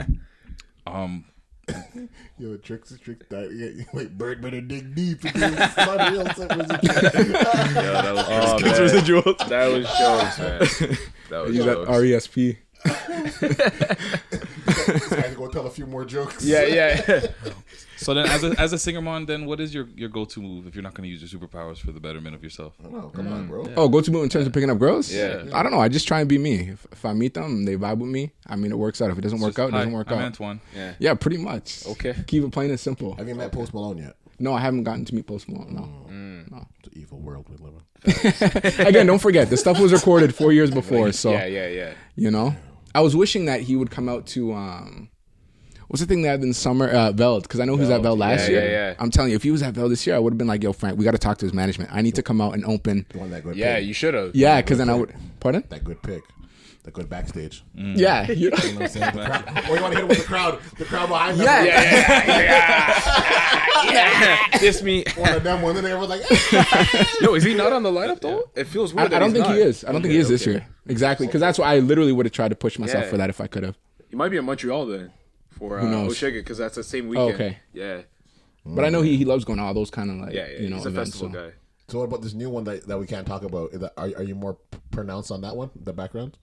Um, Yo, tricks, tricks, that. Yeah, wait, Bird better dig deep. because it's not real, it's not real. Yeah, that was Oh, man. residuals. That was jokes, man. That was Use that E jokes. RESP. I had to go tell a few more jokes. Yeah, yeah. so then, as a, as a singer, mon, then what is your, your go to move if you're not going to use your superpowers for the betterment of yourself? Oh, come on, bro. Oh, go to move in terms of picking up girls. Yeah. I don't know. I just try and be me. If, if I meet them, and they vibe with me. I mean, it works out. If it doesn't work just, out, it doesn't "Hi, work I'm out. Antoine." Yeah. Yeah. pretty much. Okay. Keep it plain and simple. Have you met Post Malone yet? No, I haven't gotten to meet Post Malone. No. Mm. no. It's an evil world we live in. Again, don't forget the stuff was recorded four years before. So Yeah, yeah, yeah. You know, I was wishing that he would come out to um, what's the thing that happened in summer uh, Veld because I know he was at Veld last Yeah, year. yeah, yeah. I'm telling you, if he was at Veld this year, I would have been like, "Yo, Frank, we got to talk to his management. I need to come out and open." The one that good Yeah, pick. you should have. Yeah, because then I would. Pardon? That good pick. that goes backstage. Mm. Yeah. you know what I'm saying? The crowd- or you want to hit it with the crowd, the crowd behind them. Yeah. Yeah, Kiss me. One of them, one of them, everyone's like, Yo, is he not on the lineup though? It feels I, weird. I don't think he is. I don't think he is this year. Exactly, because that's why I literally would have tried to push myself Yeah. for that if I could have. He might be in Montreal then for uh, Who knows? Oshega because that's the same Oh, weekend. okay. Yeah. But I know he, he loves going to all those kind of like Yeah, yeah, you know he's a events. festival so. guy. So what about this new one that, that we can't talk about? Is that, are, are you more p- pronounced on that one? The background?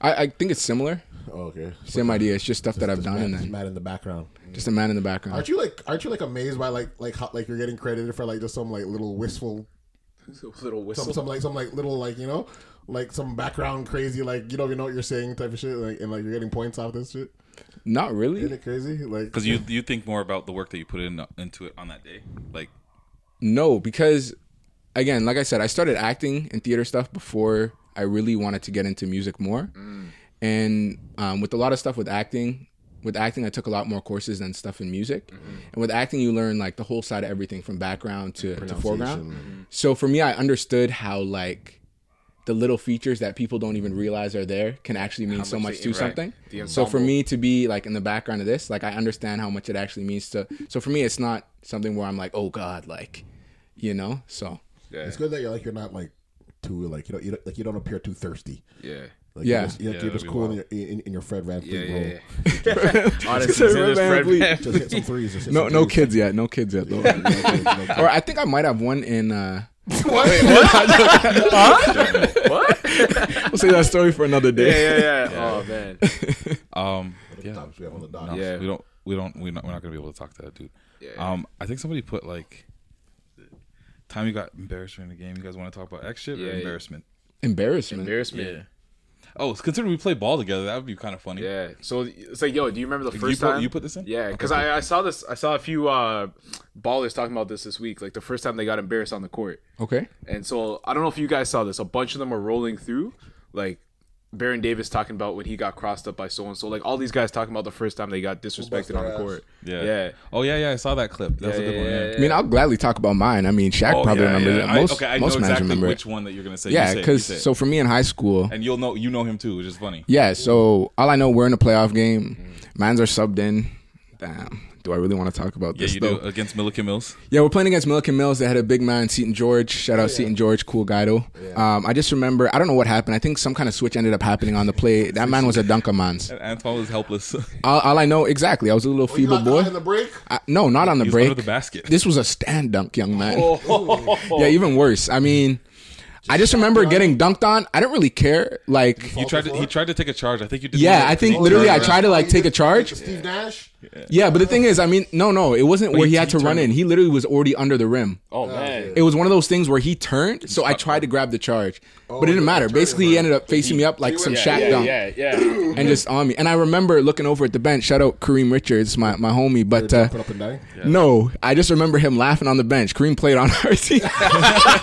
I, I think it's similar. Oh, okay. Same idea. It's just stuff that I've done, man, and just then mad in the background. just a man in the background. Aren't you like aren't you like amazed by like like how, like you're getting credited for like just some like little wistful little whistle. Some, some like some like little like you know like some background crazy like you don't even know what you're saying type of shit like and like you're getting points off this shit. Not really. Isn't it crazy? Like Because you you think more about the work that you put in into it on that day. Like No, because again, like I said, I started acting and theater stuff before I really wanted to get into music more. Mm. And um, with a lot of stuff with acting, with acting, I took a lot more courses than stuff in music. Mm-hmm. And with acting, you learn like the whole side of everything from background to, to foreground. Mm-hmm. Pronunciation. So for me, I understood how like the little features that people don't even realize are there can actually mean How so much much they to interact, something. the So for ensemble. me to be like in the background of this, like I understand how much it actually means to. So for me, it's not something where I'm like, oh god, like, you know. So It's good that you're like you're not like too like you know you don't, like you don't appear too thirsty. Yeah. Like Yeah. You're just, you're, Yeah, you're that'd just be cool in your, in, in your Fred Van Fleet Yeah, yeah, role. yeah. Honestly, Just hit this Fred Van Fleet. Just hit some threes. Just hit no, some no threes. kids yet. No kids yet. Though. Yeah, no kids, no kids. or I think I might have one in. Uh... What? Wait, Huh? what? we'll say that story for another day. Oh, Um, yeah. Oh, We have on the dock. No, Yeah. we don't. We don't. We're not, we're not gonna be able to talk to that dude. Yeah. Um, I think somebody put like, time you got embarrassed during the game. You guys want to talk about X shit Yeah, or yeah. embarrassment? Embarrassment. Embarrassment. Yeah. Oh, it's considered we play ball together. That would be kind of funny. Yeah. So it's like, yo, do you remember the Like, first you put- time you put this in? Yeah, because Okay, cool. I, I saw this. I saw a few uh, ballers talking about this this week. Like the first time they got embarrassed on the court. Okay. And so I don't know if you guys saw this. A bunch of them are rolling through, like Baron Davis talking about when he got crossed up by so and so. Like all these guys talking about the first time they got disrespected on the court. Yeah. Yeah. Oh yeah, yeah. I saw that clip. That was Yeah, a good yeah, one. Yeah. I mean, I'll gladly talk about mine. I mean, Shaq Oh, probably yeah, remembers yeah. it. I- Most, okay, I know most men exactly remember it. which one that you're gonna say. You Yeah, say it, you say it. so for me in high school, And you'll know. You know him too, which is funny. yeah. So all I know, we're in a playoff game. Mans are subbed in. Damn, do I really want to talk about Yeah, this you though? do against Milliken Mills. Yeah, we're playing against Milliken Mills. They had a big man, Seton George. Oh, Shout out Seton George, cool guy though. Um, I just remember, I don't know what happened. I think some kind of switch ended up happening on the play. That man was a dunker man's. And Antoine was helpless. All, all I know, exactly. I was a little Oh, You feeble not boy. caught in the break. I- no, not on the He was break. under the basket. This was a stand dunk, young man. Oh. Yeah, even worse. I mean, I just remember getting dunked on. I didn't really care. Like You tried to. He tried to take a charge. I think you did. Yeah, I think literally I tried to like take a charge. Steve Nash. Yeah, but the thing is, I mean, no, no, it wasn't But where he- he had he to run turned. in. He literally was already under the rim. Oh man. It was one of those things where he turned, so I tried to grab the charge, Oh, but it didn't matter. Basically, he ended up facing me up like some yeah, Shaq yeah, dunk, Yeah, yeah. and just on me. And I remember looking over at the bench. Shout out Kareem Richards, my my homie. But uh, Put up and down. no, I just remember him laughing on the bench. Kareem played on our team,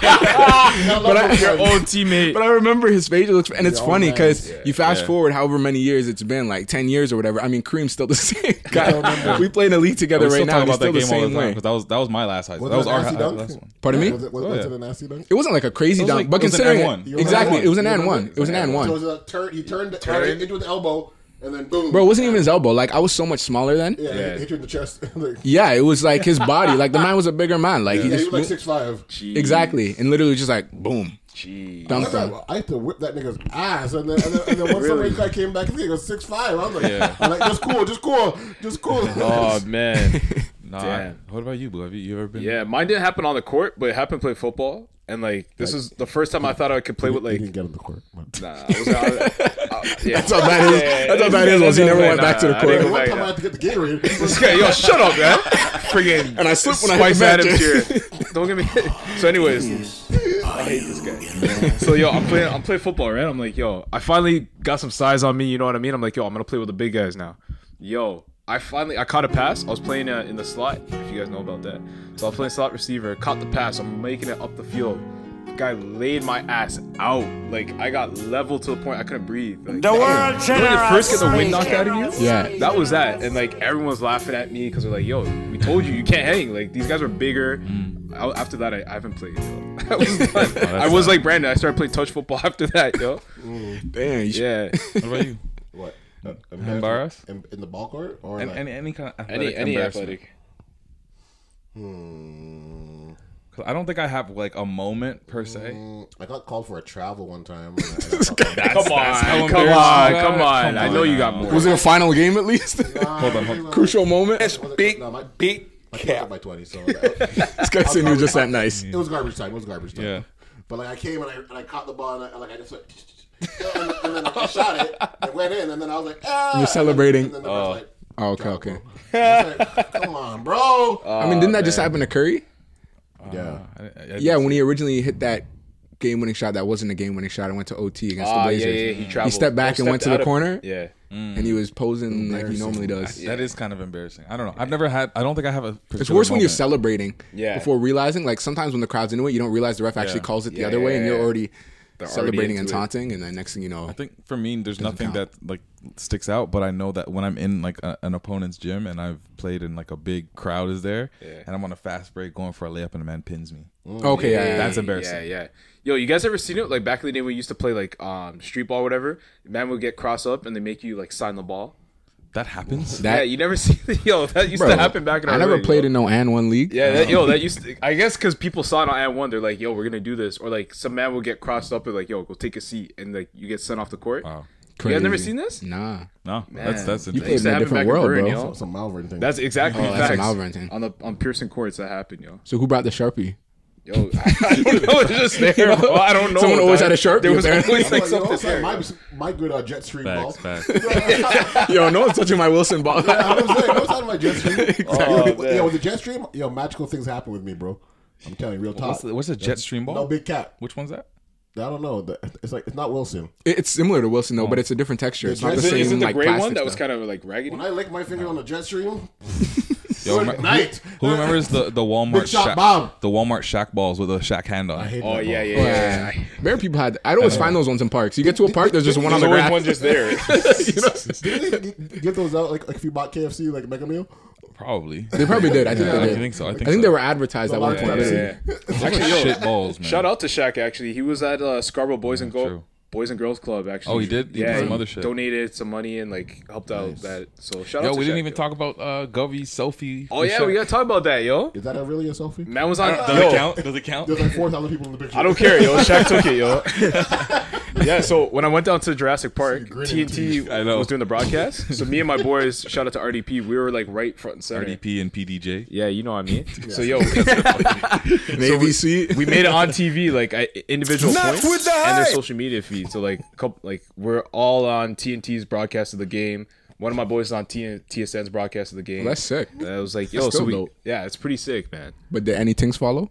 but I, your own teammate. But I remember his face looks, and it's Your old funny man. because Yeah. you fast Yeah. forward however many years it's been, like ten years or whatever. I mean, Kareem's still the same guy. we play in a league together We still right now. talk and He's about still that the game all same the time way. because that was that was my last high. Was that it was a our nasty hi- dunk? last one. Pardon me? Was it, was, Oh, was yeah. it a nasty dunk? It wasn't like a crazy It was dunk, like- but it was an considering and one. it, exactly, it was an and one. It was an and So it one. was a turn. He turned the turn into an elbow, and then boom. Bro, it wasn't even his elbow. Like I was so much smaller then. Yeah, he hit you in the chest. Like- Yeah, it was like his body. Like the man was a bigger man. Like yeah, he he just was like six five. exactly, and literally just like boom, dumped him. I had to whip that nigga's ass, and then and then, and then once Really? somebody guy came back, this nigga was six five. I was like, Yeah. I'm like, just cool, just cool, just cool. Oh man. Nah. Damn. What about you, Boo? Have you, you ever been? Yeah, mine didn't happen on the court, but it happened playing football. And like this is the first time I thought I could play with like. didn't get on the court. Nah, I was, I, I, Uh, yeah. That's how bad it is. That's how bad it is, was he never went back to the I court. didn't go One back time I down. had to get the Gatorade. This guy, yo, shut up, man. Friggin' And I slipped when I hit Spice the bench. Adams here. Don't get me. So, anyways, I hate this guy. So, yo, I'm playing. I'm playing football, right? I'm like, yo, I finally got some size on me. You know what I mean? I'm like, yo, I'm gonna play with the big guys now. Yo, I finally I caught a pass. I was playing uh, in the slot. If you guys know about that, so I was playing slot receiver. Caught the pass. I'm making it up the field. The guy laid my ass out. Like I got leveled to the point I couldn't breathe. Like, The world You know when you first get the wind generous. knocked out of you. Yeah. That was that. And like everyone's laughing at me because they're like, yo, we told you you can't hang. Like these guys are bigger. I, after that, I, I haven't played. Yo. I was, done. I was like Brandon. I started playing touch football after that, yo. Damn, you should- Yeah. What about you? What? Uh, Embarrass? In, in the ball court or An- like- any- any kind of Any- athletic any embarrassment. athletic. Hmm. 'Cause I don't think I have like a moment per se. Mm, I got called for a travel one time. Come on, how come embarrassing. on, come on. I know you got Ah, more. Was it a final game at least? Hold on, hold on. Crucial moment. That's big, no, my, big my kids are by twenty. So This guy said he was just that nice. It was garbage time. It was garbage time. Yeah. But like I came and I, and I caught the ball and I, and, like I just went and, and then like, I shot it. It went in and then I was like, ah. You're celebrating. And then the ref's like, Oh, okay, okay. Come on, bro. I mean, didn't that Oh, just happen to Curry? Uh, Yeah. yeah, when he originally hit that game-winning shot, that wasn't a game-winning shot. It went to OT against Ah, the yeah, Blazers. yeah, he Mm. traveled. stepped back Oh, and went to stepped the out corner. of- yeah. Mm. and he was posing like he normally does. That is kind of embarrassing. I don't know. I've never had. I don't think I have a. It's particular worse when you're moment. celebrating Yeah. before realizing. Like sometimes when the crowd's into it, you don't realize the ref actually Yeah. calls it the Yeah, other yeah, way, and yeah, you're yeah. already They're already celebrating and into it. taunting. And then next thing you know, I think for me, there's nothing that like sticks out, but I know that when I'm in like a, an opponent's gym and I've played and like a big crowd is there, and I'm on a fast break going for a layup and a man pins me. mm, that's embarrassing. Yeah, yeah. Yo, you guys ever seen it? Like back in the day when we used to play like um street ball, or whatever. Man would get cross up and they make you like sign the ball. That happens. yeah, you never see. Yo, that used to Bro, happen back in. Our I never league, played yo. in no and one league. Yeah, that, yo, that used. To, I guess because people saw it on Ad One, they're like, "Yo, we're gonna do this," or like some man will get crossed up and like, "Yo, go take a seat," and like you get sent off the court. Wow, you guys never Crazy. seen this? Nah. No, Man. that's that's You interesting. played in a That happened different back in world, Burn, bro. yo. Some- some Malvern thing. That's exactly Oh, that's a facts. Malvern thing. on the on Pearson courts that happened, yo. So who brought the sharpie? Yo, I don't know. It's just there. You know? bro. I don't know. Someone always dog. had a sharpie, There was apparently. always like I'm like, yo, something okay, there. my, my good uh, jet stream ball. Facts, facts. Yo, no one's touching my Wilson ball. What's out of my jet stream? Oh, Oh, Exactly. yo, yo, with the jet stream, yo, magical things happen with me, bro. I'm telling you, real talk. What's the- what's a jet stream ball? No big cap. Which one's that? I don't know. The- It's like it's not Wilson. It- It's similar to Wilson Oh. though, but it's a different texture. It's not the Is it- same is it the like gray plastic one that stuff. was kind of like raggedy. When I lick my finger on the jet stream, Yo, Good remem- night. Who, who remembers the the Walmart Big shot shack, bomb. the Walmart shack balls with a shack hand on? hate Oh yeah, yeah, Oh, yeah. yeah. Very people had. I'd always find those ones in parks. You get to a park, there's just one on the There's always ground. one just there. did they get those out like, like if you bought KFC like Mega Meal? Probably. They probably did. I think Yeah, they did. I think so. I think, they were advertised at one Yeah, point. yeah, yeah. Actually, yo, shit balls, man. Shout out to Shaq. Actually, he was at uh, Scarborough Boys and Girl Boys and Girls Club. Actually, Oh, he did? He did yeah, some he other shit. Donated some money and like helped out that. So shout Yo, out. to we didn't Shaq, even yo. talk about uh, Govey's selfie. Oh with yeah, Shaq. we gotta talk about that, yo. Is that a really a selfie? Man was on. I don't- does it yo, count? Does it count? There's like four thousand people in the picture. I don't care, yo. Shaq took it, yo. yeah, so when I went down to Jurassic Park, TNT was doing the broadcast. So me and my boys, shout out to RDP, we were like right front and center. RDP and PDJ. Yeah, you know what I mean. So Yeah. yo, so Navy we, Sea. we made it on TV, like I, individual Not points with the and their hype. social media feed. So like, couple, like we're all on TNT's broadcast of the game. One of my boys is on TN, TSN's broadcast of the game. Well, that's sick. I was like, That's yo, so still we, dope. yeah, it's pretty sick, man. But did any things follow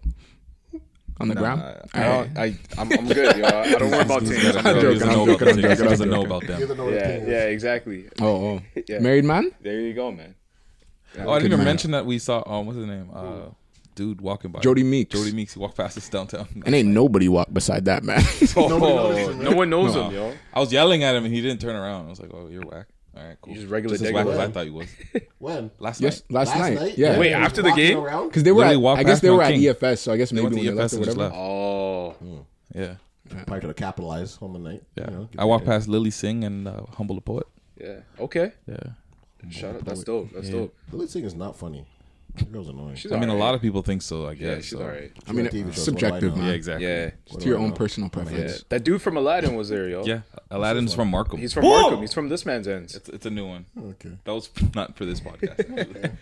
on the ground? I don't, I, I'm, I'm good, yo. I, I don't worry about He's teams. gotta know- he doesn't know about teams. He doesn't know about them. He doesn't know what Yeah, team is. yeah, exactly. Oh, oh. Yeah. married man. There you go, man. Oh, I Good didn't even man. mention that we saw. Um, what's his name? Uh, dude walking by. Jody Meeks. Jody Meeks. He walked past us downtown. And ain't nobody walked beside that man. Oh. no one knows No. him, yo. I was yelling at him and he didn't turn around. I was like, "Oh, you're whack." All right, cool. He's just regular Just as Digger, whack as I man. thought you was. When? Last Yes, night. last, night. Yeah. Wait, after the game? Because they were. Literally At, walked I guess past they were Mount at King. EFS. So I guess They maybe went when to they left EFS or and just whatever. left. Oh. Yeah. Hmm. Probably could have capitalized on the night. Yeah. I walked past Lily Singh and uh, Humble the Poet. Yeah. Okay. Yeah. Shout out. That's dope. That's Yeah. dope. Lily Singh is not funny. That girl's annoying. She's I mean, alright. a lot of people think so. I guess. Yeah, she's so. alright. I mean, TV shows, subjective, what do I know? man. Yeah, exactly. Yeah. It's to your own personal preference. That dude from Aladdin was there, yo. Yeah, Aladdin's from Markham. He's from Whoa! Markham. He's from this man's ends. It's, it's a new one. Okay. That was not for this podcast.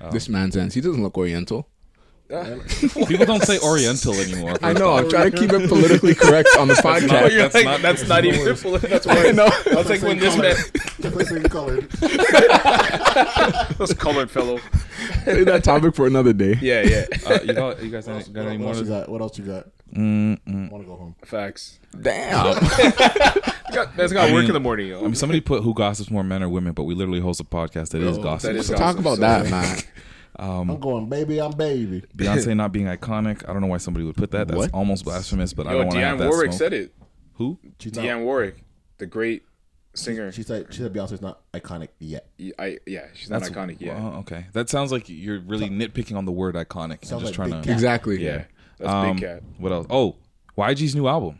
Um, This man's ends. He doesn't look Oriental. People don't say Oriental anymore. I know. I'm trying to keep it politically correct on this That's podcast. not- that's not- that's not even full. That's I why. know. That's like when this man, colored. this colored fellow. Save that topic for another day. Yeah, yeah. Uh, you, got, you guys got What, any what more? else you got? What else you got? Mm. Mm-mm. Want to go home? Facts. Damn. got, that's got I work mean- in the morning, yo. I mean, somebody put who gossips more, men or women? But we literally host a podcast that is No, gossip. Oh, that is So Talk gossip. about that, man. I'm going, baby. I'm baby. Um, Beyonce not being iconic. I don't know why somebody would put that. That's What? almost blasphemous. But I Yo, don't want to Dionne have that Warwick smoke. said it. Who? She's not- Dionne Warwick, the great singer. She said she said Beyonce's not iconic yet. I yeah, she's not iconic yet. well, okay, that sounds like you're really nitpicking on the word iconic. I'm Sounds just like trying Big to Cat. Exactly. Yeah, Um, That's Big Cat. What else? Oh, YG's new album.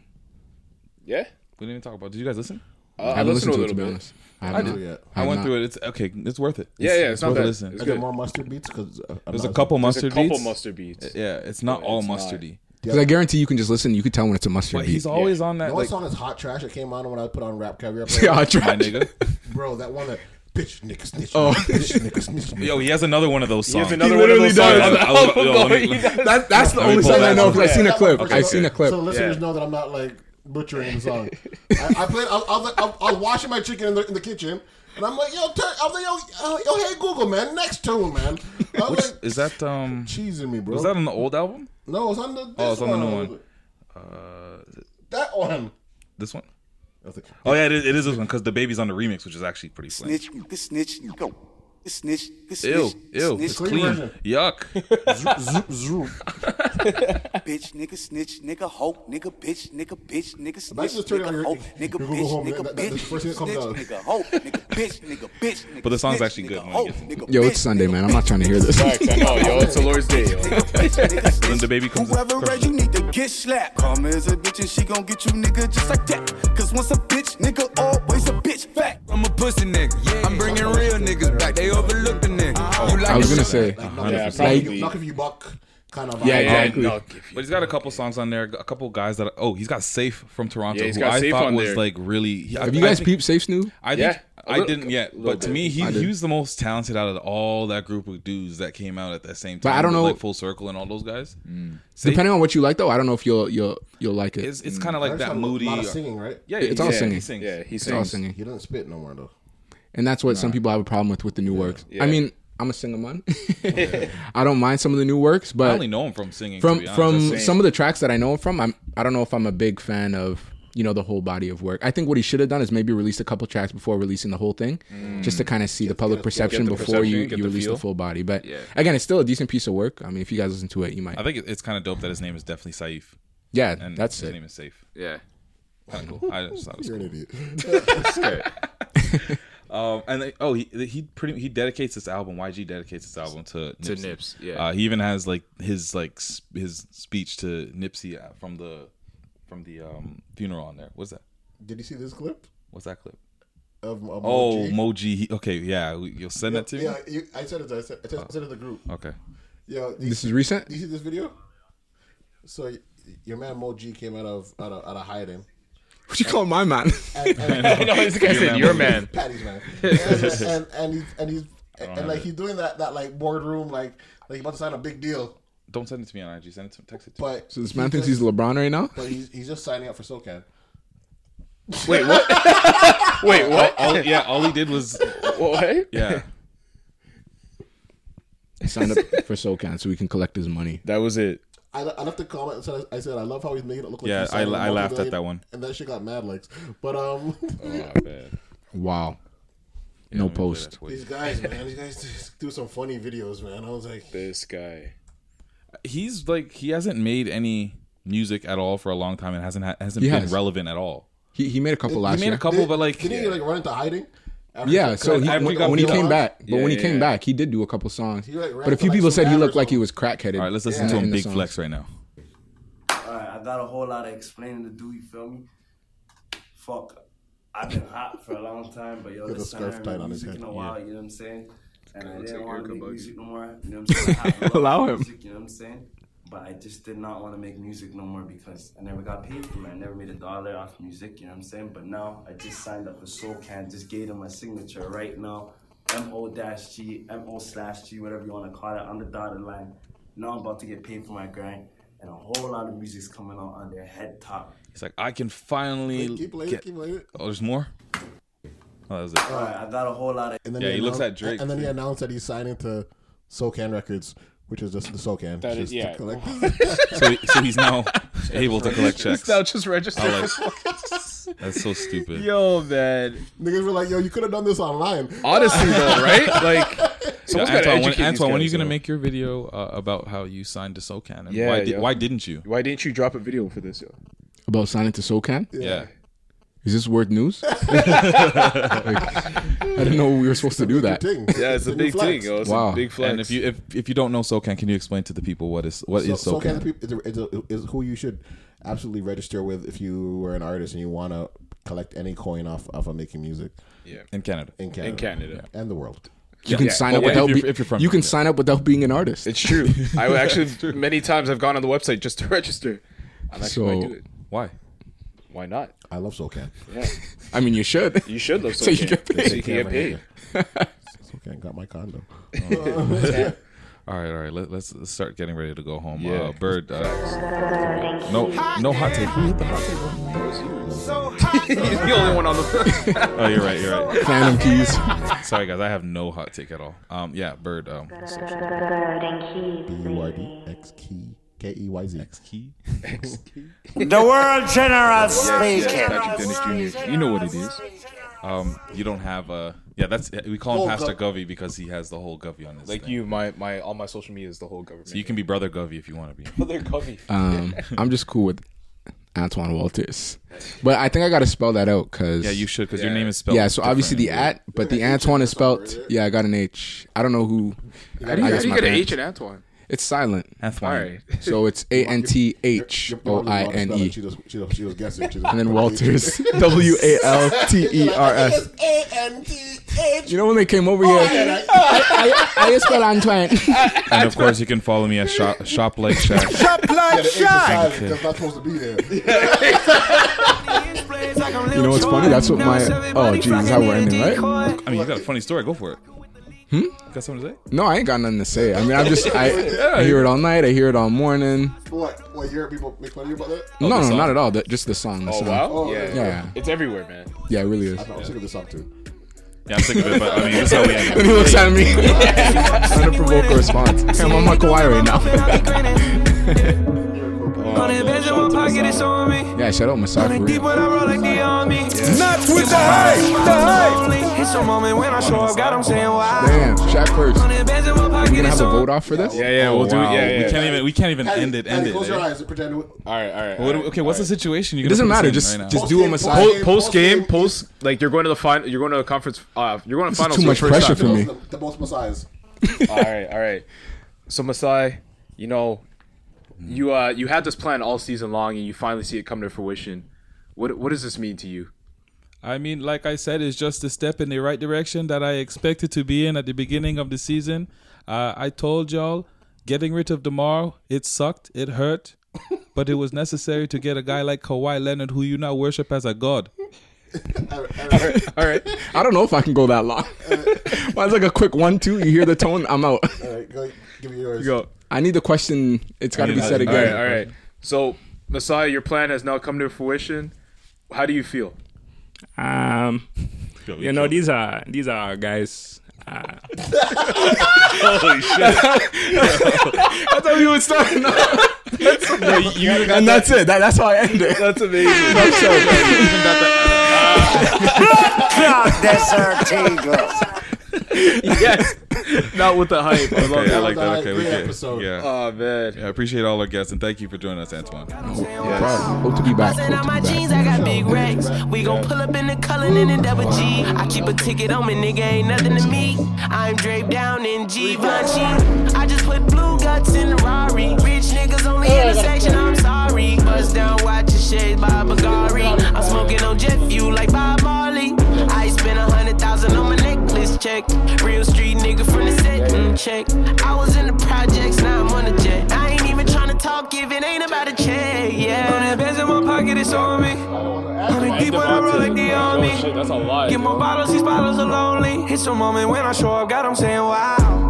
Yeah. We didn't even talk about. Did you guys listen? Uh, I I haven't listened listened to to a it, to little be bit. honest. I I, haven't did. listened yet. I, I have went not. through it. It's okay. It's worth it. Yeah, yeah, it's not worth a bad. listen. Is there more mustard beats? uh, Because There's a couple There's a mustard couple beats. mustard beats. Yeah, it's not all it's not. mustardy. Because I guarantee you can just listen. You can tell when it's a mustard But beat. he's always on The that. only Like, song is "Hot Trash." It came on when I put on rap caviar. Yeah, Hot Trash. My nigga. bro, that one that bitch nigga snitch. Oh, bitch nigga snitch. yo, he has another one of those He songs. has another one of those literally songs. does. I was- I was- yo, let me- That- that's the let me only pull song I that know up. 'cause I've seen a clip. I've seen a clip. So listeners know that I'm not like butchering the song. I, I played. I, I was like, I, I was washing my chicken in the, in the kitchen, and I'm like, yo, turn, I'm like, yo, uh, yo, hey Google, man, next tune, man. I was like, Is that um? Cheesing me, bro. Was that on the old album? no, it's on the. This Oh, it's on the new one. one. Uh, That one. this one. Oh yeah, it is, it is this one because the baby's on the remix, which is actually pretty slim. Snitch, this snitch, go. This snitch, this Ew, snitch. ew, snitch, it's clean. Yuck. zoop, zoop. bitch, nigga, snitch, nigga, hoe, nigga, bitch, nigga, bitch, nigga, snitch, Imagine just turning on your, nigga, hoe, your nigga, Google bitch, Home. nigga, that, that, bitch, the first thing that comes out. nigga, hoe, nigga, bitch, nigga, bitch, nigga. But the song's actually good. When it gets into Yo, it's Sunday, man. I'm not trying to hear this. Facts, I know, yo. It's the Lord's day, yo. Then the baby comes. Whoever read you need to get slapped. Karma is a bitch and she gon' get you nigga just like that. Cause once a bitch, nigga always a bitch fat. I'm a pussy nigga. I'm bringing real niggas back. They overlook the nigga. Oh. I was gonna say, Knock Yeah, if you- knock if you- probably. knock if you buck, kind of. Yeah, vibe. exactly. Um, But he's got a couple songs on there. A couple guys that. Oh, he's got Safe from Toronto, Yeah, he's who got I Safe thought on was there. like really. he- I- have you I guys think- peeped Safe Snoop? I think Yeah, a I little- didn't yet, little but to bit. me, he, I did. he was the most talented out of all that group of dudes that came out at that same But time. I don't with, know- like Full Circle and all those guys. Safe Depending on what you like, though, I don't know if you'll you'll you'll like it. It's, it's kind of like That's that a lot- moody. lot of singing, right? Yeah, It's yeah, all yeah, singing. He sings. Yeah, he It's all sings. singing. He doesn't spit no more though. and that's what some people have a problem with with the new works. Yeah. I mean, I'm a singer man. I don't mind some of the new works, but I only know him from singing. to from be honest. That's from the some of the tracks that I know him from. I'm I don't know if I'm a big fan of you know the whole body of work. I think what he should have done is maybe release a couple tracks before releasing the whole thing, just to kind of see the public perception get the before perception, you, get you the release the feel. full body. But Yeah. again, it's still a decent piece of work. I mean, if you guys listen to it, you might. I think it- it's kind of dope that his name is definitely Saif. Yeah, and that's his it. name is Saif. Yeah. Kind of cool. I just thought it was You're cool. an idiot. Um, and they, oh, he he pretty he dedicates this album. YG dedicates this album to To Nipsey. Nips, yeah. Uh, he even has like his like s- his speech to Nipsey uh, from the from the um funeral on there. What's that? Did you see this clip What's that clip? of, of Oh, Moji? Moji. He, okay, yeah, we- you'll send that to me. Yeah, you, I said it. I said, I said, I said it in the group. Okay. Yeah, This is recent? Do you see this video? So y- your man Mo G came out of out of, out of hiding. What you call my man? And, and, I know, this guy said, "Your man." Patty's man. And, and, and he's and he's and, like he's doing that that like boardroom like like he about to sign a big deal, Don't send it to me on IG. Send it to text it to me. but So this man thinks he's LeBron right now. but he's he's just signing up for SoCan. Wait, what? Wait, what? All, yeah, all he did was What? yeah. He signed up for SoCan so we can collect his money. That was it. I, I left a comment and said I said I love how he's making it look like Yeah, he's signing I- a I laughed at multi-million," that one. Oh, and that shit got mad likes. But um, Wow. No post. these guys, man, these guys just do some funny videos, man. I was like, This guy. He's like he hasn't made any music at all for a long time and hasn't ha- hasn't He been has. relevant at all. He, he made a couple last he made year. a couple, but like did he like run into hiding? After- Yeah, so he, after when, he got when he beat came up. back, but Yeah, when he yeah, came yeah. back, he did do a couple songs. like, ran but a to, few like, people some said he ad or looked like he something. was crackheaded. all right, let's listen in- to in him. the Big songs. flex right now. Alright, I got a whole lot of explaining to do, you feel me? Fuck. I've been hot for a long time, but yo, Got a this time I scarf tied haven't on made his music in head. a while, you know what I'm saying? And I looks didn't like want Erykah to make Buggy. music no more, you know what I'm saying? I have a Allow love for him. Music, you know what I'm saying? But I just did not want to make music no more because I never got paid from it. I never made a dollar off music, you know what I'm saying? But now I just signed up for Soul Can, just gave them my signature right now. MO dash G, MO slash G, whatever you want to call it, on the dotted line. Now I'm about to get paid for my grind, and a whole lot of music's coming out on their head top. He's like, I can finally Keep playing, get. keep playing. Oh, there's more. Oh, that was it. Alright, I got a whole lot of. And then Yeah, he he looks announced- at Drake, And then he too. announced that he's signing to SoCan Records, which is just the SoCan. That just is- yeah. To collect. So, he- so he's now able to collect checks. He's now just registered. Alex. for That's so stupid. Yo, man. Niggas were like, yo, you could have done this online. Honestly, though, right? Like, So someone's gotta Antoine, when, educate these Antoine, when are you guys, gonna though. make your video uh, about how you signed to SoCan? And Yeah, why, di- yeah. why didn't you? Why didn't you drop a video for this, yo? About signing to SoCan? Yeah. Is this word news? Like, I didn't know we were supposed to do that. Yeah, it's a big thing. yo. It's Wow. a big flex. And if you if, if you don't know SoCan, can you explain to the people what is what is so, SoCan? SoCan is, a- is, a- is who you should absolutely register with if you were an artist and you want to collect any coin off off of making music. Yeah. In Canada. In Canada. In Canada. And the world. You can sign Oh, up without be- you can sign up without being an artist. It's true. I actually many times I've gone on the website just to register. I'm actually So- going do it. Why? Why not? I love SoCan. Yeah. I mean, you should. You should love so you SoCan. get paid. So you can get paid. SoCan got my condo. All right, all right. Let, let's let's start getting ready to go home. Yeah. Uh, Bird. Uh, no, no hot take. Who hit the hot take? He's the only one on the. Oh, you're right. You're right. Phantom keys. Sorry, guys. I have no hot take at all. Um, yeah, Bird. Um, B E U R D X Key K E Y Z X Key. The world general speaking. Patrick Dennis Jr. You know what it is. Um, you don't have a yeah. That's we call him Whole Pastor gov- Govey because he has the whole Govey on his. Like thing. you, my my all my social media is the whole government. so you can be Brother Govey if you want to be. Brother Govey. Um, I'm just cool with Antoine Walters, but I think I got to spell that out because Yeah, you should, 'cause your name is spelled Yeah, so obviously the different. at, but the Antoine is spelled. Yeah, I got an H. I don't know who. How do you, I how guess do you my get an parents- H in Antoine? It's silent. Antoine. Alright. So it's A N T H O I N E. She was, she was, she was guessing. She was And then Walters. W A L T E R S. A N T H. You know when they came over here? I, I, I, I spell Antoine. And of course, you can follow me at shop, shop like Shack. Shop like Shaq. That's not supposed to be there. You know what's funny? That's what my. Oh, Jesus, how we're ending, right? I mean, you got a funny story. Go for it. Hmm? Got something to say? No, I ain't got nothing to say. I mean, I'm just. I, I hear it all night. I hear it all morning. What? What? You heard people make fun of you about that? Oh, No, no, not at all. The, just the song. The Oh song. wow! Oh, yeah. yeah. Yeah. it's everywhere, man. Yeah, it really is. I know, I'm sick of this song too. Yeah, I'm sick of it, but I mean, this is how we end. it. Then he looks at me. Trying to provoke a response. Damn, I'm on Kawhi right now. Hundred bands in my pocket, it's on me. yeah, shout out Masai for Deep real. when I roll like the army. Not with the hype, the hype. It's a moment when I show up, God, I'm saying why. Damn, Shaq first. Hundred bands in my Are we pocket, gonna have it's a on vote off for this? Yeah, yeah, we'll do it. Yeah, yeah. Oh, We can't even. We can't even Patty, end it. End Patty, it. close eh? your eyes and pretend. it- All right, all right. What do- okay, what's the situation? You're It doesn't gonna put matter. us Just, in right now? just do a Masai. Post, post game, post like you're going to the final. You're going to a conference. Uh, you're going to finals. This is for too the much first pressure time. for me. The, the most Messiahs. all right, all right. So Masai, you know, Mm. you uh, you had this plan all season long, and you finally see it come to fruition. What what does this mean to you? I mean, like I said, it's just a step in the right direction that I expected to be in at the beginning of the season. Uh, I told y'all, getting rid of DeMar, it sucked, it hurt, but it was necessary to get a guy like Kawhi Leonard, who you now worship as a god. All right, I don't know if I can go that long. Mine's like a quick one, two. You hear the tone, I'm out. All right, go give me yours. go. I need the question. It's got to be said All right, all again. right. So Masai, your plan has now come to fruition. How do you feel? Um, you know these are these are guys. Uh, Holy shit! I thought we would start. No. and that's it. That, that's how I end it. That's amazing. Drop that Sartigo. yes, not with the hype. I love Okay, I that. like that. Okay, we Great get episode. Yeah. Oh man. Yeah, I appreciate all our guests and thank you for joining us, Antoine. Oh, Hope to be back. Bustin' Hope out to my be back. jeans, I got big racks. We gon' pull up in the color and in double G. I keep a ticket on me, nigga, ain't nothing to me. I'm draped down in Givenchy. I just put blue guts in the Rari. Rich niggas only in the section, I'm sorry. Bust down, watch your shades by Bulgari. I'm smoking on jet fuel like Bob Marley. I spent a hundred thousand on my necklace check. Real street nigga from the set, mm, check. I was in the projects, now I'm on the jet. I ain't even tryna talk if it ain't about a check, yeah. Hundred bands in my pocket, it's on me. Hundred deep when I roll like the army. Oh shit, that's a lie. Get more bottles, these bottles are lonely. It's a moment when I show up, God, I'm saying wow.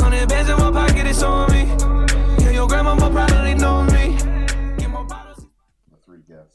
Hundred bands in my pocket, it's on me. Yeah, your grandma probably know me.